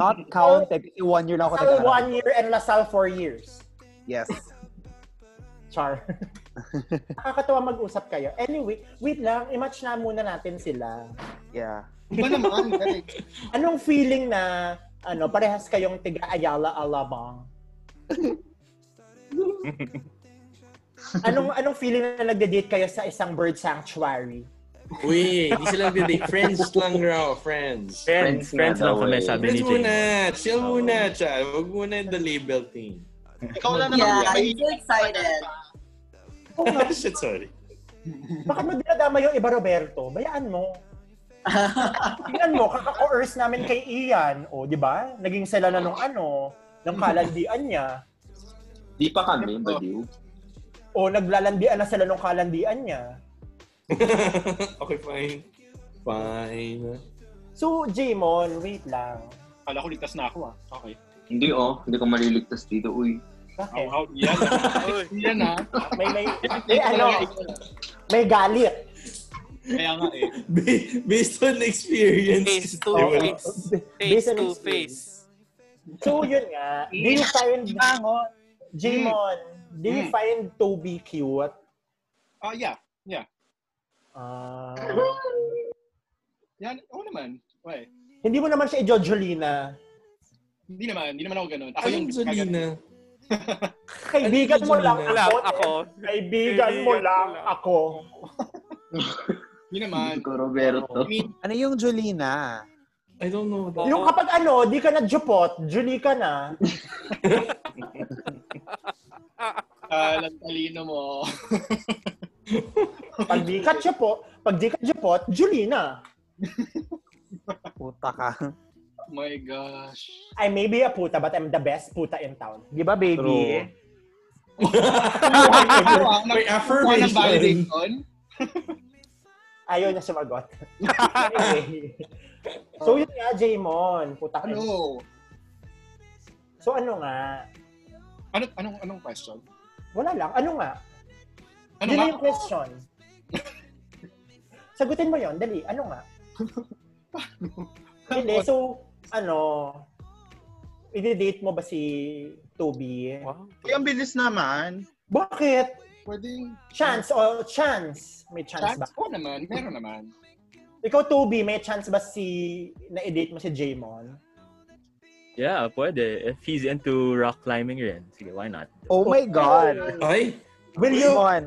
Speaker 5: Not counted. Kasi one year lang ako
Speaker 2: LaSalle
Speaker 5: nag-aral.
Speaker 2: one year and LaSalle four years.
Speaker 5: Yes.
Speaker 2: Char. Nakakatawa mag-usap kayo. Anyway, wait lang. I-match na muna natin sila.
Speaker 5: Yeah.
Speaker 19: Iba naman.
Speaker 2: [LAUGHS] Anong feeling na ano, parehas kayong tiga Ayala
Speaker 19: [LAUGHS]
Speaker 2: Alabang? Anong anong feeling na nagde-date kayo sa isang bird sanctuary?
Speaker 3: Uy, di sila nagde-date. Friends lang raw, friends.
Speaker 9: Friends, friends lang kami, sabi ni
Speaker 3: Friends muna,
Speaker 9: Jane.
Speaker 3: chill muna, child. Huwag muna the label thing.
Speaker 1: Ikaw
Speaker 12: lang naman, Yeah, I'm so excited.
Speaker 3: [LAUGHS] Shit, sorry.
Speaker 2: Bakit mo dinadama yung iba, Roberto? Bayaan
Speaker 3: [LAUGHS]
Speaker 2: mo. Tingnan mo, kaka-coerce namin kay Ian. O, di ba? Naging sila na nung ano, nung kalandian niya.
Speaker 18: Di pa kami, baliw.
Speaker 2: O, naglalandian na sila nung kalandian niya.
Speaker 3: Okay, fine. Fine.
Speaker 2: So, Jamon, wait lang.
Speaker 19: Kala ko ligtas na ako ah. Okay.
Speaker 18: Hindi oh, hindi ko maliligtas dito, uy.
Speaker 2: Bakit?
Speaker 3: Oh,
Speaker 19: How, how, Oh, yan. [LAUGHS] yan ah.
Speaker 2: May, may, may ano, may galit.
Speaker 19: Kaya nga
Speaker 3: [LAUGHS]
Speaker 19: eh.
Speaker 3: Based on experience.
Speaker 11: Face to
Speaker 3: Oh,
Speaker 11: face. Face
Speaker 2: Based on
Speaker 11: to
Speaker 2: experience.
Speaker 11: face.
Speaker 2: So, yun nga. Do you
Speaker 3: [LAUGHS]
Speaker 2: find, Jamon,
Speaker 19: Hmm.
Speaker 2: do you find Toby cute?
Speaker 19: [LAUGHS] Ah, yeah. Yeah.
Speaker 2: Ah.
Speaker 19: Yan, oo naman. Why?
Speaker 2: hindi mo naman siya i-Jojolina.
Speaker 19: Hindi naman, hindi naman ako ganun. Ako
Speaker 2: Anong
Speaker 19: yung
Speaker 2: Zolina?
Speaker 19: kagad-
Speaker 2: Kaibigan mo lang
Speaker 19: Jojolina?
Speaker 2: ako.
Speaker 19: Lang ako.
Speaker 2: Kaibigan mo lang ako.
Speaker 19: Hindi naman.
Speaker 18: Ko, Roberto.
Speaker 5: Ano yung Jolina?
Speaker 3: I don't know.
Speaker 2: Yung kapag ano, di ka na jupot, Julie ka na.
Speaker 19: Ah, lang talino mo. [LAUGHS]
Speaker 2: Pag di ka jupot, pag di ka jupot, Julie na.
Speaker 5: Puta ka.
Speaker 19: Oh my gosh.
Speaker 2: I may be a puta, but I'm the best puta in town. Di ba, [LAUGHS] baby?
Speaker 19: May affirmation. Walang validation?
Speaker 2: Ayaw niya
Speaker 19: [LAUGHS]
Speaker 2: sumagot. Anyway. so yun nga, Jamon. Puta ka.
Speaker 19: Ano?
Speaker 2: So ano nga?
Speaker 19: Ano, anong, anong question?
Speaker 2: Wala lang. Ano nga?
Speaker 19: Ano
Speaker 2: yun
Speaker 19: nga?
Speaker 2: na yung question. Sagutin mo yon Dali. Ano nga? Hindi. So, ano, i-date mo ba si Toby?
Speaker 1: Uy, ang bilis naman.
Speaker 2: Bakit?
Speaker 19: Pwede.
Speaker 2: Chance o chance? May chance,
Speaker 19: Chance?
Speaker 2: ba?
Speaker 19: Oo naman, meron naman.
Speaker 2: Ikaw, Toby, may chance ba si na-date mo si Jamon?
Speaker 9: Yeah, pwede. If he's into rock climbing rin, sige, why not?
Speaker 5: Oh my God.
Speaker 3: Ay!
Speaker 2: Will you,
Speaker 5: Jamon.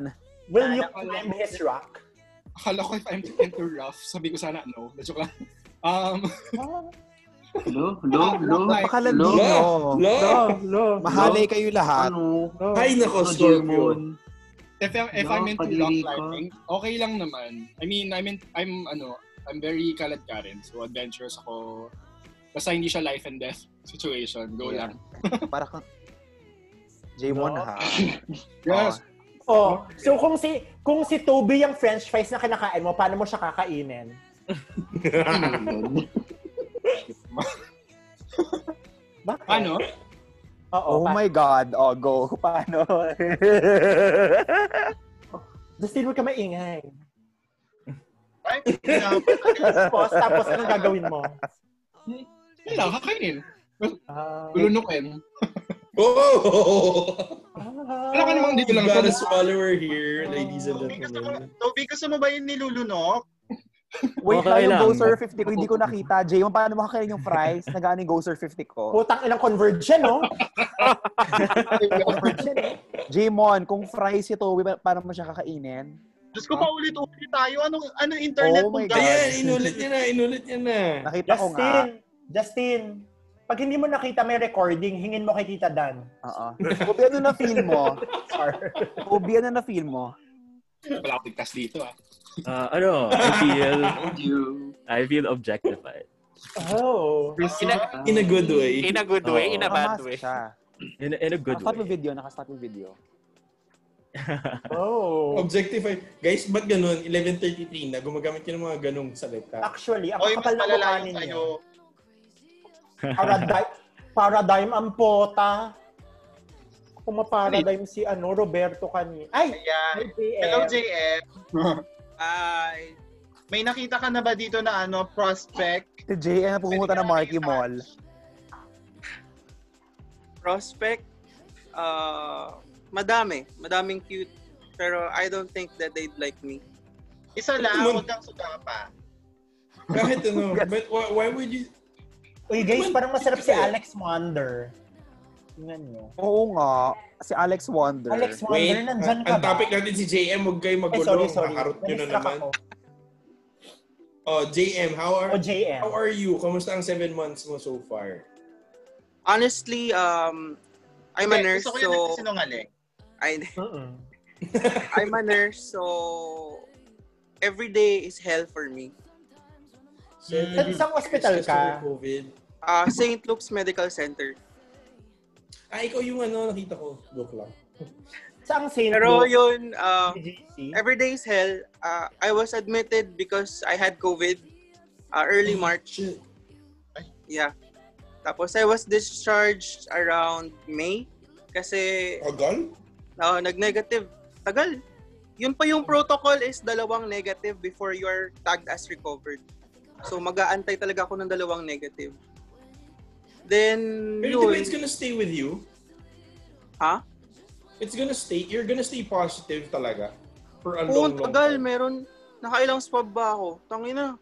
Speaker 2: will you climb his rock?
Speaker 19: Akala ko if I'm into rough, sabi ko sana no. Joke lang. Um,
Speaker 18: Hello?
Speaker 19: [LAUGHS]
Speaker 18: Hello? Hello?
Speaker 5: Napakalandino.
Speaker 18: Hello? Hello?
Speaker 5: Mahalay kayo lahat.
Speaker 18: Ano?
Speaker 3: Ay, nako,
Speaker 18: Ano,
Speaker 3: Scorpio.
Speaker 18: Jimon?
Speaker 19: if, I'm, if
Speaker 18: No,
Speaker 19: I'm into rock
Speaker 18: pag-ibig ko.
Speaker 19: climbing, okay lang naman. I mean, I'm, in, I'm ano, I'm very kalad ka rin. So, adventurous ako. Basta hindi siya life and death [LAUGHS] situation. Go
Speaker 5: Yeah.
Speaker 19: lang.
Speaker 5: Para kang... Jamon, ha?
Speaker 19: Yes.
Speaker 2: Oh, so kung si kung si Toby yung french fries na kinakain mo, paano mo siya kakainin? Bakit?
Speaker 19: Ano?
Speaker 2: Oo,
Speaker 3: [LAUGHS]
Speaker 5: Oh my God. Oh, go. Paano?
Speaker 2: Justine, huwag ka maingay.
Speaker 1: Ay,
Speaker 2: Pause, [LAUGHS] tapos ano gagawin mo?
Speaker 19: Yun lang, kakainin. Lulunukin. [LAUGHS]
Speaker 3: Oh!
Speaker 19: Wala ka namang dito lang.
Speaker 3: You gotta swallow her here, ladies and gentlemen.
Speaker 1: Toby, gusto mo ba yung nilulunok?
Speaker 8: Wait
Speaker 3: Okay
Speaker 8: lang, yung
Speaker 3: lang.
Speaker 8: Gozer 50 ko, hindi ko nakita. Jay, paano mo kakainin yung fries? Nagaan yung Gozer 50 ko.
Speaker 2: Putang ilang convergent, no?
Speaker 8: Jamon, kung fries si Toby, pa- paano mo siya kakainin?
Speaker 1: Diyos ko, paulit-ulit tayo. Anong, anong internet
Speaker 8: Oh my
Speaker 1: mong
Speaker 8: God.
Speaker 1: gamit?
Speaker 8: Ayan, inulit
Speaker 3: niya na, inulit niya na.
Speaker 8: Nakita ko nga.
Speaker 2: Justin, Justin, pag hindi mo nakita may recording, hingin mo kay Tita Dan.
Speaker 8: Oo. Toby, ano na feel mo? Toby, ano na feel mo?
Speaker 19: Wala akong tigtas dito ah.
Speaker 9: Uh, ano, I
Speaker 3: [LAUGHS]
Speaker 9: feel, I feel objectified.
Speaker 2: Oh.
Speaker 9: In a-
Speaker 3: in a good way.
Speaker 9: In a good way, in a
Speaker 3: Oh,
Speaker 9: bad
Speaker 8: Nakamask
Speaker 9: way.
Speaker 8: Siya.
Speaker 9: In, in a good
Speaker 8: Nakastart
Speaker 9: way.
Speaker 8: yung video, nakastart yung video.
Speaker 2: Oh.
Speaker 3: Objectify. Guys, ba't ganun? 11.33 na. Gumagamit yun ng mga ganung salita.
Speaker 2: Actually, ang
Speaker 1: Oy, mas
Speaker 2: kapal na
Speaker 1: malala
Speaker 2: mukha
Speaker 1: yun
Speaker 2: ninyo.
Speaker 1: sa'yo.
Speaker 2: Paradigm, paradigm ang pota. Pumaparadigm si ano, Roberto kanina. Ay!
Speaker 1: Ayan.
Speaker 2: JF.
Speaker 1: Hello, JF. Ay. May nakita ka na ba dito na ano, prospect?
Speaker 8: [LAUGHS] Si Jay, na pumunta ng Marky Mall.
Speaker 20: prospect, uh, madami. Madaming cute. Pero I don't think that they'd like me.
Speaker 1: Isa lang,
Speaker 3: Ano?
Speaker 1: huwag kang sugapa.
Speaker 3: Kahit ano, but why, why would you...
Speaker 2: Uy, guys, parang masarap si Alex Wonder. Tingnan nyo.
Speaker 8: Oo nga. Si Alex Wonder.
Speaker 2: Alex Wonder, nandyan ka
Speaker 3: ang
Speaker 2: ba?
Speaker 3: topic natin si JM, huwag kayo
Speaker 2: Ay,
Speaker 3: magulo.
Speaker 2: sorry, sorry.
Speaker 3: Kakarot nyo na
Speaker 2: Na-distract
Speaker 3: naman.
Speaker 2: ako.
Speaker 3: Oh, JM, how are,
Speaker 2: Oh, JM.
Speaker 3: how are you? Kamusta ang seven months mo so far?
Speaker 20: Honestly, um, I'm a
Speaker 1: Hindi,
Speaker 20: nurse,
Speaker 1: gusto ko yun
Speaker 20: so...
Speaker 1: nagsisinungaling.
Speaker 2: [LAUGHS]
Speaker 20: I, [LAUGHS] I'm a nurse, so... Every day is hell for me.
Speaker 2: Sa isang hospital ka?
Speaker 3: Mm. COVID.
Speaker 20: Uh, St. Luke's Medical Center.
Speaker 3: Ah, ikaw yung ano, nakita ko. Joke lang.
Speaker 2: Saang St.
Speaker 20: Pero
Speaker 2: Luke?
Speaker 20: yun, um, every day is hell. Uh, I was admitted because I had COVID uh, early March. Yeah. Tapos I was discharged around May kasi
Speaker 3: Tagal?
Speaker 20: Oo, nag-negative. Tagal. Yun pa yung protocol is dalawang negative before you are tagged as recovered. So mag-aantay talaga ako ng dalawang negative. Then,
Speaker 3: Pero di ba
Speaker 20: yun.
Speaker 3: it's gonna stay with you?
Speaker 20: Ha?
Speaker 3: It's gonna stay, you're gonna stay positive talaga for a
Speaker 20: Oo,
Speaker 3: long, long
Speaker 20: tagal.
Speaker 3: time.
Speaker 20: Meron, nakailang swab ba ako? Tangina.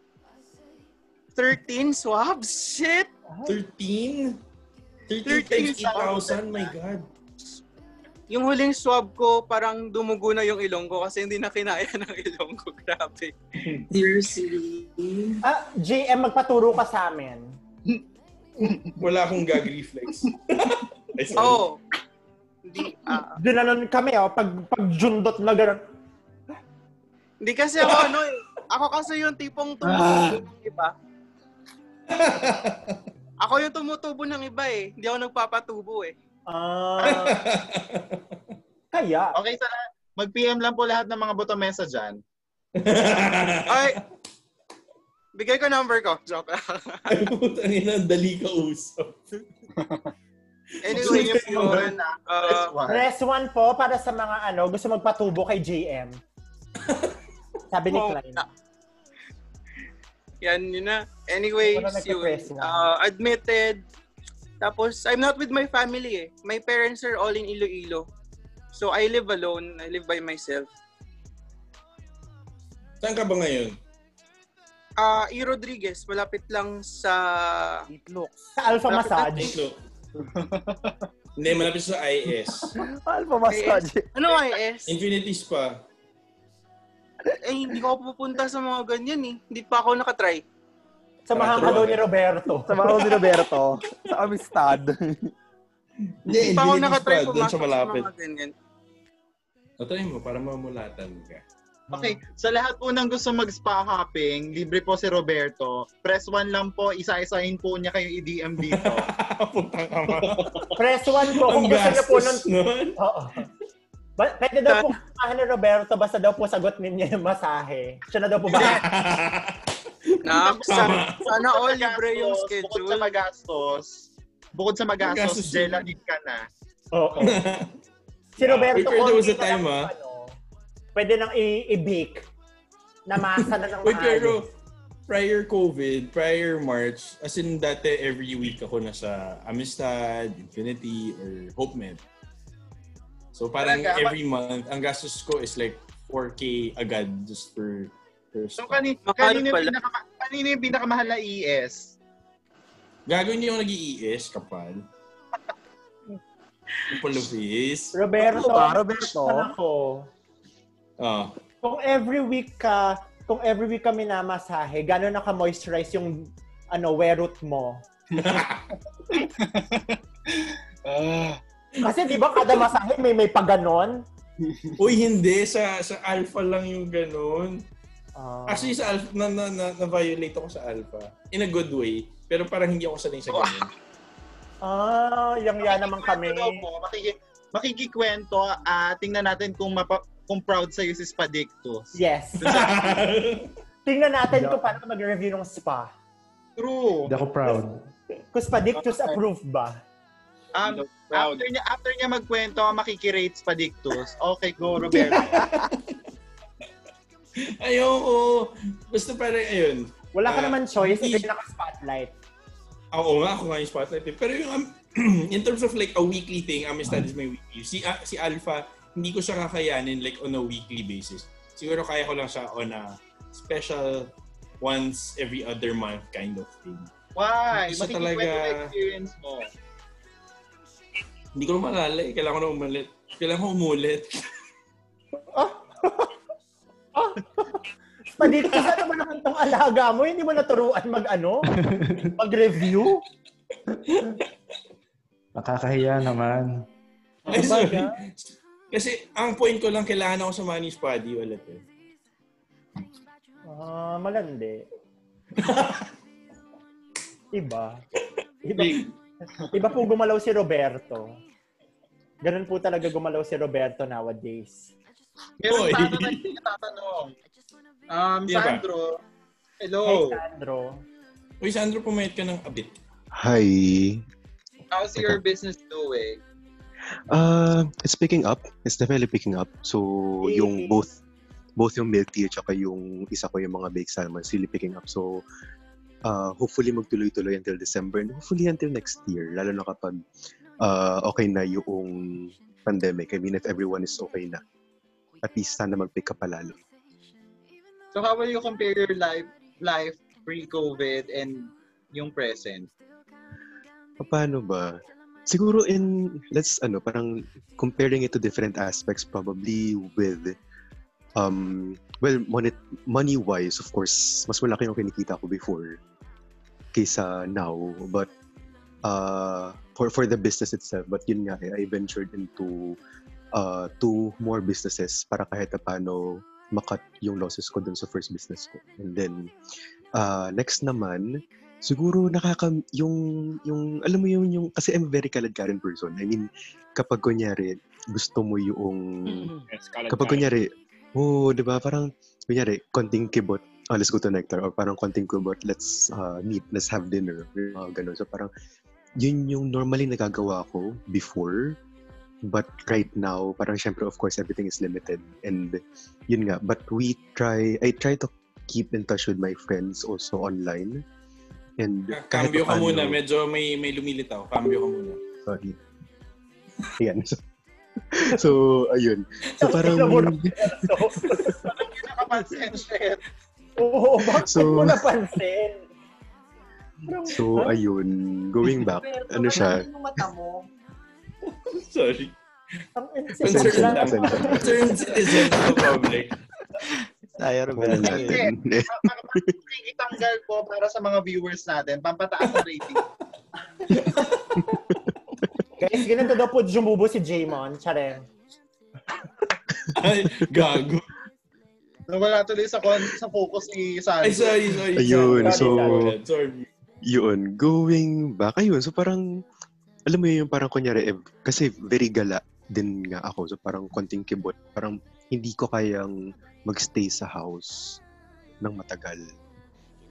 Speaker 20: 13 swabs? Shit!
Speaker 3: 13? 13 times 8,000? My God.
Speaker 20: Yung huling swab ko, parang dumugo na yung ilong ko kasi hindi na kinaya [LAUGHS] ng ilong ko. Grabe.
Speaker 3: uh,
Speaker 2: Seriously? Ah, JM, magpaturo ka sa amin.
Speaker 3: Wala akong gag
Speaker 20: [LAUGHS]
Speaker 3: reflex. Ay, sorry.
Speaker 1: Oh.
Speaker 20: Oo.
Speaker 1: ah.
Speaker 2: Ginanon kami, oh. Pag, pag jundot na gano'n.
Speaker 20: Hindi kasi
Speaker 3: [LAUGHS]
Speaker 20: ako ano eh. Ako kasi yung tipong
Speaker 2: Ah.
Speaker 20: tumutubo ng iba. ako yung tumutubo ng iba eh. Hindi ako nagpapatubo eh.
Speaker 2: Kaya.
Speaker 1: Okay, sa lahat. Mag-PM lang po lahat ng mga ah. butomesa dyan.
Speaker 20: Ay! Bigay ko number ko. Joke lang.
Speaker 3: Ay, [LAUGHS] putang ina, ang dali ka usap.
Speaker 20: anyway, yung po, uh,
Speaker 2: Press one po para sa mga ano, gusto magpatubo kay
Speaker 8: [LAUGHS]
Speaker 2: JM. Sabi ni
Speaker 20: Oh,
Speaker 2: Klein.
Speaker 20: yan yun na. Anyway,
Speaker 2: Wala
Speaker 20: yun.
Speaker 2: nagpe-press
Speaker 20: Uh, admitted. Tapos, I'm not with my family eh. My parents are all in Iloilo. So, I live alone. I live by myself.
Speaker 3: Saan ka ba ngayon?
Speaker 20: Ah, E. Rodriguez, malapit lang sa...
Speaker 2: Sa Alpha
Speaker 20: Malapit lang-
Speaker 2: Massage. [LAUGHS]
Speaker 3: Ito. Hindi, malapit sa
Speaker 20: [LAUGHS]
Speaker 3: IS.
Speaker 8: Alpha massage.
Speaker 20: Ano IS?
Speaker 3: Infinity Spa.
Speaker 20: Eh, hindi ko pupunta sa mga ganyan eh. Hindi pa ako nakatry.
Speaker 2: Samahan ka daw ni Roberto.
Speaker 8: Sa mga ni Roberto. Sa Amistad.
Speaker 3: Hindi,
Speaker 20: Hindi pa ako
Speaker 3: Infinity
Speaker 20: nakatry
Speaker 3: Spa, doon
Speaker 20: pumasok
Speaker 3: siya
Speaker 20: sa
Speaker 3: malapit.
Speaker 20: mga ganyan.
Speaker 3: O, try mo para mamulatan ka.
Speaker 1: Okay, sa lahat po ng gusto mag-spa hopping, libre po si Roberto. Press 1 lang po, isa-isahin po niya kayo i-DM
Speaker 3: [LAUGHS]
Speaker 1: dito.
Speaker 2: Press one po kung
Speaker 1: Ang
Speaker 2: gusto niyo po nun.
Speaker 1: gastos nun.
Speaker 2: Oo. Ba- pwede daw po kumahan ni Roberto, basta daw po sagot ninyo yung masahe. Siya
Speaker 1: [LAUGHS]
Speaker 2: na daw po ba?
Speaker 20: Na,
Speaker 1: sana,
Speaker 20: sana all libre yung
Speaker 1: schedule. Bukod sa magastos, bukod sa magastos,
Speaker 3: Magastos yun.
Speaker 1: Jella, need ka na.
Speaker 2: Oh. Oo. Si Roberto,
Speaker 3: Wait, there was
Speaker 2: konti
Speaker 3: a time,
Speaker 2: na lang
Speaker 3: ah.
Speaker 2: ano, Pwede nang i- i-bake. Namasa na
Speaker 3: [LAUGHS]
Speaker 2: ng
Speaker 3: Wait,
Speaker 2: maayos.
Speaker 3: pero prior COVID, prior March, as in dati every week ako nasa Amistad, Infinity, or Hope Med. So parang
Speaker 1: Talaga?
Speaker 3: every month, ang gastos ko is like 4K agad just for... for
Speaker 1: So,
Speaker 3: stuff.
Speaker 1: kani,
Speaker 3: Mahal
Speaker 1: kanino, yung
Speaker 3: pala.
Speaker 1: pinaka, kanino yung pinakamahal na E ES?
Speaker 3: Gago hindi ako nag-iis,
Speaker 1: [LAUGHS]
Speaker 3: kapal. Yung palupis.
Speaker 2: Roberto,
Speaker 3: Ano ba,
Speaker 2: tanong ko,
Speaker 3: Ah.
Speaker 2: kung every week ka, kung every week kami namasahe, gano'n naka-moisturize yung ano, werut mo? Kasi di
Speaker 3: [LAUGHS]
Speaker 2: ba kada masahe may may paganon?
Speaker 3: Uy, hindi. Sa sa alpha lang yung ganun.
Speaker 2: Ah.
Speaker 3: Actually, sa alpha, na, na, na, na-violate ako sa alpha. In a good way. Pero parang hindi ako sanay sa ganun.
Speaker 2: Ah, yung yan naman kami.
Speaker 1: Makiki- makikikwento, ah, tingnan natin kung mapa- kung proud sa'yo si Spadictus.
Speaker 2: Yes. [LAUGHS] Tingnan natin kung paano mag-review ng spa.
Speaker 1: True.
Speaker 15: Hindi ako proud.
Speaker 2: Cuspadictus approved ba?
Speaker 1: Um, after niya, after niya magkwento, makikirate Spadictus. Okay,
Speaker 2: [LAUGHS]
Speaker 1: go, Roberto.
Speaker 3: Ayoko. Basta parang, ayun.
Speaker 2: Wala ka
Speaker 3: Ah,
Speaker 2: naman choice.
Speaker 3: hindi-
Speaker 2: Ito yung naka-spotlight.
Speaker 3: Oo nga, ako nga yung spotlight. eh. Pero yung, um, [CLEARS THROAT] in terms of like a weekly thing, Amistad is my weekly. Si, ah, si Alpha, hindi ko siya kakayanin like on a weekly basis. Siguro kaya ko lang siya on a special once every other month kind of thing.
Speaker 1: Why?
Speaker 3: Gusto
Speaker 1: Makikikwento
Speaker 3: talaga-
Speaker 1: yung experience mo.
Speaker 3: Hindi ko na maalala eh. Kailangan ko na umulit. Kailangan ko umulit.
Speaker 2: Spadictus, ano ba naman tong alaga mo? Hindi mo naturuan
Speaker 15: [LAUGHS]
Speaker 2: mag-ano? Mag-review?
Speaker 15: [LAUGHS] Nakakahiya naman.
Speaker 3: Ay, sorry. Kasi ang point ko lang, kailangan ako sa Manny Spaddy ulit eh.
Speaker 2: Ah,
Speaker 13: [LAUGHS]
Speaker 2: malandi. Iba. Iba, iba po gumalaw si Roberto. Ganun po talaga gumalaw si Roberto nowadays.
Speaker 1: Meron pa ako na tinatanong. Um,
Speaker 3: Sino ba? Oh.
Speaker 1: Sandro. Hello.
Speaker 2: Hey, Sandro.
Speaker 3: Uy, Sandro, pumayat ka ng abit.
Speaker 13: Hi.
Speaker 1: How's your business doing?
Speaker 13: Uh, it's picking up. It's definitely picking up. So, yung both both yung milk tea at saka yung isa ko yung mga baked salmon really picking up. So, uh, hopefully magtuloy-tuloy until December and hopefully until next year. Lalo na kapag uh, okay na yung pandemic. I mean, if everyone is okay na. At least sana mag-pick up pa lalo.
Speaker 1: So how will you compare your life life pre-COVID and yung present?
Speaker 13: Paano ba? Siguro in, let's ano, parang comparing it to different aspects probably with, um, well, monet, money-wise, of course, mas malaki yung kinikita ko before kaysa now. But uh, for, for the business itself, but yun nga, eh, I ventured into uh, two more businesses para kahit na paano makat yung losses ko dun sa first business ko. And then, uh, next naman, siguro nakaka yung yung alam mo yun yung kasi I'm a very kalad-karan person. I mean, kapag kunyari gusto mo yung
Speaker 19: Mm-hmm.
Speaker 2: Mm.
Speaker 13: kapag kunyari oo, 'di ba? Parang kunyari konting kibot, ah, let's go to Nectar or parang konting kibot, let's uh, meet, let's have dinner. Yung Mga ganun. So parang yun yung normally nagagawa ko before but right now parang syempre of course everything is limited and yun nga but we try I try to keep in touch with my friends also online and kahit
Speaker 3: Cambio ka
Speaker 13: paano-
Speaker 3: muna. Medyo may, may lumilitaw. Cambio ka muna.
Speaker 13: Sorry. Ayan. [LAUGHS] So, so ayun. So parang...
Speaker 1: Nakapansin, shit.
Speaker 2: Oo, bakit
Speaker 13: So-
Speaker 2: mo
Speaker 13: [LAUGHS]
Speaker 2: napansin?
Speaker 13: So ayun. Going back, ano siya?
Speaker 12: Yung mata mo.
Speaker 3: [LAUGHS] Sorry.
Speaker 2: Ang
Speaker 13: Concerned,
Speaker 2: lang.
Speaker 13: concerned.
Speaker 3: Concerned citizen of the public.
Speaker 13: Tayo rin natin.
Speaker 1: Itanggal ko para sa mga viewers natin. Pampataas ang rating.
Speaker 2: Guys, ganito daw po jumubo si Jamon. Tsare.
Speaker 3: Ay, gago.
Speaker 2: [LAUGHS]
Speaker 1: Nawala tuloy sa, con- sa focus ni Sandro.
Speaker 3: Ay, sorry, sorry.
Speaker 13: Ayun,
Speaker 3: Sorry,
Speaker 13: so-
Speaker 3: sorry, sorry.
Speaker 13: yun, going back, ayun, so parang, alam mo yun, yung parang kunyari, eh, kasi very gala din nga ako, so parang konting kibot, parang hindi ko kayang magstay sa house ng matagal.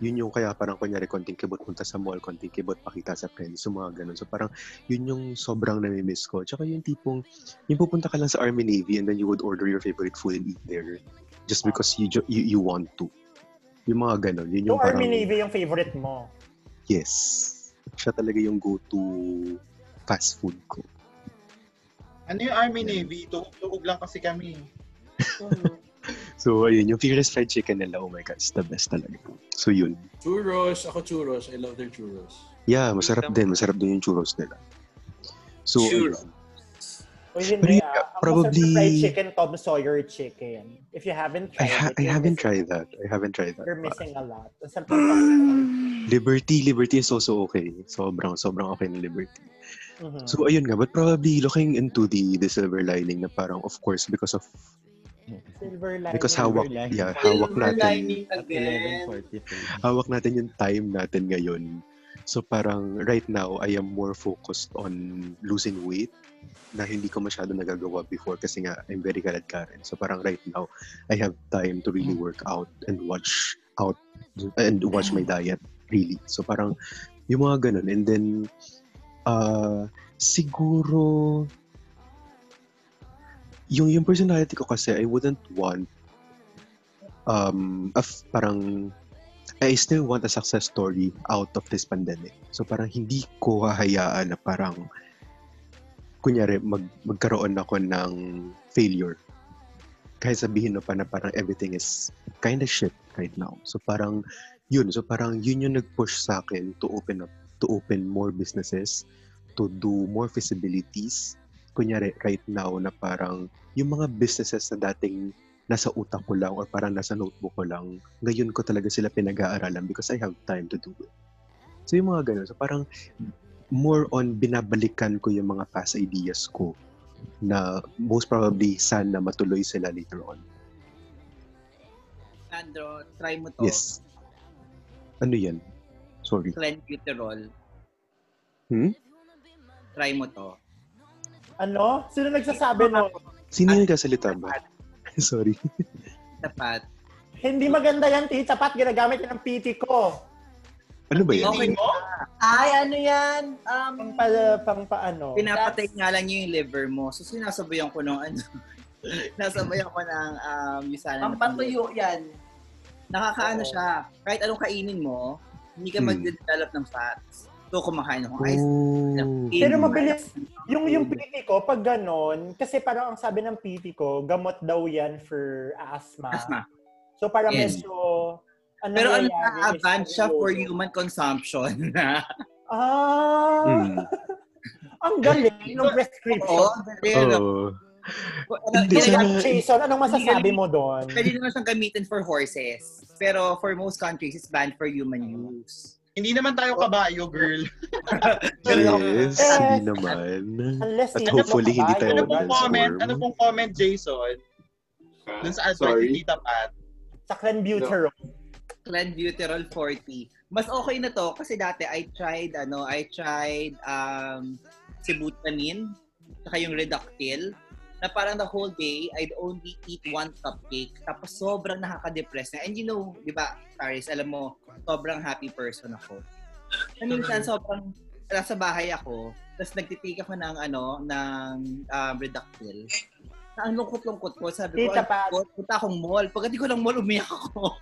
Speaker 13: yun yung kaya parang kunyari konting kibot punta sa mall, konting kibot pakita sa friends, so mga ganun. So parang yun yung sobrang namimiss ko. Tsaka yung tipong, yung pupunta ka lang sa Army Navy and then you would order your favorite food and eat there just
Speaker 2: Ah.
Speaker 13: because you ju- you, you want to. Yung mga ganun. Yun
Speaker 2: Yung
Speaker 13: yung parang,
Speaker 2: Army Navy yung favorite mo.
Speaker 13: yes. Siya talaga yung go-to fast food ko.
Speaker 1: Ano yung Army Navy? Tuhog-tuhog lang kasi kami.
Speaker 13: So ayun, yung Furious Fried Chicken nila, oh my God, it's the best talaga. So yun.
Speaker 3: Churros. Ako churros. I love their churros.
Speaker 13: Yeah, masarap din. Masarap din yung churros nila. So,
Speaker 3: Churros.
Speaker 2: O yun
Speaker 13: Pero
Speaker 2: na,
Speaker 13: yun nga,
Speaker 2: ah, ang
Speaker 13: probably-
Speaker 2: masarap na fried chicken, Tom Sawyer chicken. If you haven't
Speaker 13: I,
Speaker 2: tried
Speaker 13: ha-
Speaker 2: it,
Speaker 13: I haven't tried that. I haven't tried that.
Speaker 2: you're missing a lot. Ang sarap ng Tom Sawyer.
Speaker 13: Liberty, Liberty is also okay. Sobrang, sobrang okay ng Liberty.
Speaker 2: Mhm.
Speaker 13: So ayun nga, but probably looking into the, the silver lining na parang of course because of
Speaker 2: Silver lining.
Speaker 13: Because hawak, yeah, hawak natin, hawak natin yung time natin ngayon. So parang right now, I am more focused on losing weight na hindi ko masyado nagagawa before kasi nga I'm very kalad-karen. So parang right now, I have time to really work out and watch out and watch my diet really. So parang yung mga ganun. And then, uh, siguro yung yung personality ko kasi I wouldn't want um a f- parang I still want a success story out of this pandemic. So parang hindi ko hahayaan na parang kunyari mag, magkaroon ako ng failure. Kahit sabihin mo pa na parang everything is kind of shit right now. So parang yun, so parang yun yung nag-push sa akin to open up, to open more businesses, to do more feasibilities. Kunyari, right now na parang yung mga businesses na dating nasa utak ko lang or parang nasa notebook ko lang, ngayon ko talaga sila pinag-aaralan because I have time to do it. So yung mga ganun. So parang more on binabalikan ko yung mga past ideas ko na most probably sana matuloy sila later on.
Speaker 4: Sandro, try mo to.
Speaker 13: Yes. Ano yan? Sorry.
Speaker 4: Clenbuterol.
Speaker 13: Hmm?
Speaker 4: Try mo to.
Speaker 2: Ano? Sino nagsasabi no?
Speaker 13: Sino yung nagkasalita ba? [LAUGHS] Sorry.
Speaker 4: Tapat.
Speaker 2: Hindi maganda yan, tita. Pat, ginagamit yan ng PT ko.
Speaker 13: Ano ba yan?
Speaker 4: Okay mo?
Speaker 2: Ay, ano yan? Um, pang, pa, pang paano?
Speaker 4: Pinapatay nga lang niya yung liver mo. So, sinasabayan ko ng ano. [LAUGHS] nasabayan ko ng um, yung sana.
Speaker 12: Ang patuyo yan.
Speaker 4: Nakakaano
Speaker 12: Oo.
Speaker 4: siya. Kahit anong kainin mo, hindi ka
Speaker 12: Hmm.
Speaker 4: mag-develop ng fats. So, kumakain ako ng ice
Speaker 13: cream.
Speaker 2: Pero mabilis.
Speaker 13: Ano
Speaker 2: Yung, yung PT ko, pag ganon, kasi parang ang sabi ng PT ko, gamot daw yan for asthma.
Speaker 4: Asthma.
Speaker 2: So parang
Speaker 4: Yes.
Speaker 2: medyo, ano
Speaker 4: Pero ano
Speaker 2: nangyayari
Speaker 4: na,
Speaker 2: is-
Speaker 4: advance siya for human consumption. [LAUGHS]
Speaker 2: Ah!
Speaker 13: Hmm.
Speaker 2: Ang galing ng prescription.
Speaker 4: Oo, galing.
Speaker 13: Oo.
Speaker 2: Hindi, sana- Jason, anong masasabi mo doon?
Speaker 4: Pwede naman siyang gamitin for horses. Pero for most countries, it's banned for human use.
Speaker 1: Hindi naman tayo kabayo, girl.
Speaker 13: Yes, hindi
Speaker 1: Yes.
Speaker 13: naman.
Speaker 1: Unless
Speaker 13: At
Speaker 1: sino-
Speaker 13: hopefully, hindi tayo
Speaker 1: ano pong comment,
Speaker 13: mag-transform.
Speaker 1: ano pong comment, Jason? Dun sa advice
Speaker 13: Sorry.
Speaker 1: ni Tita Pat.
Speaker 2: Sa clenbuterol.
Speaker 4: Clenbuterol 40. Mas okay na to kasi dati I tried ano, I tried um sibutanin saka yung reductil na parang the whole day I'd only eat one cupcake tapos sobrang nakaka-depress na and you know di ba Paris alam mo sobrang happy person ako na minsan Ano sobrang nasa bahay ako tapos nagtitik ako ng ano ng um, reductil na ang lungkot-lungkot ko sabi ko
Speaker 2: Tita
Speaker 4: "Ang lungkot, punta akong mall pagdating ko ng mall umiyak ako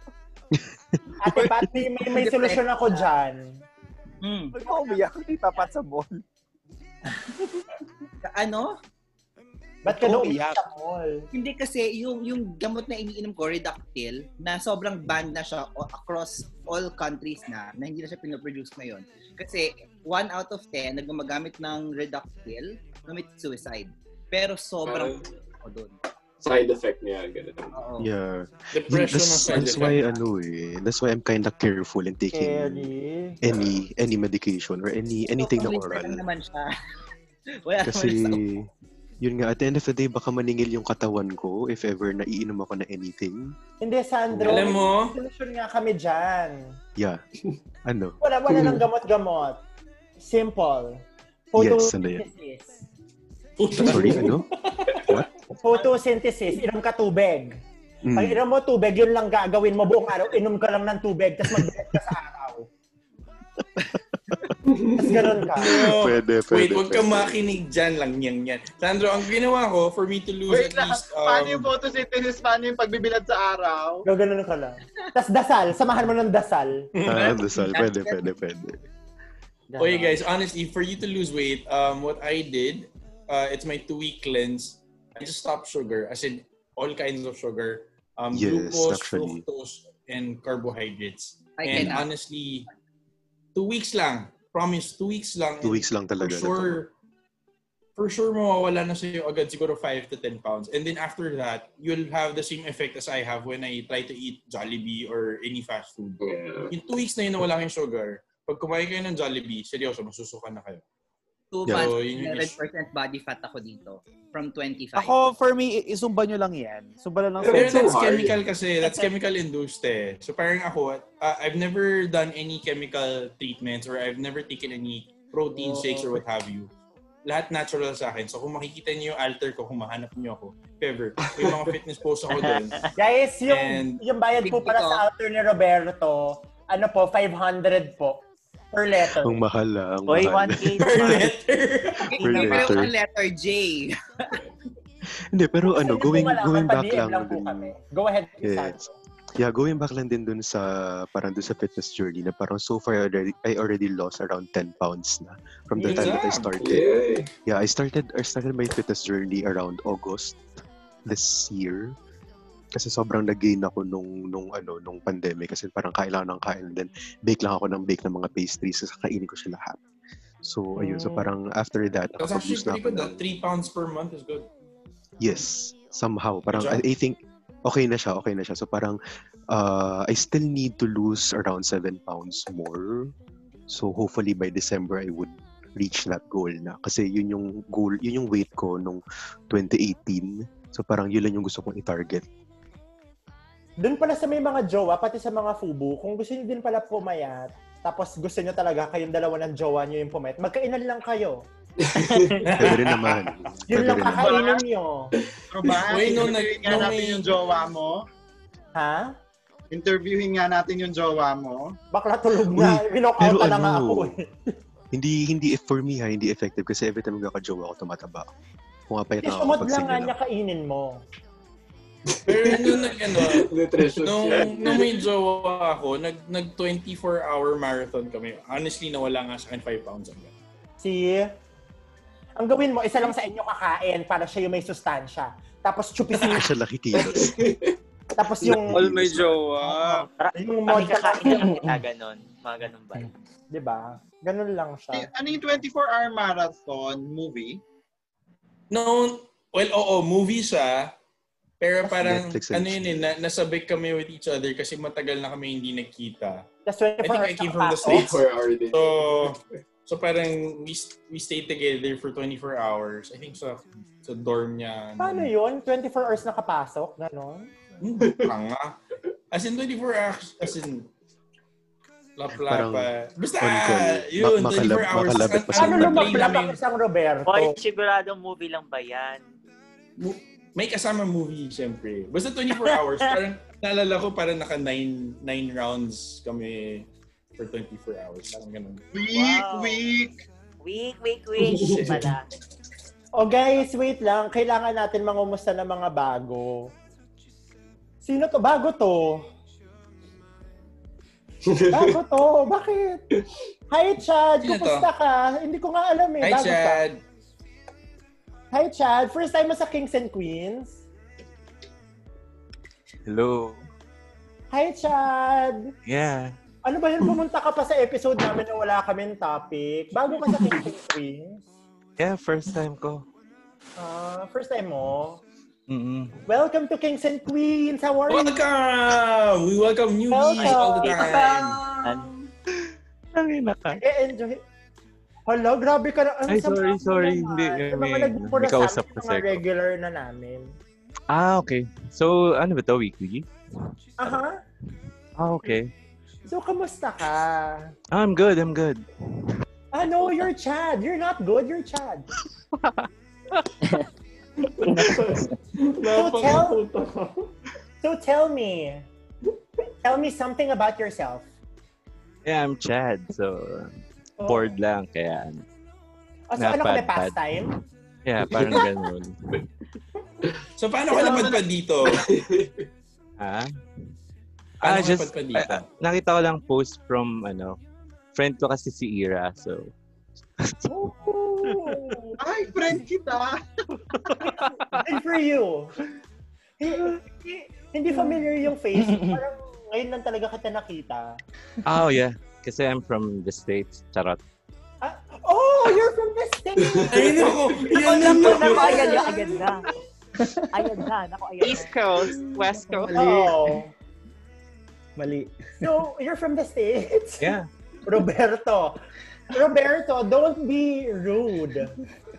Speaker 2: Ate Pat, may, may, may solusyon ako dyan.
Speaker 4: Mm.
Speaker 5: Huwag mo umiyak, hindi papat sa mall.
Speaker 4: ano?
Speaker 2: Ba't ka na umiyak?
Speaker 4: Hindi kasi yung yung gamot na iniinom ko, Reductil, na sobrang banned na siya o- across all countries na, na hindi na siya pinoproduce ngayon. Kasi one out of 10 na gumagamit ng Reductil, commit suicide. Pero sobrang ako doon.
Speaker 17: Side effect niya, ganun.
Speaker 2: Oh.
Speaker 13: Yeah.
Speaker 17: Depression
Speaker 13: that's,
Speaker 17: ang side
Speaker 13: that's
Speaker 17: effect.
Speaker 13: why ano eh, that's why I'm kind of careful in taking
Speaker 2: eh.
Speaker 13: any any medication or any anything na
Speaker 4: Sobrang
Speaker 13: oral.
Speaker 4: lang naman siya. [LAUGHS] Wala
Speaker 13: Kasi
Speaker 4: naman sa-
Speaker 13: yun nga at the end of the day baka maningil yung katawan ko if ever naiinom ako na anything.
Speaker 2: Hindi, Sandro.
Speaker 13: Alam mo?
Speaker 2: May solusyon nga kami dyan. [LAUGHS]
Speaker 13: Yeah. ano?
Speaker 2: Wala, wala
Speaker 3: Hmm.
Speaker 2: nang gamot-gamot.
Speaker 13: ano
Speaker 2: Simple.
Speaker 13: yan?
Speaker 2: Photosynthesis.
Speaker 13: Sorry, ano?
Speaker 2: Photosynthesis, inom ka tubig.
Speaker 3: Hmm.
Speaker 2: Pag inom mo tubig, yun lang gagawin mo buong araw. Inom ka lang ng tubig, tapos mag-diet ka sa araw. tapos ganun ka.
Speaker 3: Pwede, Wait,
Speaker 2: [LAUGHS] pwede,
Speaker 3: huwag kang
Speaker 2: pwede.
Speaker 3: makinig dyan lang yan yan. Sandro, ang ginawa ko for me to lose
Speaker 1: Wait
Speaker 3: at
Speaker 1: lang,
Speaker 3: least... Um,
Speaker 1: paano yung photosynthesis? Paano yung pagbibilad sa araw?
Speaker 2: Gaganon ka lang. Tapos dasal, samahan mo ng dasal.
Speaker 3: Ah, dasal. Pwede, pwede,
Speaker 1: pwede.
Speaker 3: Okay guys, honestly, for you to lose weight, um, what I did, uh, it's my two-week cleanse. I just stopped sugar, as in all kinds of sugar, um,
Speaker 13: Yes,
Speaker 3: glucose,
Speaker 13: actually.
Speaker 3: fructose, and carbohydrates.
Speaker 13: I
Speaker 3: and
Speaker 13: cannot.
Speaker 3: honestly, two weeks lang. Promise, two weeks lang.
Speaker 13: Two weeks lang
Speaker 3: For
Speaker 13: talaga.
Speaker 3: sure, for sure mawawala na sa'yo agad siguro 5 to 10 pounds. And then after that, you'll have the same effect as I have when I try to eat Jollibee or any fast food. Yung two weeks na yun na wala kayong sugar, pag kumain kayo ng Jollibee, seryoso, masusuka na kayo.
Speaker 4: Two
Speaker 3: Yeah.
Speaker 4: months,
Speaker 17: Oh,
Speaker 3: So, yun yung issue.
Speaker 4: 100% body fat ako dito. From 25.
Speaker 5: Ako, for me, i- isumba nyo lang yan. Sumba na lang.
Speaker 3: Pero that's chemical kasi. That's chemical induced eh. So parang ako, uh, I've never done any chemical treatments or I've never taken any protein
Speaker 13: Oh.
Speaker 3: shakes or what have you. Lahat natural sa akin. So kung makikita niyo yung alter ko, humahanap niyo ako. If ever. May
Speaker 13: [LAUGHS]
Speaker 3: mga fitness posts ako doon.
Speaker 2: Guys, yung,
Speaker 3: And-
Speaker 2: yung bayad po para sa altar ni Roberto, ano po, 500 po per letter.
Speaker 13: Ang mahal ah. Ang
Speaker 2: Oy,
Speaker 13: mahal.
Speaker 2: 1K.
Speaker 13: Per
Speaker 3: letter.
Speaker 13: Per letter.
Speaker 4: letter J.
Speaker 13: [LAUGHS]
Speaker 3: [LAUGHS]
Speaker 13: Hindi, pero ano,
Speaker 2: Hindi po
Speaker 13: going,
Speaker 2: malaman,
Speaker 13: going back
Speaker 2: pa-DM
Speaker 13: lang.
Speaker 2: lang po kami. Go ahead,
Speaker 13: Yes. Yeah, going back lang din dun sa parang dun sa fitness journey na parang so far I already, I already lost around 10 pounds na from the time that I
Speaker 3: Yeah.
Speaker 13: started. Yeah, I started I started my fitness journey around August this year. Kasi sobrang nag-gain ako nung, nung, ano, nung pandemic. Kasi parang kailangan ng kain. Then, bake lang ako ng bake ng mga pastries. Kasi kainin ko siya lahat. So, ayun. So, parang after that,
Speaker 3: That's actually
Speaker 13: nakapag-lose na ako
Speaker 3: pretty good.
Speaker 13: ng
Speaker 3: That 3 pounds per month is good.
Speaker 13: Yes, somehow. Parang
Speaker 3: job.
Speaker 13: I, I think okay na siya, okay na siya. So parang uh, I still need to lose around 7 pounds more. So hopefully by December I would reach that goal na. Kasi yun yung goal, yun yung weight ko nung 2018. So parang yun lang yung gusto kong i-target.
Speaker 2: Doon pala sa may mga jowa, pati sa mga fubu, kung gusto niyo din pala pumayat, tapos gusto niyo talaga kayong dalawa ng jowa niyo yung pumayat, magkainan lang kayo.
Speaker 13: Pwede rin naman. Pwede
Speaker 2: Yun lang
Speaker 13: rin naman.
Speaker 2: kakainin niyo.
Speaker 1: Pero ba?
Speaker 2: Wait, no,
Speaker 1: interviewin
Speaker 2: nag-
Speaker 1: nga
Speaker 2: no,
Speaker 1: natin
Speaker 13: eh.
Speaker 2: may-
Speaker 1: yung jowa mo.
Speaker 2: Ha?
Speaker 1: Interviewin nga natin yung jowa mo.
Speaker 2: Bakla tulog
Speaker 13: na. Uy,
Speaker 2: Winokauta
Speaker 13: pero
Speaker 2: na nga
Speaker 13: ano?
Speaker 2: ako eh.
Speaker 13: Hindi, hindi, for me ha, hindi effective kasi every time nagkakajowa ako, tumataba ako. Pumapayat
Speaker 2: Kasi
Speaker 13: na ako
Speaker 2: sumod
Speaker 13: pag
Speaker 2: lang
Speaker 13: sige
Speaker 2: nga
Speaker 13: lang.
Speaker 2: niya kainin mo.
Speaker 3: nung, nung may jowa ako, nag, nag 24-hour marathon kami. Honestly, nawala nga sa akin 5
Speaker 13: [LAUGHS]
Speaker 3: pounds agad.
Speaker 2: Si... Ang gawin mo, isa lang sa inyo kakain para siya yung may sustansya. Tapos chupisin.
Speaker 13: Siya laki kilos. Ah,
Speaker 2: Tapos yung...
Speaker 13: All may
Speaker 2: jowa. Yung mod
Speaker 1: kakain
Speaker 2: ka
Speaker 21: ganon. Mga ganon ba?
Speaker 2: Di ba? Ganun lang siya.
Speaker 1: Ano yung 24-hour marathon movie?
Speaker 3: No, well, oo, movie siya. Pero
Speaker 13: Ah,
Speaker 3: parang,
Speaker 13: Netflix
Speaker 3: ano yun eh, na, nasabik kami with each other kasi matagal na kami hindi nakita.
Speaker 2: Tapos 24
Speaker 3: I think I
Speaker 2: hours
Speaker 3: came
Speaker 2: na
Speaker 3: from the
Speaker 2: pasok.
Speaker 3: States. So, so parang we we stayed together for 24 hours. I think sa sa dorm niya. ano.
Speaker 2: Paano yun? 24 hours nakapasok?
Speaker 3: [LAUGHS]
Speaker 2: Ganon?
Speaker 3: Tanga. As in 24 hours, as in laplapa.
Speaker 13: Parang
Speaker 3: Basta,
Speaker 13: on call.
Speaker 3: yun,
Speaker 13: Ma-
Speaker 3: 24
Speaker 13: makalab-
Speaker 3: hours.
Speaker 13: makalabit pa
Speaker 2: Paano
Speaker 13: Kasi
Speaker 2: lumablak
Speaker 3: namin-
Speaker 2: ang isang Roberto?
Speaker 3: Boy,
Speaker 9: Siguradong movie lang ba yan?
Speaker 3: Mu- May kasama movie, siyempre. Basta 24 hours. parang, naalala ko, parang naka 9 nine rounds kami for 24 hours. Parang ganun.
Speaker 1: Week, week.
Speaker 9: Week, week,
Speaker 3: [LAUGHS]
Speaker 9: week. Pala.
Speaker 2: O Oh, guys, wait lang. Kailangan natin mangumusta ng mga bago. Sino to? Bago to?
Speaker 3: [LAUGHS]
Speaker 2: Bago to? Bakit? Hi, Chad!
Speaker 3: Sino to?
Speaker 2: Kumusta ka? Hindi ko nga alam eh.
Speaker 3: Hi,
Speaker 2: Bago ka.
Speaker 3: Chad!
Speaker 2: Hi, Chad! First time mo sa Kings and Queens?
Speaker 9: Hello.
Speaker 2: Hi, Chad!
Speaker 9: Yeah.
Speaker 2: Ano ba yun? Pumunta ka pa sa episode namin na wala kaming topic. Bago ka sa Kings and Queens?
Speaker 9: Yeah, first time ko.
Speaker 2: Ah, first time mo?
Speaker 3: Mm-hmm.
Speaker 9: Mm-mm.
Speaker 2: Welcome to Kings and Queens! How are you?
Speaker 3: Welcome! We welcome newbies all the time.
Speaker 9: Tangina ka.
Speaker 2: Nag-enjoy. Hala, grabe ka na. Ang
Speaker 9: Ay,
Speaker 2: sama
Speaker 9: sorry,
Speaker 2: mo
Speaker 9: sorry,
Speaker 2: naman.
Speaker 9: hindi,
Speaker 2: Yung
Speaker 9: may-
Speaker 2: mga nagmumura
Speaker 9: may
Speaker 2: sa
Speaker 9: kausap
Speaker 2: amin,
Speaker 9: kasi
Speaker 2: mga
Speaker 9: ako.
Speaker 2: regular na namin.
Speaker 9: Ah, okay. So, ano ba to? Weekly?
Speaker 2: Aha.
Speaker 9: Ah, okay.
Speaker 2: So, kamusta ka?
Speaker 9: Ah, I'm good, I'm good.
Speaker 2: Ah, no, you're Chad. You're not good, you're Chad. so, tell, so So tell me, tell me something about yourself.
Speaker 3: Yeah, I'm Chad. So,
Speaker 2: Oh.
Speaker 3: bored lang. Kaya, ano.
Speaker 2: O, so ano kami
Speaker 3: napadpad.
Speaker 2: pastime?
Speaker 3: Yeah, parang ganun.
Speaker 18: [LAUGHS] So, paano ka napadpad dito?
Speaker 3: ha?
Speaker 18: Paano
Speaker 3: Ah,
Speaker 18: ka
Speaker 3: just,
Speaker 18: napadpad dito?
Speaker 3: ah, ah, nakita ko lang post [LAUGHS] from, ano, friend ko kasi si Ira. So,
Speaker 1: Ay, friend kita!
Speaker 2: Good for you. Hi- hi- Hindi familiar yung face. Parang ngayon lang talaga kita nakita.
Speaker 3: oh yeah. Kasi I'm from the States. [LAUGHS] Charot.
Speaker 2: Oh, you're from the States!
Speaker 3: Ayun ako, yan
Speaker 2: Alam mo
Speaker 3: ako.
Speaker 2: na kaya
Speaker 12: Ayan na,
Speaker 2: niya
Speaker 12: ayan na. Ayan na. Naku, ayan na.
Speaker 2: East Coast, West
Speaker 12: Coast.
Speaker 2: Oh.
Speaker 12: Mali.
Speaker 2: So, you're from the States?
Speaker 3: Yeah.
Speaker 2: [LAUGHS] Roberto. Roberto, don't be rude.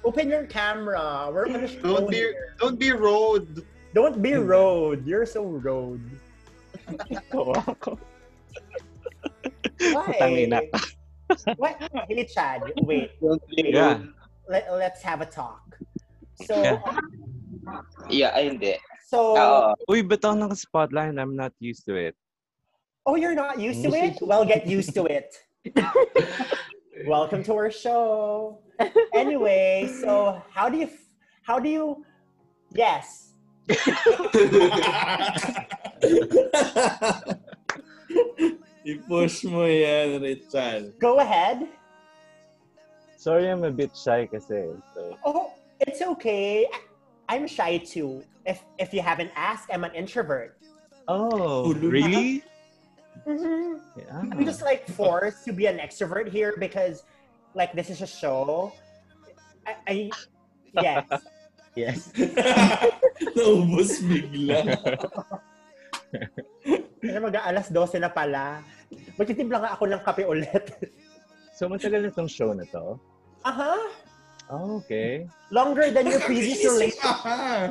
Speaker 2: Open your camera. We're on a show
Speaker 1: Don't be-
Speaker 2: here. Don't be rude. Don't be rude. You're so rude.
Speaker 3: Tangina.
Speaker 2: Why? What? Hey, Chad, wait.
Speaker 3: Yeah.
Speaker 2: Let, let's have a talk. So, um,
Speaker 22: Yeah,
Speaker 3: Yeah.
Speaker 22: ay hindi.
Speaker 2: So,
Speaker 3: Uy, ba't ako naka-spotlight? I'm not used to it.
Speaker 2: oh, you're not used to it? Well, get used to
Speaker 3: [LAUGHS]
Speaker 2: it. Welcome to our show. Anyway, so how do you, f- how do you, yes.
Speaker 18: I-push mo yan, Richard.
Speaker 2: Go ahead.
Speaker 3: Sorry, I'm a bit shy kasi. So,
Speaker 2: Oh, it's okay. I- I'm shy too. If if you haven't asked, I'm an introvert.
Speaker 3: oh, [LAUGHS] really?
Speaker 2: Mhm.
Speaker 3: Yeah.
Speaker 2: I'm just like forced to be an extrovert here because, like, this is a show. I, I
Speaker 3: [LAUGHS]
Speaker 2: yes.
Speaker 12: Yes.
Speaker 18: [LAUGHS] Naubos bigla.
Speaker 2: Pero mag alas 12 na pala. Magtitimpla nga ako ng kape ulit.
Speaker 3: So, matagal na tong show na to?
Speaker 2: Aha.
Speaker 3: [LAUGHS] Oh, okay.
Speaker 2: Longer than
Speaker 18: [LAUGHS]
Speaker 2: your previous relationship. Ah,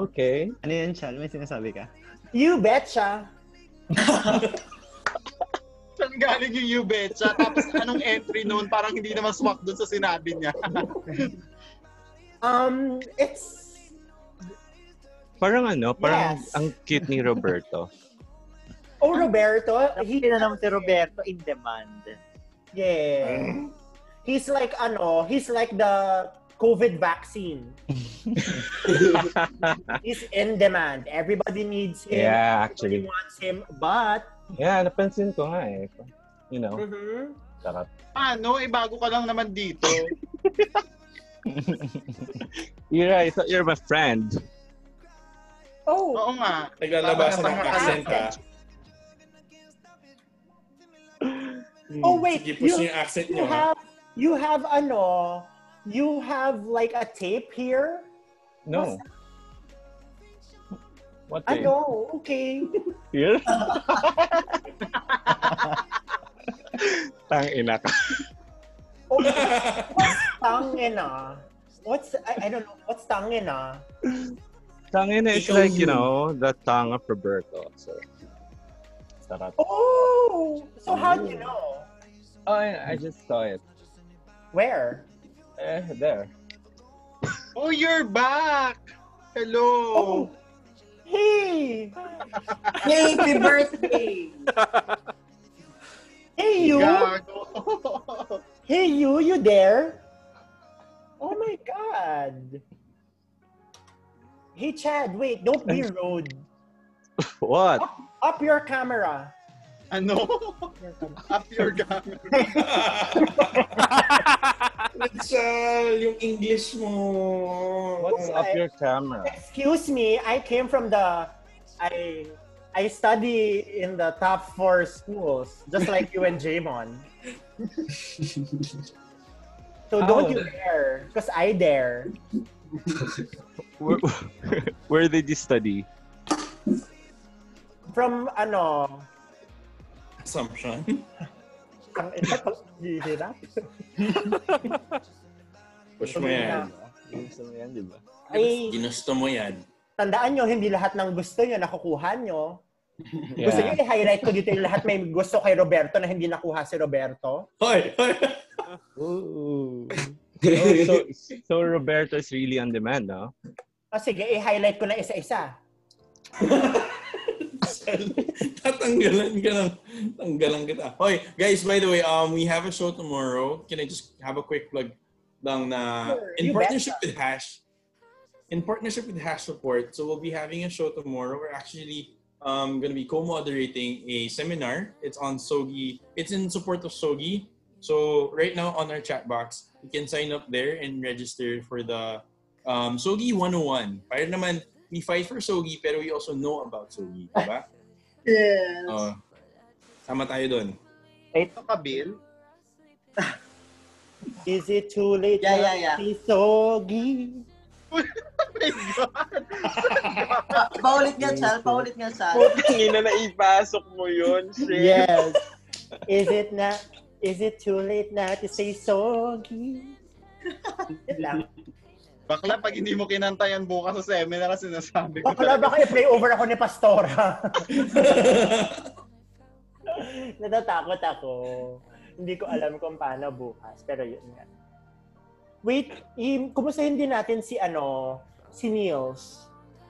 Speaker 3: Okay.
Speaker 12: Ano yan, Chal? May sinasabi ka?
Speaker 2: You betcha.
Speaker 1: Saan galing yung you betcha? Tapos anong entry noon? Parang hindi naman swak dun sa sinabi niya.
Speaker 2: Um, it's
Speaker 3: Parang ano, parang
Speaker 2: Yes.
Speaker 3: ang cute ni
Speaker 2: [LAUGHS]
Speaker 3: Roberto.
Speaker 2: oh Roberto. He
Speaker 12: na naman si Roberto in demand.
Speaker 2: Yeah. He's like ano, he's like the COVID vaccine. he's in demand. Everybody needs him.
Speaker 3: Yeah, actually.
Speaker 2: Everybody wants him, but
Speaker 3: Yeah, napansin ko nga eh. You know,
Speaker 1: Mhm.
Speaker 3: sarap.
Speaker 1: Paano? Eh, bago ka lang naman dito.
Speaker 3: Ira, I thought you're my friend.
Speaker 2: Oh.
Speaker 1: Oo nga.
Speaker 18: Naglalabasan ng accent ka.
Speaker 2: Oh wait,
Speaker 18: Hmm. Sige, push niyo yung accent
Speaker 2: you
Speaker 18: niyo. ha?
Speaker 2: have you have ano, you have like a tape here?
Speaker 3: No. What
Speaker 2: I
Speaker 3: the?
Speaker 2: know. Okay. [LAUGHS]
Speaker 3: Here? Tang ina ka.
Speaker 2: Tangina. What's I, I don't know. What's tangina?
Speaker 3: Tang ina is
Speaker 2: Ikaw
Speaker 3: like, you
Speaker 2: yun.
Speaker 3: know, the tongue of Roberto. So, sarap.
Speaker 2: Oh, so how do you know?
Speaker 3: Oh, I, I just saw it.
Speaker 2: Where?
Speaker 3: Eh, there.
Speaker 1: Oh, you're back!
Speaker 2: Oh.
Speaker 1: Hello!
Speaker 2: Hey!
Speaker 1: Happy
Speaker 2: birthday! Hey you!
Speaker 1: Gago.
Speaker 2: Hey you, you there? Oh my god. Hey Chad, wait, don't be rude.
Speaker 3: What?
Speaker 2: Up your camera.
Speaker 1: Ano? Up your camera.
Speaker 18: Richard, uh, yung English mo.
Speaker 2: What's up your
Speaker 3: camera?
Speaker 2: Excuse me, I came from the I I study in the top four schools, just like you and Jamon. So don't you dare, because I dare.
Speaker 3: Where, where did you study?
Speaker 2: From ano,
Speaker 18: Assumption.
Speaker 2: ang [LAUGHS] ina pag hihirap.
Speaker 18: Push mo yan.
Speaker 3: Gusto mo yan, di ba?
Speaker 2: Ay,
Speaker 18: Ginusto mo
Speaker 3: [LAUGHS]
Speaker 18: yan.
Speaker 2: tandaan nyo, hindi lahat ng gusto nyo nakukuha nyo. Gusto nyo
Speaker 18: Yeah.
Speaker 2: i-highlight ko dito yung lahat may gusto kay Roberto na hindi nakuha si Roberto.
Speaker 18: Hoy! hoy.
Speaker 3: Ooh. Oh, so, so Roberto is really on demand, no?
Speaker 2: O sige, i-highlight ko na isa-isa.
Speaker 3: Tatanggalan ka na. Tanggalan kita. Hoy, guys, by the way, um, we have a show tomorrow. Can I just have a quick plug lang na
Speaker 17: Sure,
Speaker 3: in
Speaker 17: you
Speaker 3: partnership with Hash, in partnership with Hash Support, so we'll be having a show tomorrow. We're actually um, going to be co-moderating a seminar. It's on Sogi. It's in support of Sogi. So right now on our chat box, you can sign up there and register for the um, Sogi 101. Para naman, we fight for Sogi, pero we also know about Sogi, di ba?
Speaker 12: Yes.
Speaker 3: Oo. Oh. Sama tayo doon.
Speaker 1: Ito ka, Bill.
Speaker 2: Is it too late?
Speaker 1: Yeah, yeah,
Speaker 2: na
Speaker 1: yeah.
Speaker 2: Si Sogi.
Speaker 12: Paulit nga, Chal. Paulit nga, Chal.
Speaker 13: Putangin na naipasok mo yun, shit.
Speaker 2: Yes. Is it na Is it too late na to say Sogi? Yun lang.
Speaker 1: Bakla, pag hindi mo kinantayan bukas sa seminar, sinasabi ko.
Speaker 2: Bakla, baka i-play over ako ni Pastora. [LAUGHS] Natatakot ako. Hindi ko alam kung paano bukas. Pero yun nga. Wait, i- kumustahin din natin si ano, si Niels.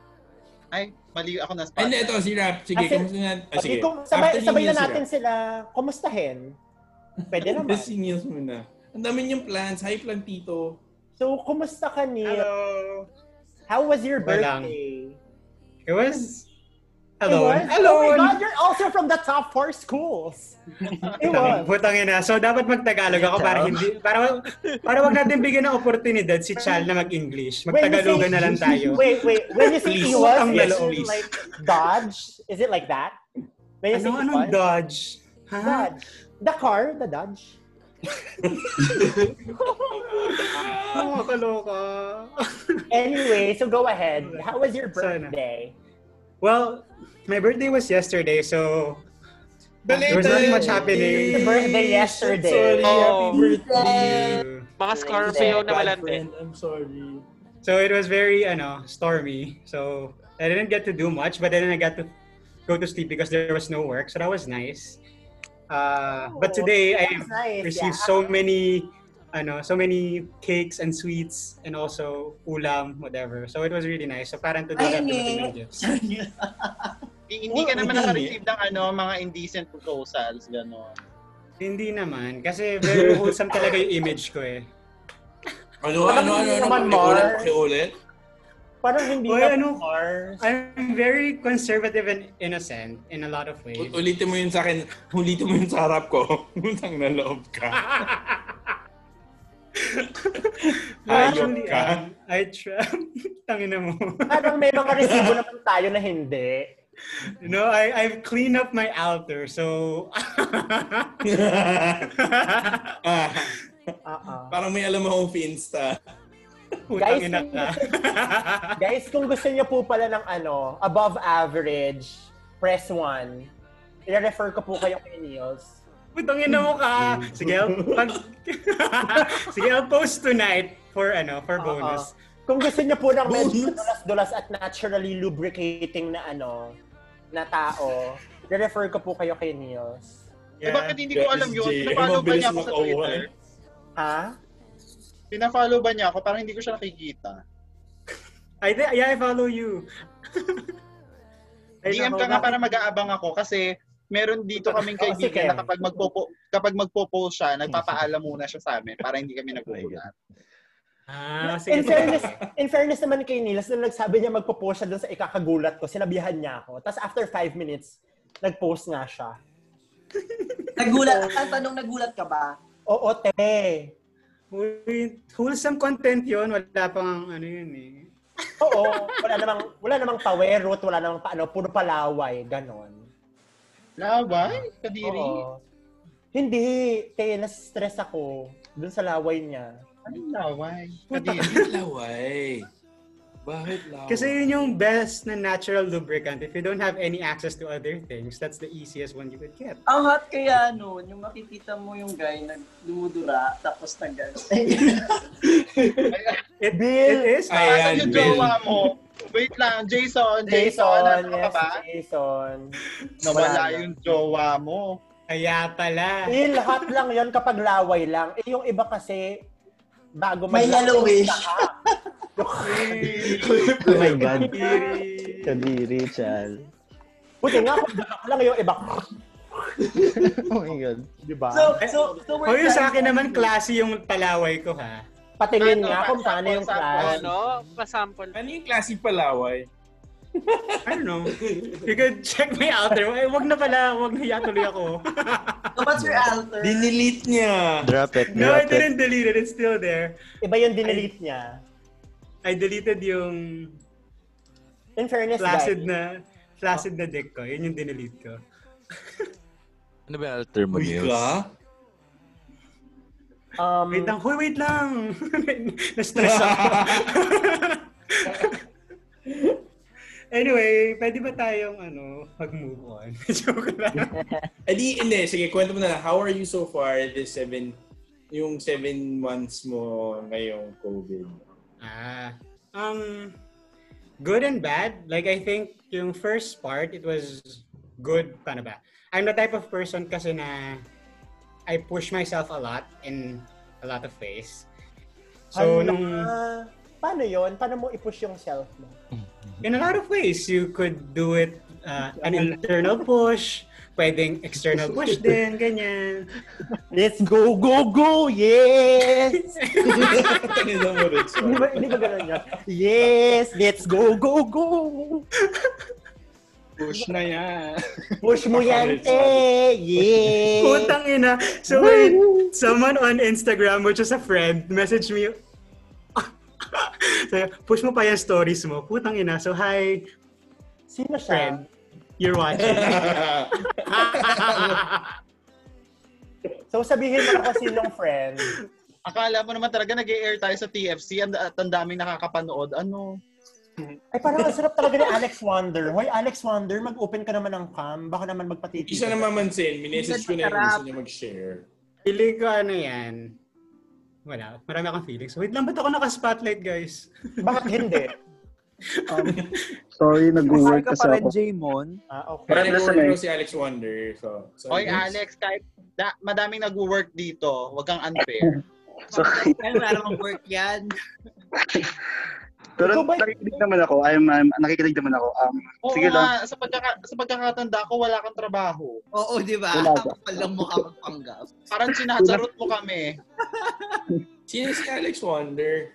Speaker 1: [LAUGHS] Ay, mali ako na spot.
Speaker 3: Hindi, ito, si Rap. Sige,
Speaker 2: Kasi-
Speaker 3: kumusta na? Ah, sige.
Speaker 2: Okay, kung sabay,
Speaker 3: After
Speaker 2: sabay
Speaker 3: yun
Speaker 2: na
Speaker 3: si
Speaker 2: natin
Speaker 3: Rap.
Speaker 2: sila, kumustahin. Pwede naman.
Speaker 3: Tapos si Niels muna. Ang dami niyang plans. Hi, Plantito.
Speaker 2: So, kumusta ka, Niels? How was your
Speaker 3: Okay lang.
Speaker 2: birthday?
Speaker 10: It was
Speaker 2: It
Speaker 10: alone.
Speaker 2: was? Oh my God, you're also from the top four schools. It was.
Speaker 10: Putang ina. So, dapat mag-Tagalog ako para
Speaker 2: Ciao.
Speaker 10: hindi, para, para wag natin bigyan ng oportunidad si Chal na mag-English. Mag-Tagalogan na
Speaker 2: [LAUGHS]
Speaker 10: lang tayo.
Speaker 2: Wait, wait. When you say
Speaker 10: Please.
Speaker 2: iwas,
Speaker 10: Ang
Speaker 2: is
Speaker 10: dalaw.
Speaker 2: it like Dodge? Is it like that? When you
Speaker 10: Ano,
Speaker 2: say
Speaker 10: anong
Speaker 2: iwas?
Speaker 10: Dodge? Ha?
Speaker 2: Dodge. The car, the Dodge.
Speaker 10: [LAUGHS] Oh, kaloka.
Speaker 2: anyway, so go ahead. How was your birthday?
Speaker 10: Well, my birthday was yesterday, so there was not much happening.
Speaker 2: Your birthday yesterday.
Speaker 10: Oh.
Speaker 11: Mga Scorpio na malandi.
Speaker 3: I'm sorry.
Speaker 10: So it was very, ano, stormy. So I didn't get to do much, but then I got to go to sleep because there was no work. So that was nice. Uh, but today I
Speaker 2: Oh, that was nice,
Speaker 10: received
Speaker 2: yeah.
Speaker 10: so many, ano, so many cakes and sweets and also ulam, whatever. So it was really nice. So parang
Speaker 12: Ay,
Speaker 10: today got to
Speaker 12: hindi.
Speaker 10: make gifts.
Speaker 1: Hindi ka naman naka-receive ng ano, mga indecent proposals, gano'n.
Speaker 10: Hindi naman. Kasi
Speaker 2: [LAUGHS]
Speaker 10: very wholesome talaga yung image ko eh.
Speaker 3: Ano, ano, ano, ano?
Speaker 10: Naman,
Speaker 3: Pakiulit,
Speaker 10: Mar.
Speaker 3: pakiulit.
Speaker 2: Parang hindi
Speaker 10: Oy,
Speaker 2: na
Speaker 10: ano?
Speaker 2: Mars.
Speaker 10: I'm very conservative and innocent in a lot of ways.
Speaker 3: U- Ulitin mo yun sa akin. Ulitin mo yun sa harap ko. [LAUGHS] Utang na loob
Speaker 10: [LAUGHS]
Speaker 3: ka. Ayok
Speaker 10: Actually,
Speaker 3: ka.
Speaker 10: um, I try. [LAUGHS] Tangina mo.
Speaker 2: Parang may mga resibo naman tayo na hindi.
Speaker 10: No, I, I've cleaned up my
Speaker 3: [LAUGHS]
Speaker 10: altar, so...
Speaker 2: Ah.
Speaker 3: Parang may alam akong Finsta.
Speaker 2: [LAUGHS] Guys, guys, kung gusto niyo po pala ng ano, above average, press 1. I-refer ko po kayo kay Niels.
Speaker 10: Putangin na mo ka! Sige, I'll, pag- [LAUGHS] Sige, I'll post tonight for ano, for bonus.
Speaker 2: Kung gusto niyo po ng medyo dulas-dulas at naturally lubricating na ano, na tao, i-refer ko po kayo kay Niels.
Speaker 1: eh, bakit hindi ko alam yun? Pinafollow ba niya ako sa Twitter?
Speaker 2: eh? Ha?
Speaker 1: Pinafollow ba niya ako? Parang hindi ko siya nakikita.
Speaker 10: I thi- yeah, I follow
Speaker 1: [LAUGHS]
Speaker 10: you. Ay,
Speaker 1: DM
Speaker 10: nako,
Speaker 1: ka nga
Speaker 10: bakit?
Speaker 1: para mag-aabang ako kasi meron dito
Speaker 10: [LAUGHS]
Speaker 1: kaming
Speaker 2: Oh, si
Speaker 1: kaibigan na
Speaker 2: Ken.
Speaker 1: kapag magpopo kapag magpo-post siya, nagpapaalam muna siya sa amin para hindi
Speaker 2: Oh
Speaker 1: kami nagugulat.
Speaker 10: Ah,
Speaker 2: In
Speaker 1: [LAUGHS]
Speaker 2: fairness, in fairness naman kay Niels, nung nagsabi niya magpo-post siya doon sa ikakagulat ko, sinabihan niya ako. Tapos after 5 minutes, nag-post nga siya.
Speaker 12: [LAUGHS] Nagulat. Ang tanong, nagulat ka ba?
Speaker 2: Oo, te.
Speaker 10: Uy, wholesome content yun. Wala pang ano yun eh.
Speaker 2: Oo, wala namang wala namang pawerot, wala namang paano, puro palaway, ganon. Ah,
Speaker 1: Laway? Kadiri?
Speaker 2: Oo. Hindi, te, na-stress ako dun sa laway niya.
Speaker 1: Anong laway?
Speaker 3: Kadiri? laway? Bakit laway?
Speaker 10: Kasi yun yung best na natural lubricant. If you don't have any access to other things, that's the easiest one you could get.
Speaker 12: Ang hot kaya noon, yung makikita mo yung guy na dumudura, tapos nag
Speaker 10: It,
Speaker 2: Bill!
Speaker 10: it is.
Speaker 1: Ayan, yung jowa mo. Wait lang, Jason, Jason,
Speaker 2: Jason,
Speaker 1: ano ka
Speaker 2: yes,
Speaker 1: ba?
Speaker 2: Jason.
Speaker 1: Nawala
Speaker 2: Wala.
Speaker 1: yung jowa mo.
Speaker 10: Kaya pala.
Speaker 2: Il, hot lang yon kapag laway lang. Eh, yung iba Eh, kasi, bago
Speaker 12: May
Speaker 2: mag-laway
Speaker 12: yellowish.
Speaker 2: ka,
Speaker 8: oh my God. Kadiri, Chal.
Speaker 2: Buti nga kung baka lang yung iba.
Speaker 8: [LAUGHS] Oh my God.
Speaker 2: Di ba?
Speaker 10: So,
Speaker 2: Eh,
Speaker 10: so, so
Speaker 2: we're
Speaker 10: yung sa akin
Speaker 2: trying-
Speaker 10: naman, klase yung palaway ko, ha?
Speaker 2: Patingin
Speaker 10: Ano,
Speaker 2: nga kung paano yung class.
Speaker 11: Ano? Pasample.
Speaker 3: Ano yung klase palaway?
Speaker 10: I don't know. You could check me out there. Eh, wag na pala, wag na yatuloy ako.
Speaker 12: So what's your alter?
Speaker 3: Dinelete niya.
Speaker 8: Drop it,
Speaker 10: No, I
Speaker 8: drop it.
Speaker 10: didn't delete it. It's still there.
Speaker 2: Iba yung dinelete niya.
Speaker 10: I deleted yung
Speaker 2: In fairness,
Speaker 10: flaccid
Speaker 2: guys.
Speaker 10: na flaccid na dick ko. Yun yung dinelete ko.
Speaker 20: Ano ba yung alter mo, Nils?
Speaker 2: Um,
Speaker 10: wait lang. Hoy, wait lang! [LAUGHS] Na-stress ako. [LAUGHS] anyway, pwede ba tayong ano, mag-move on? [LAUGHS] Joke lang.
Speaker 3: Eh di, hindi. Sige, kwento mo na lang. How are you so far this seven, yung seven months mo ngayong COVID?
Speaker 10: Ah. Um, good and bad. Like, I think yung first part, it was good. Paano ba? I'm the type of person kasi na I push myself a lot in a lot of ways.
Speaker 2: Hala.
Speaker 10: So, nung,
Speaker 2: Paano yon? Paano mo i-push yung self mo?
Speaker 10: in a lot of ways, you could do it uh, an internal push, pwedeng external push
Speaker 2: [LAUGHS]
Speaker 10: din, ganyan.
Speaker 2: Let's go, go, go! Yes! hindi ba, hindi ba ganun yun? Yes! Let's go, go, go!
Speaker 19: Push na yan.
Speaker 2: Push mo yan, eh! Yes!
Speaker 10: Putang ina. So wait, someone on Instagram, which is a friend, messaged me. [LAUGHS] Sabi, push mo pa yung stories mo. Putang ina. So hi,
Speaker 2: Sino siya?
Speaker 10: friend. You're
Speaker 2: [LAUGHS]
Speaker 10: watching.
Speaker 2: [LAUGHS] So sabihin mo ako sinong friend.
Speaker 1: Akala mo naman talaga nag-air tayo sa TFC and, at ang daming nakakapanood. Ano?
Speaker 2: Ay, parang ang sarap talaga ni Alex Wonder. Hoy, Alex Wonder, mag-open ka naman ng cam. Baka naman magpatiti.
Speaker 3: Isa na mamansin, minessage ko na yung gusto niya mag-share.
Speaker 10: Feeling ko ano yan. Wala. Marami akong feelings. Wait lang, ba't ako naka-spotlight, guys?
Speaker 2: Bakit
Speaker 10: [LAUGHS]
Speaker 2: hindi? Um,
Speaker 5: Sorry, nag-work
Speaker 10: Masaya ka
Speaker 5: kasi
Speaker 10: pa rin,
Speaker 5: ako.
Speaker 8: Jamon.
Speaker 2: Ah,
Speaker 3: Parang nag-work si Alex Wonder. So, so
Speaker 1: Hoy, Alex, kahit da, madaming nag-work dito, wag kang unfair.
Speaker 5: [LAUGHS] Sorry.
Speaker 4: Ay, wala namang work yan.
Speaker 5: Pero nakikinig naman ako. I'm, I'm, nakikinig naman ako. Um,
Speaker 1: Oo
Speaker 5: sige lang.
Speaker 1: nga, sa, pagkaka- sa pagkakatanda ko, wala kang trabaho.
Speaker 4: Oo, di ba?
Speaker 5: Wala ba?
Speaker 4: Alam mo ka magpanggap.
Speaker 1: Parang sinasarot mo kami. eh.
Speaker 3: [LAUGHS] Sino si Alex Wonder?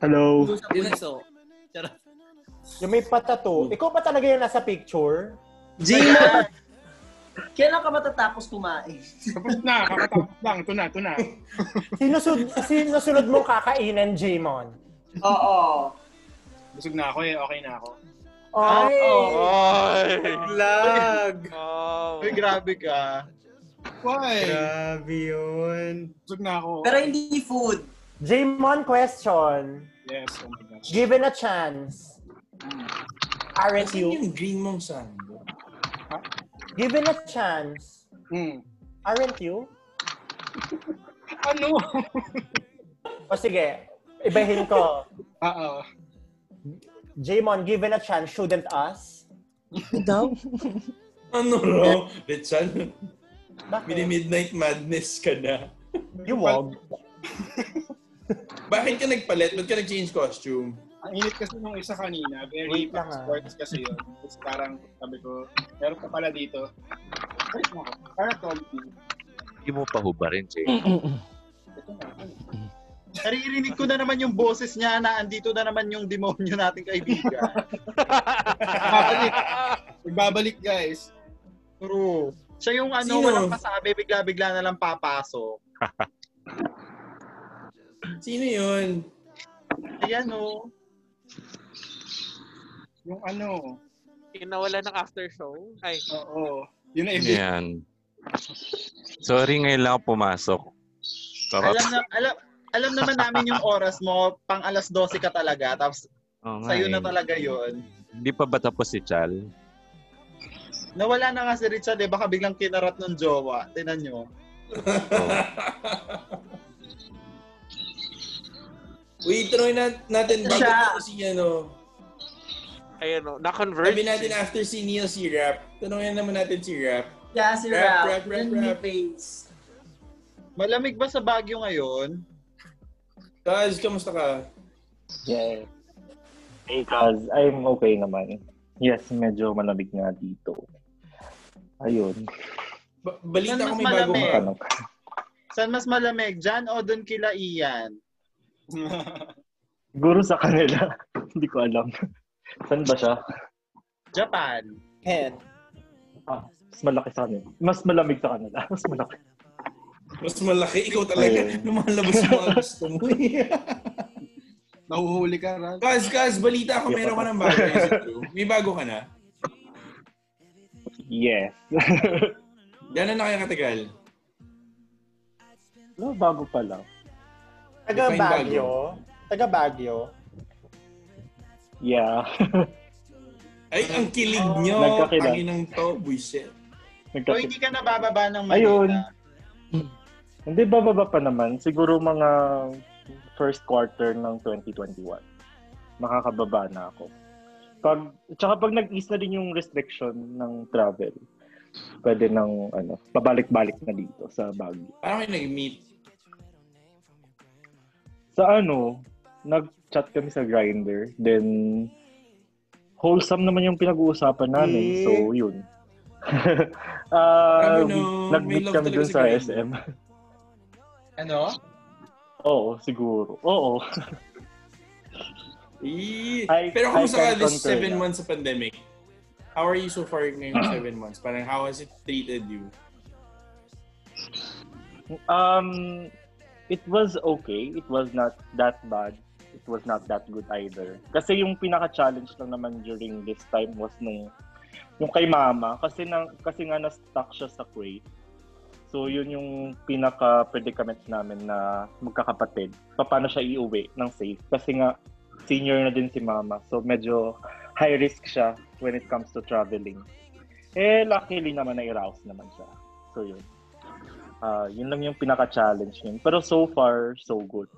Speaker 5: Hello.
Speaker 4: Bunso.
Speaker 2: Yung may patato. Ikaw ba talaga yung nasa picture? [LAUGHS]
Speaker 12: Jimon! Kailan ka matatapos kumain?
Speaker 19: Tapos na, kakatapos lang. Ito na, ito na.
Speaker 2: Sinusud, sinusunod mong kakainan, Jamon.
Speaker 12: Oo.
Speaker 19: Busog na ako eh. Okay na ako.
Speaker 2: Ay!
Speaker 1: Ay!
Speaker 10: Lag!
Speaker 1: Uy, grabe ka.
Speaker 19: Why?
Speaker 10: Grabe yun.
Speaker 19: Busog na ako.
Speaker 12: Pero hindi food.
Speaker 2: Jamon, question.
Speaker 19: Yes, oh my gosh.
Speaker 2: Given a chance, aren't you?
Speaker 3: green mong sand?
Speaker 2: Given a chance,
Speaker 19: Hmm.
Speaker 2: aren't you?
Speaker 19: Ano?
Speaker 2: o sige, ibahin ko.
Speaker 19: Oo.
Speaker 2: Jamon, given a chance, shouldn't us?
Speaker 5: Daw?
Speaker 3: Ano ro? Richan? Mini-midnight madness ka
Speaker 19: [LAUGHS]
Speaker 3: na.
Speaker 2: You wog.
Speaker 3: Bakit ka nagpalit? Ba't ka nag-change costume?
Speaker 19: Ang init kasi nung isa kanina, very
Speaker 2: lang, ah.
Speaker 19: sports kasi yun. Tapos parang sabi ko, meron ka pala dito. Balik mo ako. Parang tolby.
Speaker 20: Hindi mo pahuba rin, Jay.
Speaker 1: Naririnig ko na naman yung boses niya na andito na naman yung demonyo nating kaibigan.
Speaker 19: Babalik. Magbabalik, guys.
Speaker 1: True. Siya yung ano,
Speaker 19: Sino?
Speaker 1: walang masabi, bigla-bigla na lang papasok.
Speaker 3: [LAUGHS] Sino yun?
Speaker 1: Ayan o.
Speaker 19: ano? Yung ano,
Speaker 11: Kinawala ng after show. Ay.
Speaker 19: oo. Yun na ibig.
Speaker 20: Yan. Sorry, ngayon lang ako pumasok. Sarap.
Speaker 1: Alam na, alam, alam naman namin yung oras mo, pang alas 12 ka talaga, tapos
Speaker 20: Oo nga
Speaker 1: sa'yo na
Speaker 20: eh.
Speaker 1: talaga yon.
Speaker 20: Hindi pa ba tapos si Chal?
Speaker 1: Nawala na nga si Richard eh, baka biglang kinarat ng jowa. Tinan nyo.
Speaker 3: Uy, try na,
Speaker 11: Ito
Speaker 3: natin bago
Speaker 11: siya.
Speaker 3: tapos si ano.
Speaker 11: Ayun
Speaker 20: oh,
Speaker 11: o. Na-convert.
Speaker 3: Sabi natin after si Neil si Rap. Tanungin naman natin si Rap.
Speaker 12: Yeah, Ah, si
Speaker 3: Rap,
Speaker 12: Rap.
Speaker 3: rap, rap,
Speaker 12: Yun may face.
Speaker 1: Malamig ba sa Baguio ngayon?
Speaker 9: Guys, kamusta ka?
Speaker 3: Yeah. Hey, Kaz. I'm okay naman. Yes, medyo malamig nga dito. Ayun.
Speaker 9: Ba- balita
Speaker 1: Saan
Speaker 9: ko
Speaker 1: mas
Speaker 9: may bago
Speaker 1: malamig?
Speaker 9: ka.
Speaker 3: Ano ka?
Speaker 1: Saan mas malamig? Diyan o doon kila Ian?
Speaker 3: Siguro sa kanila. [LAUGHS] Hindi ko alam. Saan ba siya?
Speaker 1: Japan.
Speaker 3: Head. Ah, mas malaki sa kanila. Mas malamig sa kanila. Mas malaki.
Speaker 9: Mas malaki. Ikaw talaga.
Speaker 3: Ayun.
Speaker 9: [LAUGHS] Lumalabas yung
Speaker 15: [LAUGHS]
Speaker 9: mga gusto mo.
Speaker 23: Nahuhuli ka, Ral.
Speaker 9: Guys, guys, balita ko meron ka ng
Speaker 3: [LAUGHS]
Speaker 9: bago. Is it true? May bago ka na? [LAUGHS]
Speaker 3: Yes.
Speaker 9: Gano'n na kayo katagal?
Speaker 3: No, bago pa lang.
Speaker 2: Taga
Speaker 3: Define
Speaker 2: Baguio. Taga Baguio.
Speaker 3: Yeah. [LAUGHS]
Speaker 9: Ay, ang kilig nyo.
Speaker 3: Nagkakilala.
Speaker 9: Panginang to, buisit.
Speaker 1: So, hindi ka nabababa ng Manila.
Speaker 3: Ayun. Hindi, bababa pa naman. Siguro mga first quarter ng 2021. Makakababa na ako. Pag, tsaka pag nag-ease na rin yung restriction ng travel, pwede nang ano, pabalik-balik na dito sa Baguio.
Speaker 9: Parang may nag-meet.
Speaker 3: Sa ano, nag-chat kami sa grinder then wholesome naman yung pinag-uusapan namin.
Speaker 9: Eh.
Speaker 3: So, yun. [LAUGHS]
Speaker 9: Grabe,
Speaker 3: Ah,
Speaker 9: no. May
Speaker 3: nag-meet
Speaker 9: love
Speaker 3: kami
Speaker 9: talaga
Speaker 3: dun
Speaker 9: si
Speaker 3: sa
Speaker 9: Grinder.
Speaker 3: SM.
Speaker 1: Ano?
Speaker 3: Oo, siguro. Oo. [LAUGHS]
Speaker 9: Eh,
Speaker 3: I-
Speaker 9: Pero
Speaker 3: I
Speaker 9: kumusta ka
Speaker 3: can
Speaker 9: this
Speaker 3: concur
Speaker 9: seven
Speaker 3: na.
Speaker 9: months sa pandemic? How are you so far ngayong
Speaker 3: [CLEARS THROAT]
Speaker 9: seven months? Parang how has it treated you?
Speaker 3: Um, it was okay. It was not that bad. It was not that good either. Kasi yung pinaka-challenge lang naman during this time was nung yung kay mama kasi na, kasi nga na-stuck siya sa Kuwait. So yun yung pinaka predicament namin na magkakapatid. Paano siya iuwi ng safe kasi nga senior na din si mama. So medyo high risk siya when it comes to traveling. Eh luckily naman na rouse naman siya. So yun. Ah, yun lang yung pinaka-challenge yun. Pero so far, so good.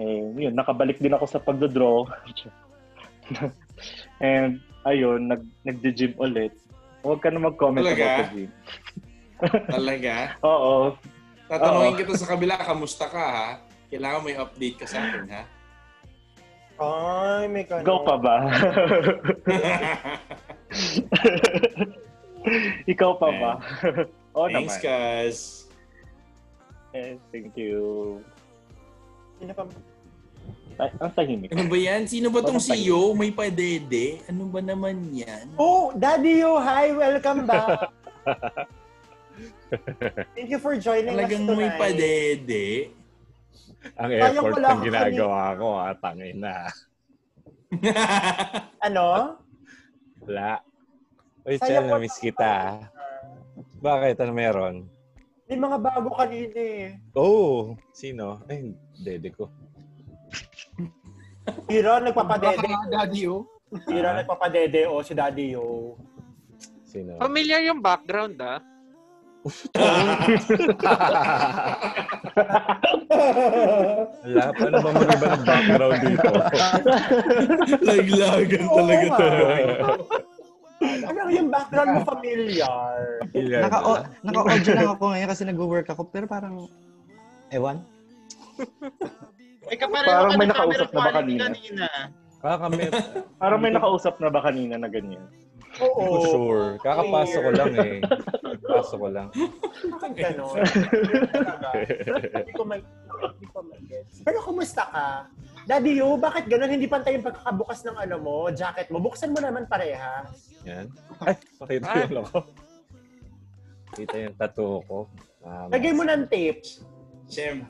Speaker 3: Eh, yun, nakabalik din ako sa pagdodraw. [LAUGHS] And, ayun, nag, nag-gym ulit. Huwag ka na mag-comment
Speaker 9: Talaga?
Speaker 3: about the gym. [LAUGHS]
Speaker 9: Talaga?
Speaker 3: Oo.
Speaker 9: Tatanungin
Speaker 3: Oo.
Speaker 9: kita sa kabila, kamusta ka ha? Kailangan may update ka sa akin ha?
Speaker 2: Ay, may kano.
Speaker 3: Go pa
Speaker 14: [LAUGHS]
Speaker 3: ba? Ikaw pa ba?
Speaker 14: Eh.
Speaker 3: [LAUGHS] Oo
Speaker 9: Thanks,
Speaker 3: naman.
Speaker 9: guys.
Speaker 3: Eh, thank you.
Speaker 2: Sino pa?
Speaker 3: Ay, ang tahimik.
Speaker 9: Ano ba yan? Sino ba tong
Speaker 3: Walang
Speaker 9: si Yo? May padede? Ano ba naman
Speaker 3: [LAUGHS]
Speaker 9: yan?
Speaker 2: Oh, Daddy Yo, hi! Welcome back! Thank you for joining
Speaker 9: Talagang
Speaker 2: us
Speaker 9: may
Speaker 2: tonight.
Speaker 9: padede.
Speaker 14: Ang
Speaker 2: Sayang
Speaker 14: effort
Speaker 2: wala
Speaker 14: ng
Speaker 2: ako
Speaker 14: ginagawa ko, ah, tangin na.
Speaker 2: Ano?
Speaker 14: Wala. Uy,
Speaker 2: Sayang
Speaker 14: Chel, na-miss kita. Bakit? Ano meron?
Speaker 2: May mga bago kanina eh.
Speaker 14: Oh, sino? Ay, dede ko.
Speaker 2: Hiro, nagpapadede.
Speaker 23: Baka Daddy O.
Speaker 2: Hiro,
Speaker 14: Ah.
Speaker 2: nagpapadede o si Daddy O.
Speaker 14: Sino?
Speaker 20: Familiar yung background, ah.
Speaker 19: [LAUGHS]
Speaker 14: Wala,
Speaker 10: Lah,
Speaker 14: paano ba mag-iba ng background dito?
Speaker 9: Laglagan talaga
Speaker 2: Oo,
Speaker 9: to.
Speaker 2: Ano yung background mo familiar?
Speaker 14: Naka-
Speaker 4: Naka-audio lang ako ngayon kasi nag-work ako. Pero parang, ewan.
Speaker 1: Ikaw
Speaker 3: [LAUGHS] Parang may
Speaker 1: ano,
Speaker 3: nakausap
Speaker 1: camera
Speaker 3: na ba
Speaker 1: quality
Speaker 3: kanina?
Speaker 14: Baka kami.
Speaker 3: Parang may nakausap na ba kanina na ganyan?
Speaker 14: Hindi ko sure. Kakapasok ko lang eh. Kakapasok ko lang.
Speaker 2: Ganon. Hindi ko mag- hindi ko mag-gets. Pero kumusta ka? Daddy Yo, bakit ganon? Hindi pantay yung pagkakabukas ng ano mo, jacket mo. Buksan mo naman parehas.
Speaker 14: Yan. Ay, pakita yung ako. Kita yung tattoo ko. Um,
Speaker 2: Lagay mo ng tape.
Speaker 14: [LAUGHS]
Speaker 9: Shem.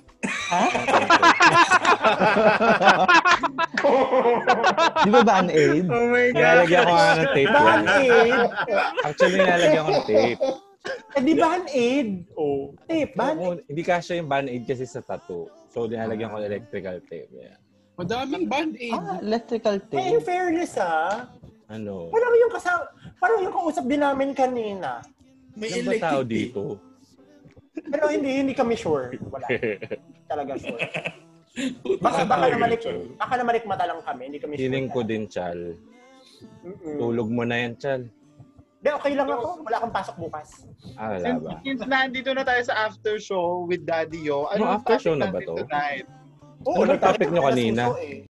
Speaker 4: Di ba band-aid?
Speaker 14: Oh my God. Nilalagyan ko nga ng tape yan.
Speaker 2: Band-aid?
Speaker 14: Actually, nilalagyan ko ng tape.
Speaker 2: Eh, di band-aid? Oh. Tape,
Speaker 14: band-aid. hindi kasya yung band-aid kasi sa tattoo. So, nilalagyan ko ng electrical tape. Yan.
Speaker 23: [LAUGHS] Madaming band-aid.
Speaker 4: Ah, electrical
Speaker 2: Eh, in fairness ah,
Speaker 14: Ano?
Speaker 2: parang yung kasama, parang yung kausap din namin kanina.
Speaker 14: May Ilan ba tao dito?
Speaker 2: Pero hindi, hindi kami sure. Wala. Talaga sure. [LAUGHS] Baka, baka,
Speaker 14: Talaga
Speaker 2: namalik,
Speaker 14: sure.
Speaker 2: baka namalikmata lang kami. Hindi kami sure.
Speaker 14: [LAUGHS] Feeling ko din, Chal.
Speaker 2: Mm-mm.
Speaker 14: Tulog mo na yan, Chal.
Speaker 2: Hindi, okay lang ako. Wala akong pasok bukas.
Speaker 14: Ah, wala ba?
Speaker 1: Since nandito na tayo sa after show with Daddy Yo,
Speaker 14: Ano,
Speaker 1: ano ang
Speaker 14: after
Speaker 1: topic
Speaker 14: show na ba
Speaker 1: natin
Speaker 14: to?
Speaker 1: Tonight? Oo, ano topic nyo kanina?
Speaker 3: Eh.